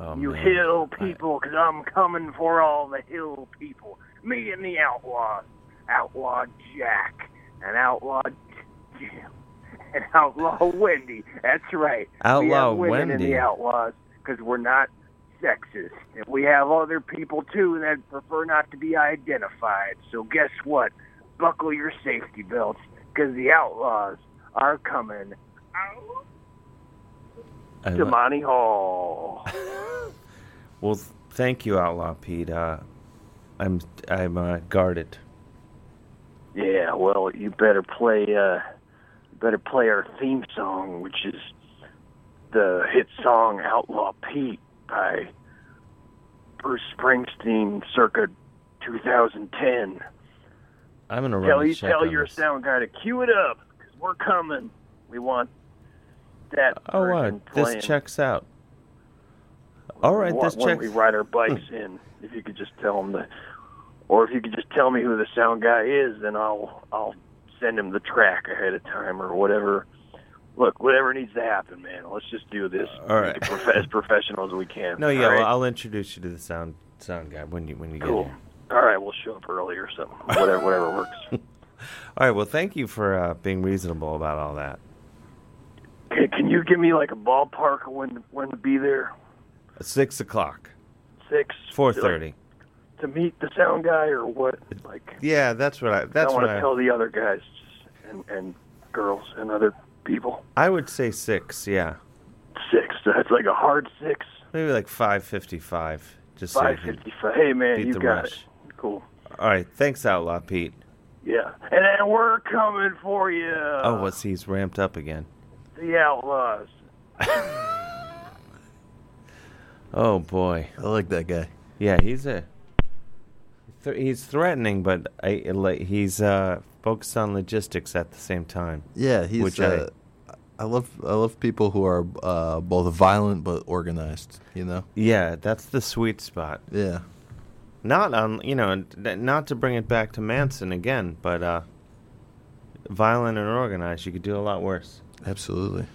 Oh,
You
man.
hill people, 'cause I'm coming for all the hill people. Me and the outlaws. Outlaw Jack and Outlaw Jim and <laughs> Outlaw Wendy. That's right. we
Outlaw
have women and
Wendy.
the outlaws because we're not sexist. And we have other people, too, that prefer not to be identified. So guess what? Buckle your safety belts because the outlaws are coming
I
to
lo-
Monty Hall.
well, th- thank you, Outlaw Pete. Uh, I'm I'm uh, guarded.
Yeah, well, you better play. Uh, you better play our theme song, which is the hit song "Outlaw Pete" by Bruce Springsteen, circa 2010.
I'm
tell
gonna run a
you,
check
tell
on
your
this.
sound guy to cue it up, because we're coming. We want that.
Oh,
version
what? This
playing.
checks out. All right,
Why-
this Hmm.
why don't
checks.
we ride our bikes in? If you could just tell him the, or if you could just tell me who the sound guy is, then I'll I'll send him the track ahead of time or whatever. Look, whatever needs to happen, man. Let's just do this
All right.
prof- as professional as we can.
Uh, No, yeah,
All right?
well, I'll introduce you to the sound sound guy when you when you
Cool.
get here.
All right, we'll show up early or something. <laughs>
<laughs>
Whatever, whatever works.
All right. Well, thank you for uh, being reasonable about all that.
Can, can you give me like a ballpark of when when to be there?
Six o'clock.
Six.
Four thirty.
Like, to meet the sound guy or what? Like.
Yeah, that's what I. That's
I
what
want
I.
to tell the other guys and, and girls and other people.
I would say six. Yeah.
Six. <laughs> That's like a hard six.
Maybe like five fifty-five. Just so you
Five
can
fifty-five. Hey man,
beat
you
the
got
rush.
it. Cool.
All right. Thanks, Outlaw Pete.
Yeah. And then we're coming for you.
oh, what's he's ramped up again?
The outlaws.
Oh boy. Oh,
I like that guy.
Yeah, he's a th- he's threatening, but I, like, he's uh, focused on logistics at the same time.
Yeah, he's.
which
uh, I, love I love people who are uh, both violent but organized. You know.
I yeah, that's the sweet spot.
Yeah.
Not on you know n- not to bring it back to Manson again, but uh, violent and organized, you could do a lot worse.
Absolutely.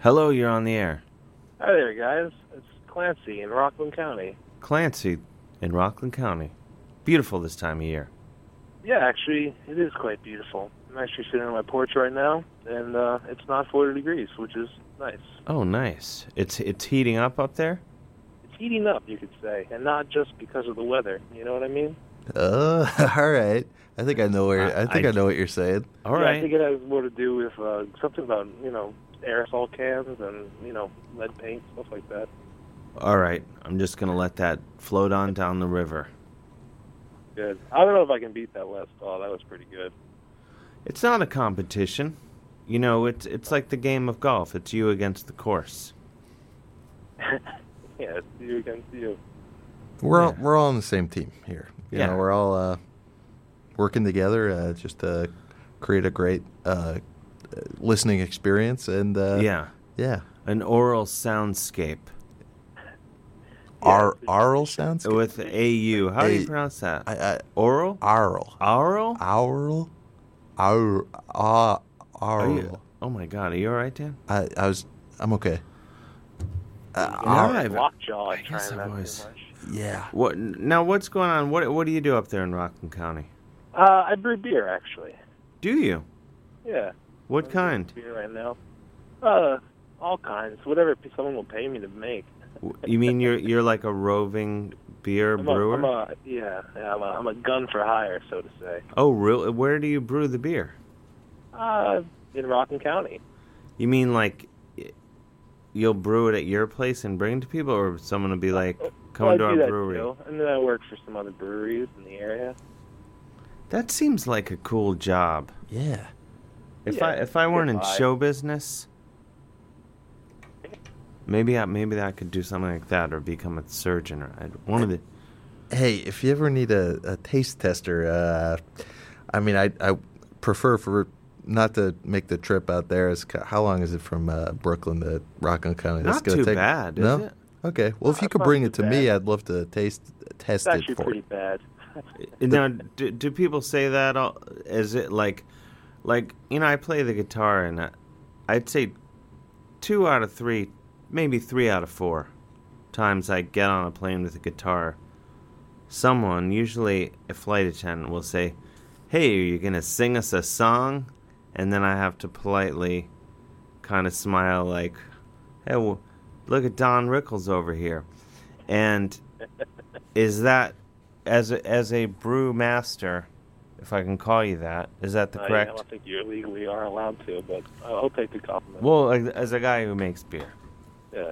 Hello, you're on the air,
Hi there, guys. It's Clancy in Rockland County.
Clancy, in Rockland County. Beautiful this time of year.
Yeah, actually, it is quite beautiful. I'm actually sitting on my porch right now, and uh, it's not 40 degrees, which is nice.
Oh, nice. It's it's heating up up there.
It's heating up, you could say, and not just because of the weather. You know what I mean?
Uh, <laughs> all right. I think I know where. I think I, know what you're saying.
All
yeah, I think it has more to do with uh, something about you know aerosol cans and you know lead paint stuff like that.
All right, I'm just gonna let that float on down the river.
Good. I don't know if I can beat that last call. That was pretty good. <laughs>
It's not a competition. You know, it's it's like the game of golf. It's you against the course.
Yeah, it's you against you.
We're all, we're all on the same team here. You
Yeah.
know, we're all uh, working together uh, just to create a great uh, listening experience. And uh,
yeah,
yeah.
An oral soundscape.
Ar- aural sounds
with au. How do you
A-
pronounce that?
I, I,
oral.
Aural.
Aural.
Aural. Aural. Uh,
Are you-
aural.
oh my God, are you all right, Dan?
I, I was. I'm okay. Uh,
All
aural.
right.
Lockjaw, I guess
I was.
Yeah.
What now? What's going on? What What do you do up there in Rockland County?
Uh, I brew beer actually.
Do you?
Yeah,
What kind?
beer right now. Uh, all kinds, whatever p- someone will pay me to make.
W- You mean you're you're like a roving beer
I'm
brewer?
A, I'm a, yeah, yeah I'm, a, I'm a gun for hire, so to say.
oh, real? Where do you brew the beer?
Uh, in Rockland County.
You mean like y- you'll brew it at your place and bring it to people, or someone will be like, "Come
well,
to
Uh, oh, I
our
do that
brewery."
Too. And then I work for some other breweries in the area.
That seems like a cool job.
Yeah.
If
Yeah,
I if I weren't in
goodbye.
show business, maybe I maybe I could do something like that or become a surgeon or I'd, one of the.
Hey, if you ever need a, a taste tester, uh, I mean, I, I prefer for not to make the trip out there. It's, ki- how long is it from uh, Brooklyn to Rockland County?
Not too bad, is
no?
it?
Okay. Well, if you could
not
bring
too
it to me, I'd love to taste
It's
test
actually
it for
pretty
you.
bad.
<laughs> Now, do, do people say that? All, is it like, like you know, I play the guitar and I, I'd say two out of three, maybe three out of four times I get on a plane with a guitar. Someone, usually a flight attendant, will say, "Hey, are you gonna sing us a song?" And then I have to politely, kind of smile, like, "Hey, well, look at Don Rickles over here," and is that as a, as a brew master, if I can call you that, is that the
I- Uh, I
correct?
don't think you legally are allowed to, but uh, I'll take the compliment.
Well, like, as a guy who makes beer,
Yeah.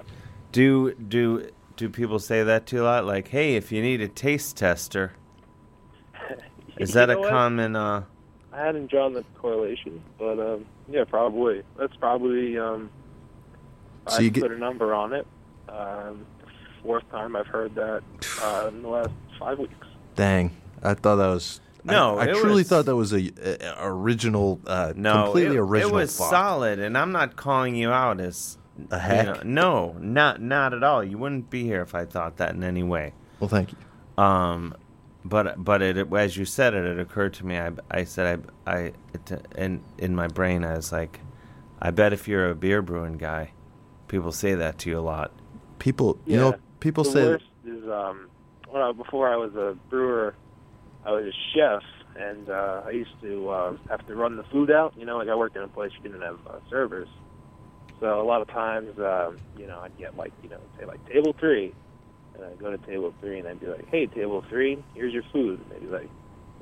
do do do people say that to you a lot? Like, hey, if you need a taste tester,
<laughs>
is
You
that a
know what?
common? Uh,
I hadn't drawn the correlation, but um, yeah, probably. That's probably. Um,
So
I
you get-
put a number on it. Um, fourth time I've heard that uh, in the last five weeks.
Dang, I thought that was. I-
No,
I,
it
truly
was-
thought that was a, a- a original, uh,
no,
completely
it,
original.
It was
thought.
solid, and I'm not calling you out as
A
you
hack?
know, no, not not at all. You wouldn't be here if I thought that in any way.
Well, thank you.
Um, but but it as you said it, it occurred to me. I I said I I it, and in my brain I was like, I bet if you're a beer brewing guy, people say that to you a lot.
People, you know, people
the
say
worst is um, when I, before I was a brewer, I was a chef, and uh, I used to uh, have to run the food out. You know, like I worked in a place you didn't have uh, servers, so a lot of times, um, you know, I'd get like you know, say like table three, and I'd go to table three, and I'd be like, hey, table three, here's your food, and they'd be like,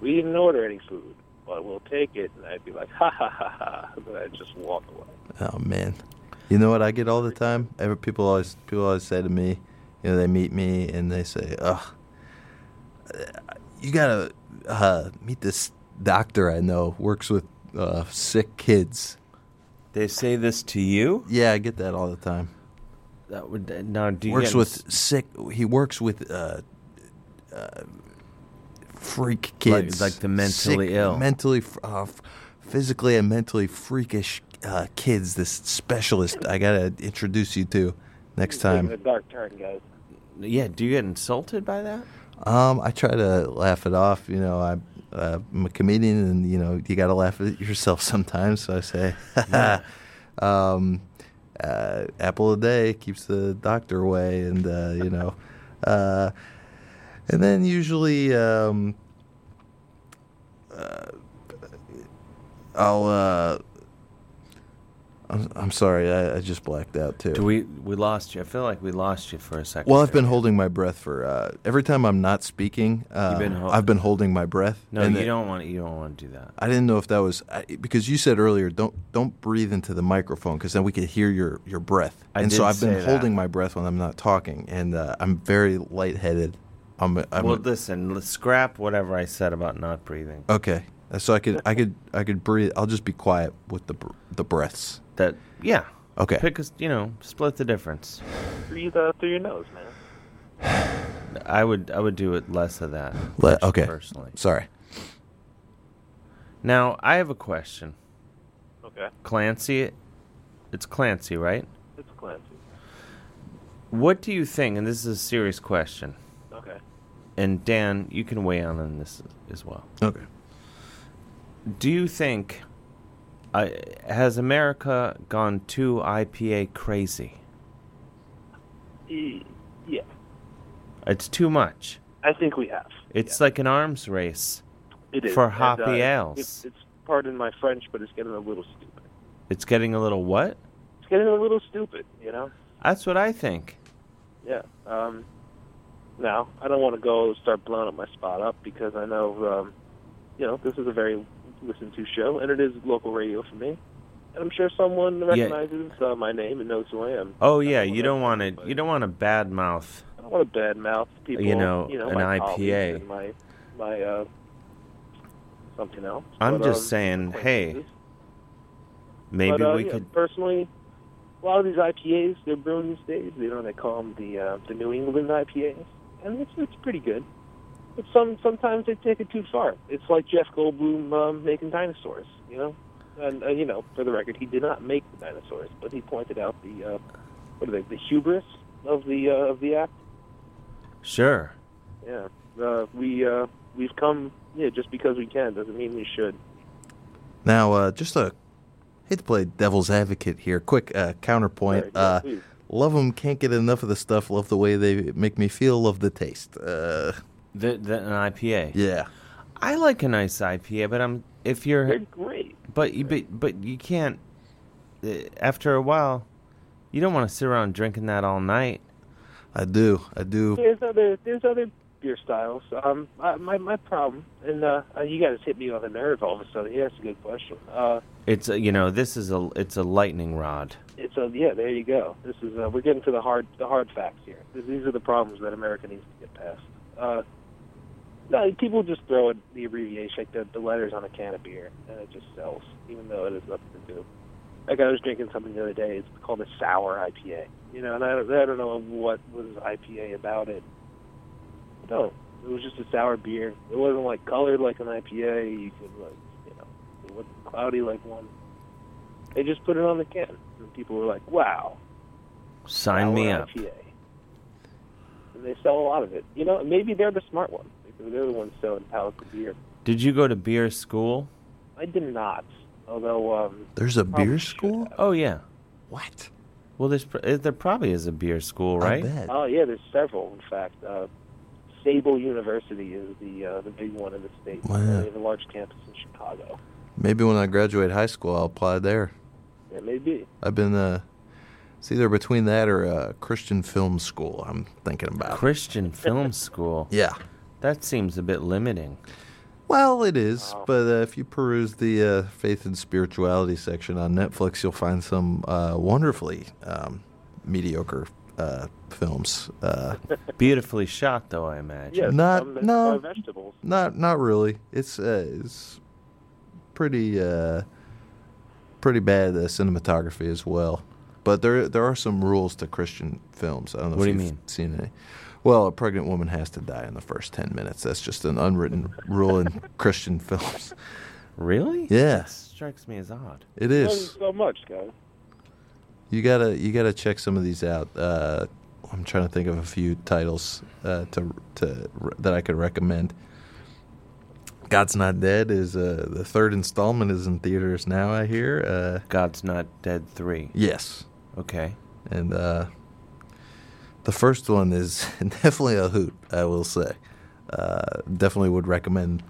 we didn't order any food, but we'll take it, and I'd be like, ha ha ha ha, and I'd just walk away.
Oh man, you know what I get all the time? Ever people always people always say to me, you know, they meet me and they say, "Ugh, you gotta uh, meet this doctor I know works with uh, sick kids."
They say this to you?
Yeah, I get that all the time.
That would now do you
works
get-
with sick. He works with uh, uh, freak kids,
Like- like the mentally
Sick,
ill.
mentally, f- uh, f- physically and mentally freakish uh, kids. This specialist I gotta introduce you to next
Taking a
time.
dark turn, guys.
Yeah, do you get insulted by that?
Um, I try to laugh it off. You know, I'm, uh, I'm a comedian, and you know, you gotta laugh at yourself <laughs> sometimes. So I say, <laughs> um, uh, apple a day keeps the doctor away, and uh, you know, <laughs> uh, and then usually. Um, uh, I'll. Uh, I'm, I'm sorry, I, I just blacked out too.
Do we we lost you? I feel like we lost you for a
<laughs>
second.
Well, I've been holding my breath for uh, every time I'm not speaking. Uh,
been hol-
I've been holding my breath.
no,
and
you
it-
don't want you don't want to do that.
I didn't know if that was I, because you said earlier don't don't breathe into the microphone because then we could hear your your breath.
I
and
did
so I've been
say that.
holding my breath when I'm not talking, and uh, I'm very lightheaded. I'm, I'm
well, listen, let's scrap whatever I said about not breathing.
okay. Uh, So I could I could I could breathe. I'll just be quiet with the br- the breaths.
That yeah.
Okay.
Pick us, you know, split the difference.
Breathe uh, through your nose, man.
I would I would do it less of that.
Le-
pers-
okay.
Personally.
Sorry.
Now I have a question.
Okay.
Clancy, it's Clancy, right?
It's Clancy.
What do you think? And this is a serious question.
Okay.
And Dan, you can weigh in on this as well.
Okay.
Do you think I has America gone too IPA crazy?
E- Yeah,
It's too much.
I think we have.
It's like an arms race
It is
for
And, uh,
hoppy
it-
ales.
it's pardon my French, but it's getting a little stupid.
It's getting a little what?
It's getting a little stupid, you know.
That's what I think.
Yeah. Um, now, I don't want to go start blowing up my spot up because I know, um, you know, this is a very listened to show, and it is local radio for me. And I'm sure someone recognizes uh, my name and knows who I am.
Oh yeah, you don't want to. You don't want to badmouth.
I don't want to badmouth people.
You know, an
my colleagues
IPA.
and my my uh, something else.
I'm
But,
just
um,
saying, hey, maybe
but, uh,
we
yeah,
could.
personally. A lot of these IPAs they're brewing these days. You know, they call them the uh, the New England IPAs, and it's it's pretty good. But some sometimes they take it too far. It's like Jeff Goldblum um, making dinosaurs. You know, and uh, you know, for the record, he did not make the dinosaurs, but he pointed out the uh, what are they the hubris of the uh, of the act.
Sure.
Yeah, uh, we uh, we've come yeah just because we can doesn't mean we should.
Now, uh, just a hate to play devil's advocate here. Quick uh, counterpoint.
Right, yeah,
uh,
please.
love them. Can't get enough of the stuff. Love the way they make me feel. Love the taste. Uh,
The, the, an IPA.
Yeah.
I like a nice IPA, but I'm if you're
They're great.
But you but, but you can't. uh, After a while, you don't want to sit around drinking that all night.
I do. I do.
There's other there's other beer styles. Um, my my, my problem, and uh, uh, you guys hit me on the nerve all of a sudden. Yeah, that's a good question. Uh,
It's a, you know this is a it's a lightning rod.
it's a yeah. There you go. This is uh, we're getting to the hard the hard facts here. Th- These are the problems that America needs to get past. Uh, no, people just throw in the abbreviation, like the, the letters on a can of beer, and it just sells, even though it has nothing to do. Like I was drinking something the other day. It's called a sour IPA. You know, and I don't, I don't know what was IPA about it. No, it was just a sour beer. It wasn't like colored like an IPA. You could like, you know, it wasn't cloudy like one. They just put it on the can, and people were like, "Wow,
Sign me
sour
up.
IPA." And they sell a lot of it. You know, maybe they're the smart ones. Maybe they're the ones selling pallets of beer.
Did you go to beer school?
I did not, although um,
There's a
probably
beer
should
school.
Oh yeah.
What?
Well, there's pr- uh, there probably is a beer school, right?
Oh yeah, there's several. In fact, uh, Sable University is the uh, the big one in the state.
Wow.
They have a large campus in Chicago.
Maybe when I graduate high school, I'll apply there.
Yeah, maybe.
I've been. Uh, it's either between that or uh, Christian film school. I'm thinking about.
Christian film school.
<laughs> Yeah.
That seems a bit limiting.
Well, it is, but uh, if you peruse the uh, faith and spirituality section on Netflix, you'll find some uh, wonderfully um, mediocre uh, films. Uh,
<laughs> Beautifully shot, though, I imagine.
Yeah, Not-
some that
no.
are vegetables.
not, not really. It's uh, it's pretty uh, pretty bad uh, cinematography as well. But there there are some rules to Christian films. I don't know
What
if
do you
you've
mean?
seen any. Well, a pregnant woman has to die in the first 10 minutes. That's just an unwritten rule in <laughs> Christian films.
Really?
Yes.
Strikes me as odd.
It
Thank you
is.
so much, guys.
You got to you got to check some of these out. Uh, I'm trying to think of a few titles uh, to to that I could recommend. God's Not Dead is uh, the third installment is in theaters now. I hear. Uh,
God's Not Dead three.
Yes.
Okay.
And uh, the first one is <laughs> definitely a hoot. I will say. Uh, definitely would recommend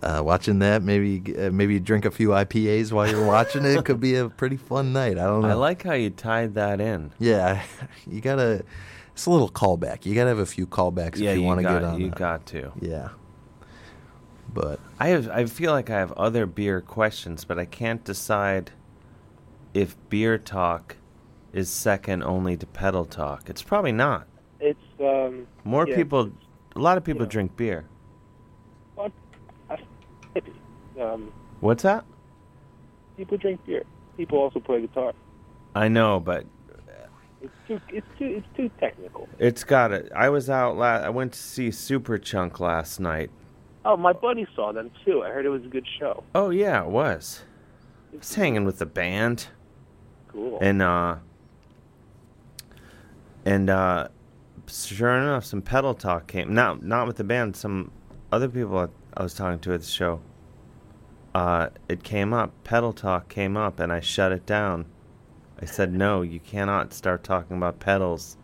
uh, watching that. Maybe uh, maybe drink a few IPAs while you're watching it. Could be a pretty fun night. I don't know.
I like how you tied that in.
Yeah, <laughs> you gotta. It's a little callback. You gotta have a few callbacks
Yeah,
if you,
you
want to
got-
get on.
you
that.
got to.
Yeah. But
I have, I feel like I have other beer questions, but I can't decide if beer talk is second only to pedal talk. It's probably not.
It's um,
More
yeah,
people, a lot of people drink beer.
Um,
What's that?
people drink beer. People also play guitar.
I know, but
It's too it's too it's too technical.
it's got it. I was out. La- I went to see Superchunk last night.
Oh, my buddy saw them too. I heard it was a good show.
Oh yeah, it was. I was hanging with the band.
Cool.
And uh and uh sure enough some pedal talk came not not with the band, some other people I- I was talking to at the show. Uh it came up, pedal talk came up and I shut it down. I said, No, you cannot start talking about pedals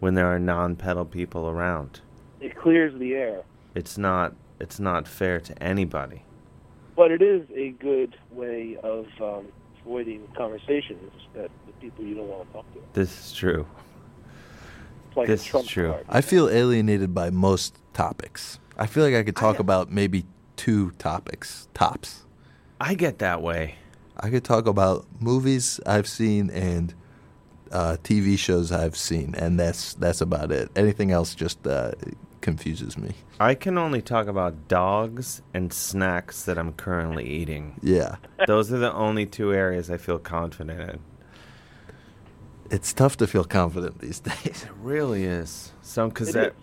when there are non pedal people around.
It clears the air,
It's not it's not fair to anybody.
but it is a good way of um, avoiding conversations that the people you don't want to talk to.
This is true.
It's like a trump card.
I feel alienated by most topics. I feel like I could talk about maybe two topics tops.
I get that way.
I could talk about movies I've seen and uh, TV shows I've seen, and that's that's about it. Anything else just uh, confuses me.
I can only talk about dogs and snacks that I'm currently eating.
Yeah.
Those are the only two areas I feel confident in.
It's tough to feel confident these <laughs> days. It
really is. Some because
It
that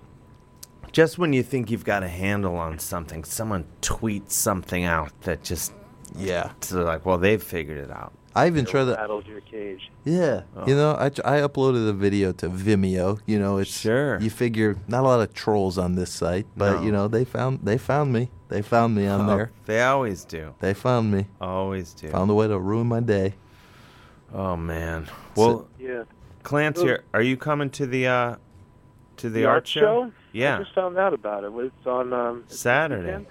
just when you think you've got a handle on something, someone tweets something out that just
yeah,
so like, well, they've figured it out.
I even try to
Rattles your cage.
Yeah,
Oh.
you know, I, tr- I uploaded a video to Vimeo. You know, it's sure you figure not a lot of trolls on this site, but
No.
you know they found they found me. They found me
<laughs>
on
Oh,
there.
They always do.
They found me.
Always do.
Found a way to ruin my day.
Oh man. Well,
Yeah.
Clancy, are- are you coming to the uh to the, art show?
I
Yeah,
just found out about it. It's on um, it's this
Saturday.
weekend.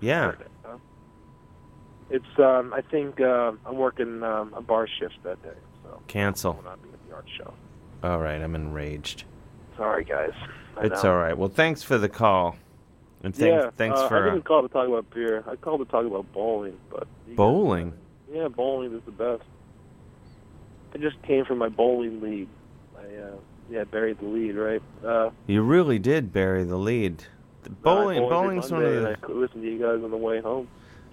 yeah.
It's um, I think uh, I'm working um, a bar shift that day, so
Cancel.
I'll not be at the art show.
All right, I'm enraged.
Sorry, guys. I
It's
know.
all right. Well, thanks for the call, and thanks
yeah,
thanks
uh, I
for uh,
didn't call to talk about beer. I called to talk about bowling, but
bowling.
yeah, bowling is the best. I just came from my bowling league. I uh, yeah buried the lead right. Uh,
You really did bury the lead. The
I
bowling
bowled it
bowling's one of
Monday, and
the
I could listen to you guys on the way home.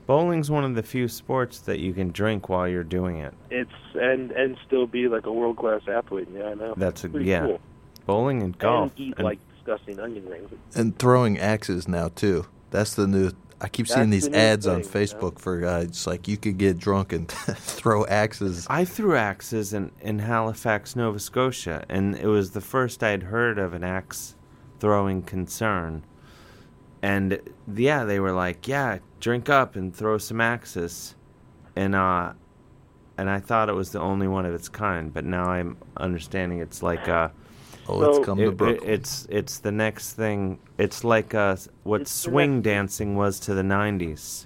bowling's one of the few sports that you can drink while you're doing it.
It's and and still be like a world class athlete. Yeah, I know.
That's a,
Pretty
yeah.
cool.
Bowling and golf.
And eat like disgusting onion rings. <laughs>
And throwing axes now too. That's the new. I keep
That's
seeing these
the new
ads
thing,
on
you know?
Facebook for uh, it's like you could get drunk and <laughs> throw axes.
I threw axes in, in Halifax, Nova Scotia, and it was the first I'd heard of an axe throwing concern. And yeah, they were like, "Yeah, drink up and throw some axes," and uh, and I thought it was the only one of its kind, but now I'm understanding it's like uh,
Oh, it's So- come to
it- it-
Brooklyn.
it's it's the next thing. It's like uh, what swing dancing was to the '90s.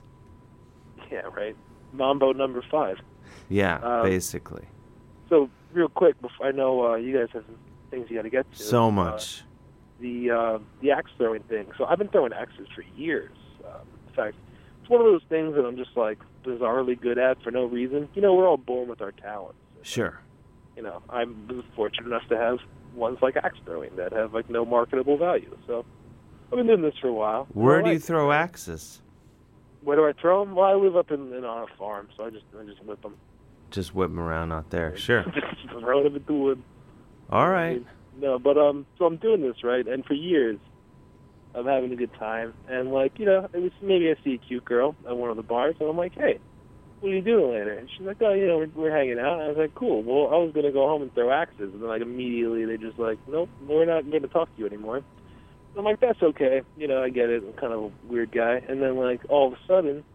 Yeah, right. Mambo number five.
Yeah,
Um,
basically.
So real quick, before I know uh, you guys have some things you got to get to.
So
Uh,
much.
the uh, the axe throwing thing. So I've been throwing axes for years. Um, in fact, it's one of those things that I'm just like bizarrely good at for no reason. You know, we're all born with our talents.
sure.
You know, I'm was fortunate enough to have ones like axe throwing that have like no marketable value. So I've been doing this for a while.
Where
I
do you
like it.
throw axes?
Where do I throw them? Well, I live up in, in on a farm, so I just I just <laughs> whip them,
Just whip 'em around out there. Sure.
throw them into the wood.
All right.
No, but um, so I'm doing this right, and for years, I'm having a good time, and like you know, it was maybe I see a cute girl at one of the bars, and I'm like, hey, what are you doing later? And she's like, oh, you know, we're, we're hanging out. And I was like, cool. Well, I was gonna go home and throw axes, and then like immediately they just like, nope, we're not gonna talk to you anymore. I'm like, that's okay. You know, I get it. I'm kind of a weird guy. And then like all of a sudden,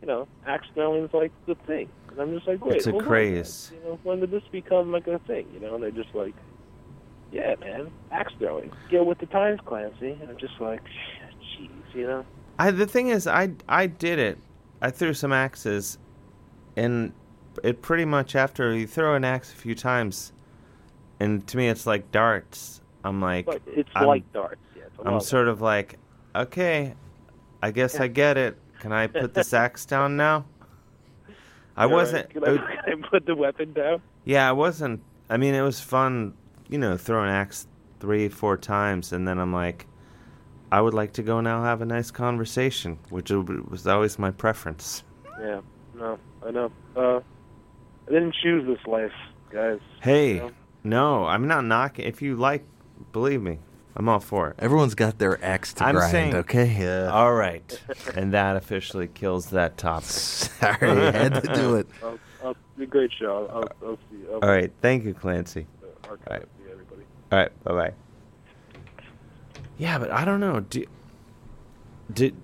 you know, axe throwing's like the thing. And I'm just like, wait,
It's a
hold on,
craze.
You know, when did this become like a thing? You know, and they're just like, yeah, man, axe throwing. Get with the times, Clancy. And I'm just like, jeez, you know.
I the thing is, I I did it. I threw some axes, and it pretty much after you throw an axe a few times, and to me it's like darts. I'm like,
But it's
I'm-
like darts. Yeah, it's a lot
I'm
of-
sort of like, okay, I guess I get it. Can I
<laughs>
put this axe down now? I
All right,
wasn't.
Can I, <laughs> can I put the weapon down?
Yeah, I wasn't. I mean, it was fun, you know, throwing axe three, four times, and then I'm like, I would like to go now have a nice conversation, which w- was always my preference.
Yeah, no, I know. Uh, I didn't choose this life, guys.
Hey, no, I'm not knocking. If you like, believe me, I'm all for it.
Everyone's got their axe to
I'm
grind.
saying,
okay.
All right, and that officially kills
<laughs>
that topic. Sorry,
I had to <laughs> do it.
I'll, I'll, a great show. I'll, I'll see. I'll,
All right, thank you, Clancy. All right, all right, bye bye. Yeah, but I don't know. Do, did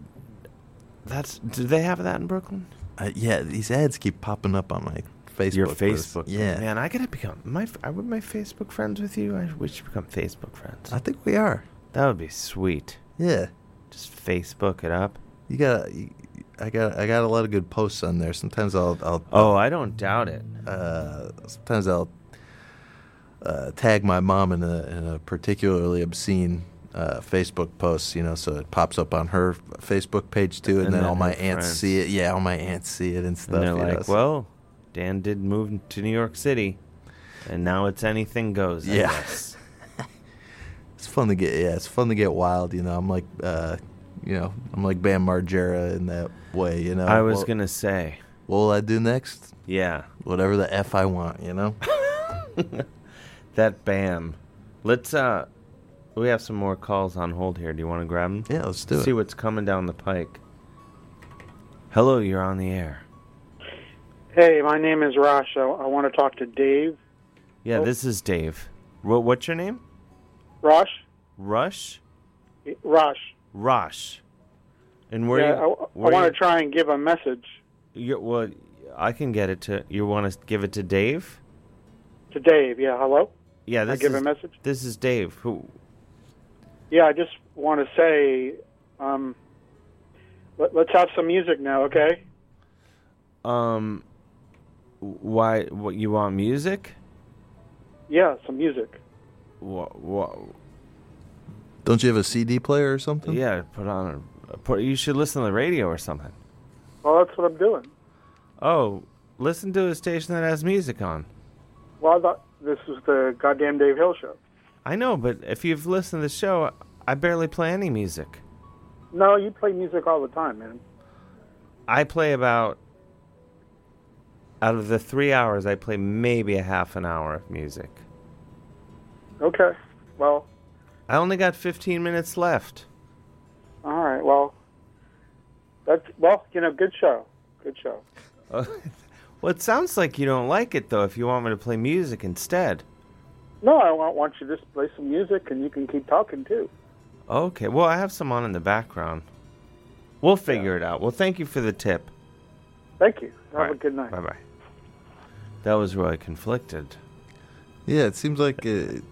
that's do they have that in Brooklyn?
Uh, yeah, these ads keep popping up on my Facebook.
Your
list.
Facebook,
Yeah.
man. I gotta become my. I would my Facebook friends with you. I we should become Facebook friends.
I think we are.
That would be sweet.
Yeah.
Just Facebook it up.
You got. you- I got. I got a lot of good posts on there. Sometimes I'll. I'll
oh, I don't doubt it.
Uh, sometimes I'll uh, tag my mom in a in a particularly obscene. Uh, Facebook posts, you know, so it pops up on her Facebook page too, and,
And
then
then
all my
her
aunts
friends.
see it. Yeah, all my aunts see it and stuff.
And they're
you know,
like,
so-
well, Dan did move to New York City, and now it's anything goes. I
Yeah.
guess.
It's fun to get yeah, it's fun to get wild, you know. I'm like uh you know, I'm like Bam Margera in that way, you know.
I was gonna say.
What will I do next?
Yeah.
Whatever the F I want, you know?
<laughs> that bam. Let's uh we have some more calls on hold here. Do you want to grab them?
Yeah, let's do it.
See what's coming down the pike. Hello, you're on the air.
Hey, my name is Rosh. I, I want to talk to Dave.
Yeah,
Oh.
this is Dave. Wha what's your name?
Rosh?
Rush?
Rosh.
Rosh. And where
yeah,
you,
I,
where
want
you,
to try and give a message
you well I can get it to you want to give it to Dave?
to Dave. Yeah, hello?
Yeah,
Can I
this
give
is
a message?
This is Dave. Who
Yeah, I just want to say um, let, let's have some music now, okay?
um why what you want music?
Yeah, some music.
What what
Don't you have a CD player or something?
Yeah, put on a put. You should listen to the radio or something.
Well, that's what I'm doing.
Oh, listen to a station that has music on.
Well, I thought this was the goddamn Dave Hill show.
I know, but if you've listened to the show, I barely play any music.
No, you play music all the time, man.
I play about out of the three hours, I play maybe a half an hour of music.
Okay. Well,
I only got 15 minutes left. <laughs>
all right. Well, that's, well, you know, good show. Good show.
well, it sounds like you don't like it though. If you want me to play music instead,
No, I want, want you to just play some music and you can keep talking too.
okay. Well, I have some on in the background. We'll figure it out. Well, thank you for the tip.
Thank you. Have
All right.
a good night.
Bye bye. That was really conflicted.
Yeah, it seems like it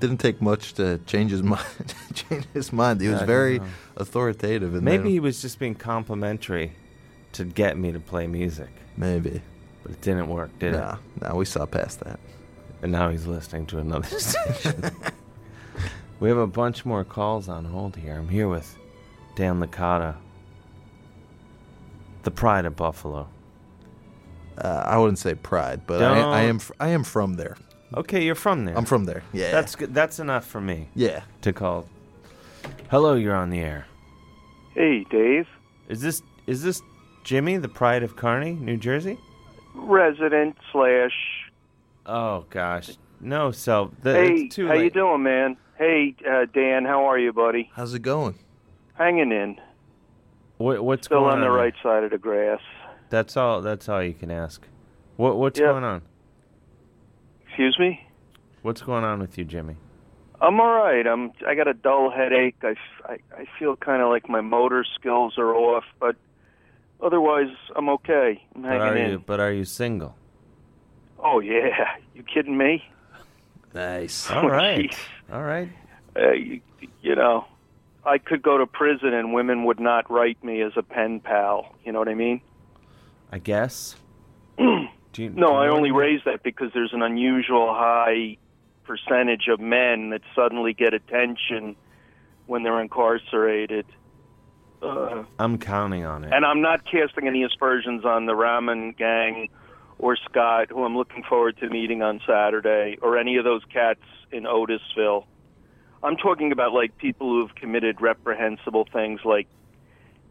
didn't take much to change his <laughs> mind change his mind. He
Yeah,
was
I don't
very
know.
authoritative and
Maybe he was just being complimentary to get me to play music.
Maybe.
But it didn't work, did
Nah,
it?
nah, we saw past that.
And now he's listening
<laughs>
to another station. we have a bunch more calls on hold here. I'm here with Dan Licata, the pride of Buffalo.
Uh, I wouldn't say pride, but I,
Don't-
I am fr- I am from there.
Okay, you're from there.
I'm from there. Yeah.
That's good. That's enough for me.
Yeah.
To call. Hello, you're on the air.
Hey, Dave,
Is this is this Jimmy, the pride of Kearney, New Jersey?
resident slash
Oh gosh, no, so the,
hey,
it's too
how
late.
you doing, man? Hey, uh, Dan, how are you, buddy?
How's it going?
Hanging in.
What, what's
Still
going
on the
there?
right side of the grass.
That's all. That's all you can ask. What What's
Yeah.
going on?
Excuse me.
What's going on with you, Jimmy?
I'm all right. I'm. I got a dull headache. I, f- I, I feel kind of like my motor skills are off, but otherwise I'm okay. I'm
But
hanging
are
in.
you But are
<laughs>
you single?
Oh yeah. <laughs> You kidding me? <laughs>
Nice.
Oh,
All right. All right.
Uh, you, you know, I could go to prison and women would not write me as a pen pal. You know what I mean?
I
<clears throat>
guess. Do you- do
No,
you
I
know
only
anyone?
raise that because there's an unusual high percentage of men that suddenly get attention when they're incarcerated. Uh,
I'm counting on it.
and I'm not casting any aspersions on the Ramen gang or Scott, who I'm looking forward to meeting on Saturday, or any of those cats in Otisville. I'm talking about like people who have committed reprehensible things, like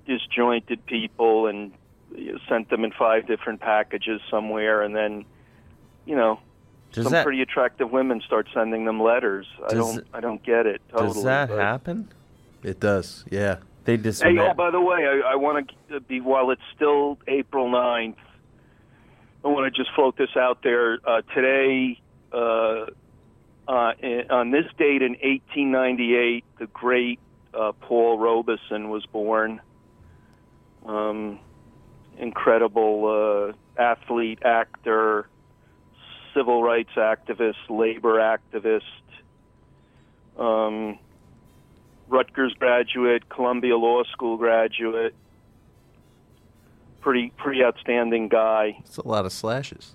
disjointed people, and you sent them in five different packages somewhere, and then, you know,
Does
some
that-
pretty attractive women start sending them letters. I
Does-
don't, I don't get it totally.
Does that
but-
happen?
It does. Yeah.
They just
Hey, oh, by the way, I, I want to be, while it's still April 9th, I want to just float this out there. Uh, today, uh, uh, in, on this date in 1898, the great uh, Paul Robeson was born. Um, incredible uh, athlete, actor, civil rights activist, labor activist. Um, Rutgers graduate, Columbia Law School graduate. Pretty pretty outstanding guy.
It's a lot of slashes.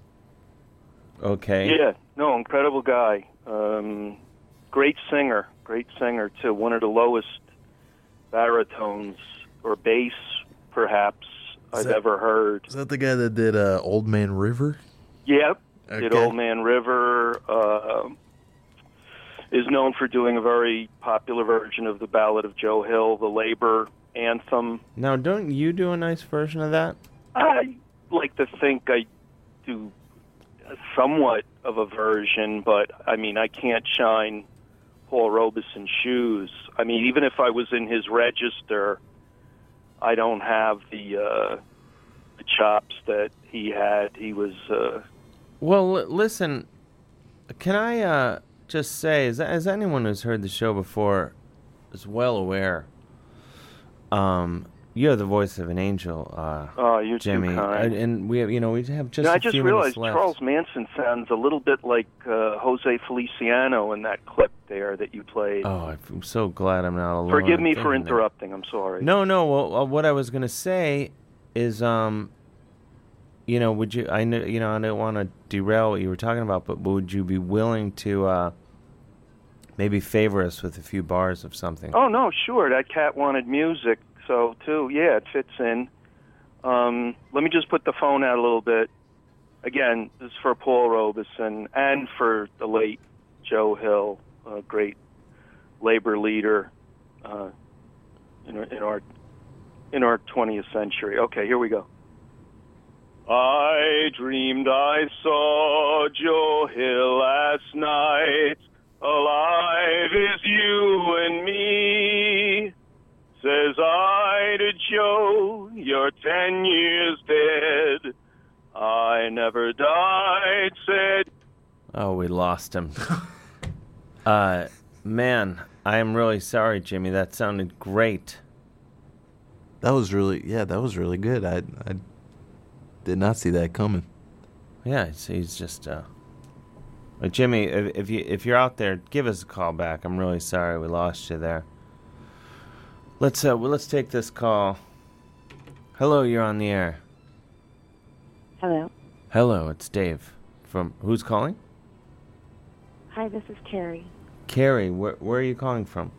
Okay.
Yeah, no, incredible guy. Um, great singer, great singer too. One of the lowest baritones or bass, perhaps I've
that-
ever heard.
Is that the guy that did uh, Old Man River?
Yep. Did
Okay.
Old Man River. Uh, is known for doing a very popular version of the Ballad of Joe Hill, the labor anthem.
Now, don't you do a nice version of that?
I like to think I do somewhat of a version, but I mean, I can't shine Paul Robeson's shoes. I mean, even if I was in his register, I don't have the uh, the chops that he had. He was uh,
Well, l- listen, can I uh, just say, as, as anyone who's heard the show before is well aware, um, you're the voice of an angel, uh,
oh, you're
Jimmy.
too kind.
And- And we have, you know, we have just
No,
a
I just
few
realized
minutes left.
Charles Manson sounds a little bit like uh, Jose Feliciano in that clip there that you played.
Oh, I'm so glad I'm not alone.
Forgive
in
me for
thinking that.
interrupting. I'm sorry.
No, no. Well, uh, what I was gonna say is, um, you know, would you? I know, you know, I don't want to derail what you were talking about, but would you be willing to uh, maybe favor us with a few bars of something?
Oh no, sure. That cat wanted music, so too. Yeah, it fits in. Um, let me just put the phone out a little bit. Again, this is for Paul Robeson and for the late Joe Hill, a great labor leader uh, in, our, in our in our 20th century. Okay, here we go. I dreamed I saw Joe Hill last night. Alive is you and me. Says I to Joe, you're ten years dead. I never died, said
Oh, we lost him. <laughs> uh, man, I am really sorry, Jimmy. That sounded great.
That was really yeah. That was really good. I I did not see that coming.
Yeah, he's, he's just. Uh, uh, Jimmy, if, if you if you're out there, give us a call back. I'm really sorry we lost you there. Let's uh, well, let's take this call. Hello, you're on the air.
Hello.
Hello, it's Dave from who's calling?
Hi, this is Carrie.
Carrie, where where are you calling from?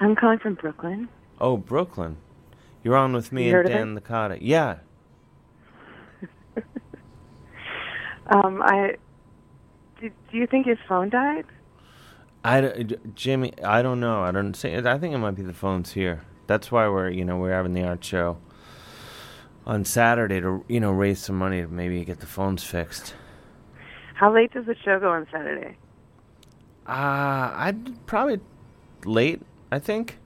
I'm calling from Brooklyn.
Oh, Brooklyn. You're on with me
You heard
and
of
Dan Licata. Yeah,
Um, I do, do you think his phone died?
I d- d- Jimmy, I don't know. I don't see. I think it might be the phones here. That's why we're you know we're having the art show on Saturday to you know raise some money to maybe get the phones fixed.
How late does the show go on Saturday?
Uh, I'd probably late, I think.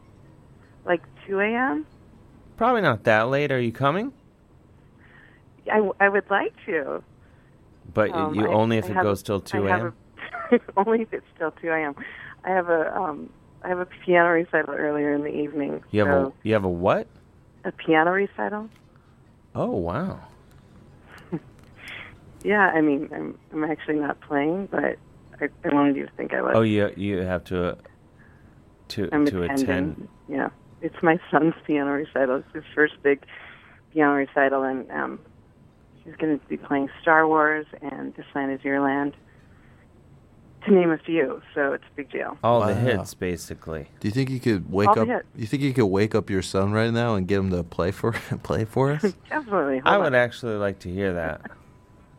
Like 2 a.m.?
Probably not that late. Are you coming?
I, w- I would like to. <laughs>
But
Um,
you
I-
only if
I
it
have-
goes till
I
2
have
a.m.
a- only if it's still 2 a.m. I have a um I have a piano recital earlier in the evening.
You have a
so
you have a what?
a piano recital?
Oh wow.
Yeah, I mean, I'm I'm actually not playing, but I, I wanted you to think I was.
Oh you you have to uh, to
I'm
to
attending.
attend.
Yeah, it's my son's piano recital. It's his first big piano recital, and um, he's going to be playing Star Wars and This Land Is Your Land, to name a few. So it's a big deal.
All the
Wow.
hits basically.
Do you think you could wake
All the
up?
hits.
You think you could wake up your son right now and get him to play for <laughs> play for
<laughs>
us?
Definitely.
I would actually like to hear that.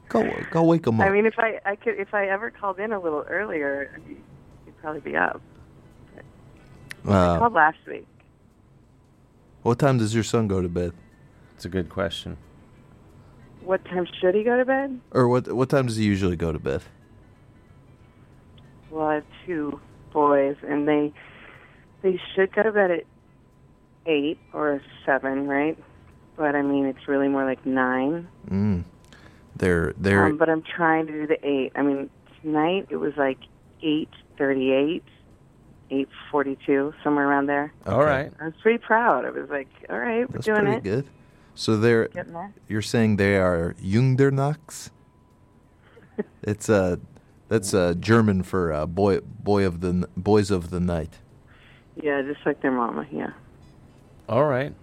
go go wake him
I
up.
mean, if I I could if I ever called in a little earlier, I mean, you'd probably be up.
Oh.
I
Uh,
called last week.
what time does your son go to bed?
It's a good question.
What time should he go to bed?
Or what what time does he usually go to bed?
Well, I have two boys, and they they should go to bed at eight or seven, right? But I mean, it's really more like nine.
Mm. They're they're
Um, but I'm trying to do the eight. I mean, tonight it was like eight thirty-eight, eight forty-two, somewhere around there.
All right.
I was pretty proud. I was like, all right, we're
that's
doing
pretty
it.
good. So they're
Getting there.
you're saying they are
<laughs>
Jungdernachs? it's uh that's uh German for uh, boy boy of the n- boys of the night.
Yeah, just like their mama. Yeah.
All right.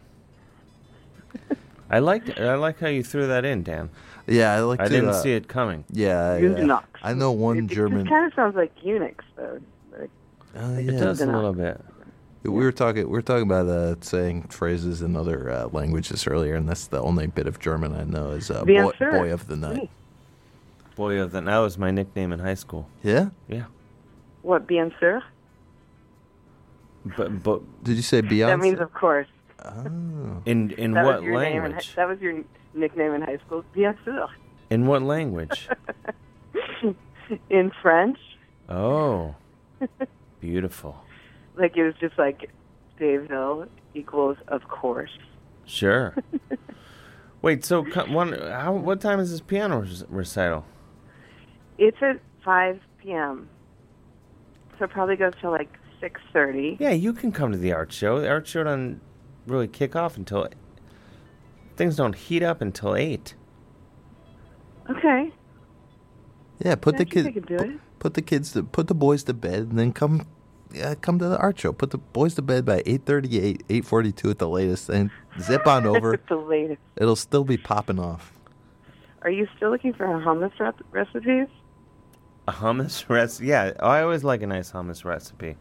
I like I like how you threw that in, Dan.
Yeah, I like
I
to,
didn't
uh,
see it coming.
Yeah, I, uh,
Jungdernachs.
I know one German.
It kind of sounds like eunuchs, though. Like,
Oh,
like
yeah.
a Jungdernach.
bit.
We were talking. We were talking about uh, saying phrases in other uh, languages earlier, and that's the only bit of German I know is uh,
The
boy,
answer
boy
is
of the night.
me.
Boy of the that was my nickname in high school.
Yeah.
Yeah.
What bien sûr?
But but
did you say Beyonce? Oh.
That means, of course.
in in
that
what
was your Name in, hi-
language?
that was your nickname in high school. Bien sûr.
In what language?
<laughs> in French,
Oh, beautiful.
like it was just like Dave Hill equals of course.
Sure.
<laughs>
Wait, so co- one, how, what time is this piano rec- recital?
It's at 5 p.m. So it probably goes till like 6:30.
Yeah, you can come to the art show. The art show doesn't really kick off until things don't heat up until eight.
Okay.
Yeah, put
I
the
think
kids.
I could do it.
Put the kids to put the boys to bed, and then come. Yeah, come to the art show. Put the boys to bed by 8.38, 8.42 at the latest, and zip
<laughs>
on over.
the latest.
It'll still be popping off.
Are you still looking for hummus rep- recipes?
A hummus recipe. Yeah, I always like a nice hummus recipe.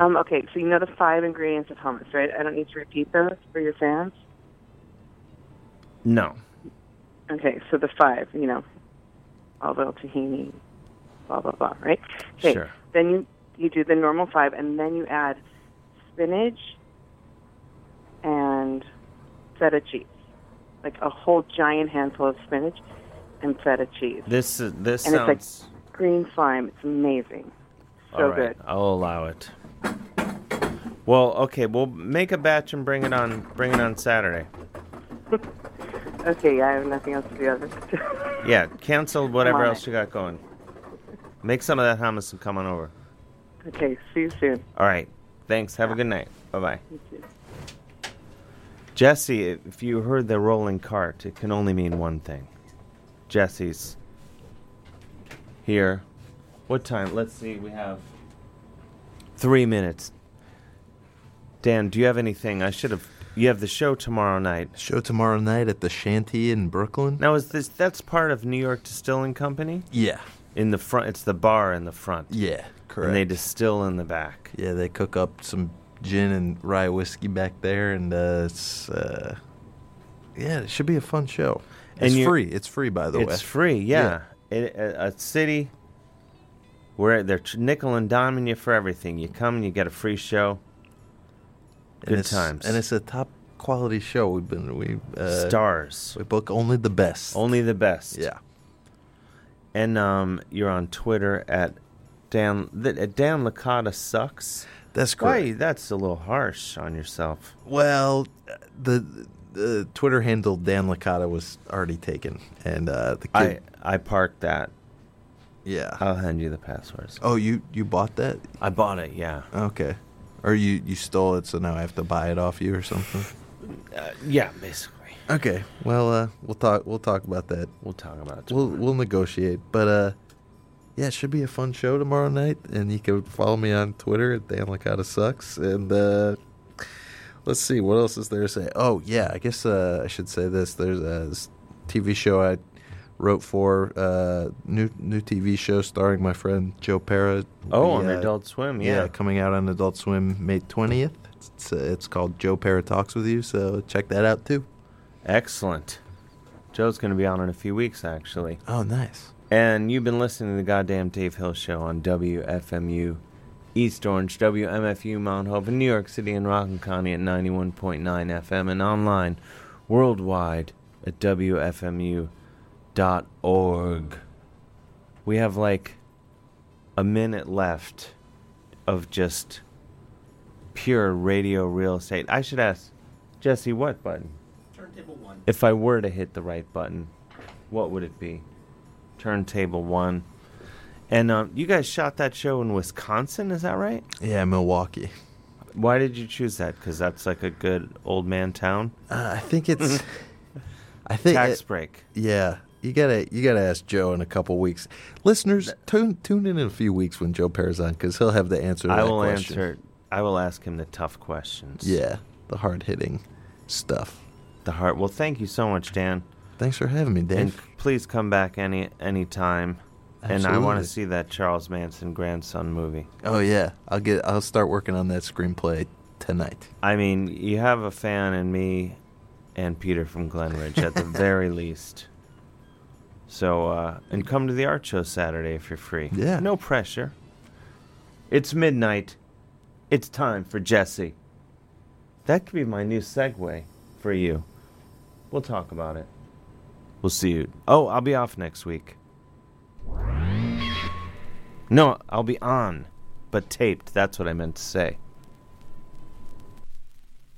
Um, okay, so you know the five ingredients of hummus, right? I don't need to repeat those for your fans.
No.
Okay, so the five, you know, although tahini, blah blah blah, right? Okay,
Sure.
then you you do the normal five, and then you add spinach and feta cheese, like a whole giant handful of spinach and feta cheese,
This is- this
and
sounds
it's like green slime. It's amazing. So
all right.
good.
I'll allow it. Well, okay, we'll make a batch and bring it on. Bring it on Saturday.
Okay, I have nothing else to <laughs> do. other than-
Yeah, cancel whatever
on
else you got going. Make some of that hummus and come on over.
okay, see you soon.
All right. Thanks. Have a good night. Bye bye. Jesse, if you heard the rolling cart, it can only mean one thing. Jesse's here. What time? Let's see. We have three minutes. Dan, do you have anything? I should have. You have the show tomorrow night.
Show tomorrow night at the Shanty in Brooklyn.
Now, is this that's part of New York Distilling Company?
Yeah.
In the front, it's the bar in the front.
Yeah, correct.
And they distill in the back.
Yeah, they cook up some gin and rye whiskey back there, and uh, it's uh, yeah, it should be a fun show. It's
you-
free. It's free, by the way.
It's free, yeah. It, a, a city where they're tr- nickel and diming you for everything. You come and you get a free show.
And
Good
it's-
times.
and it's a top quality show. We've been we uh,
Stars.
We book only the best.
Only the best.
Yeah.
And um, you're on Twitter at Dan, th- uh, Dan Licata sucks.
That's
Why?
correct.
That's a little harsh on yourself.
Well, the the Twitter handle Dan Licata was already taken, and uh, the kid,
I I parked that.
Yeah.
I'll hand you the passwords.
Oh, you you bought that?
I bought it. Yeah.
Okay. Or you you stole it, so now I have to buy it off you or
<laughs>
something.
Uh, yeah, basically.
Okay. Well, uh, we'll talk. We'll talk about that.
We'll talk about it.
We'll we'll negotiate. But uh, yeah, it should be a fun show tomorrow night, and you can follow me on Twitter at Dan Licata sucks. And uh, let's see what else is there to say. Oh yeah, I guess uh, I should say this. There's a s- TV show I wrote for uh, new new TV show starring my friend Joe Para.
Oh, on Adult Swim, yeah.
coming out on Adult Swim May twentieth. It's it's, uh, it's called Joe Para talks with you. So check that out too.
Excellent. Joe's going to be on in a few weeks, actually.
Oh, nice.
And you've been listening to the goddamn Dave Hill Show on WFMU East Orange, WMFU Mount Hope, in New York City, and Rockland County at 91.9 FM, and online worldwide at WFMU.org. We have like a minute left of just pure radio real estate. I should ask Jesse what button?
Turntable one.
If I were to hit the right button, what would it be? Turntable one. And um, you guys shot that show in Wisconsin, is that right?
Yeah, Milwaukee.
Why did you choose that? Because that's like a good old man town.
Uh, I think
<laughs>
it's. I think
Tax
it-
break.
Yeah, you gotta you gotta ask Joe in a couple weeks. Listeners, tune tune in in a few weeks when Joe Perez on because he'll have the answer. To
I
that
will
question.
answer. I will ask him the tough questions.
Yeah, the hard hitting stuff.
The heart. Well, thank you so much, Dan.
Thanks for having me, Dave.
And please come back any any time. And I
Absolutely.
want to see that Charles Manson grandson movie.
oh yeah, I'll get I'll start working on that screenplay tonight.
I mean, you have a fan in me and Peter from Glenridge at the very least. So, uh, and come to the art show Saturday if you're free.
Yeah.
No pressure. It's midnight. It's time for Jesse. That could be my new segue for you. We'll talk about it. We'll see you. Oh, I'll be off next week. No, I'll be on, but taped. That's what I meant to say.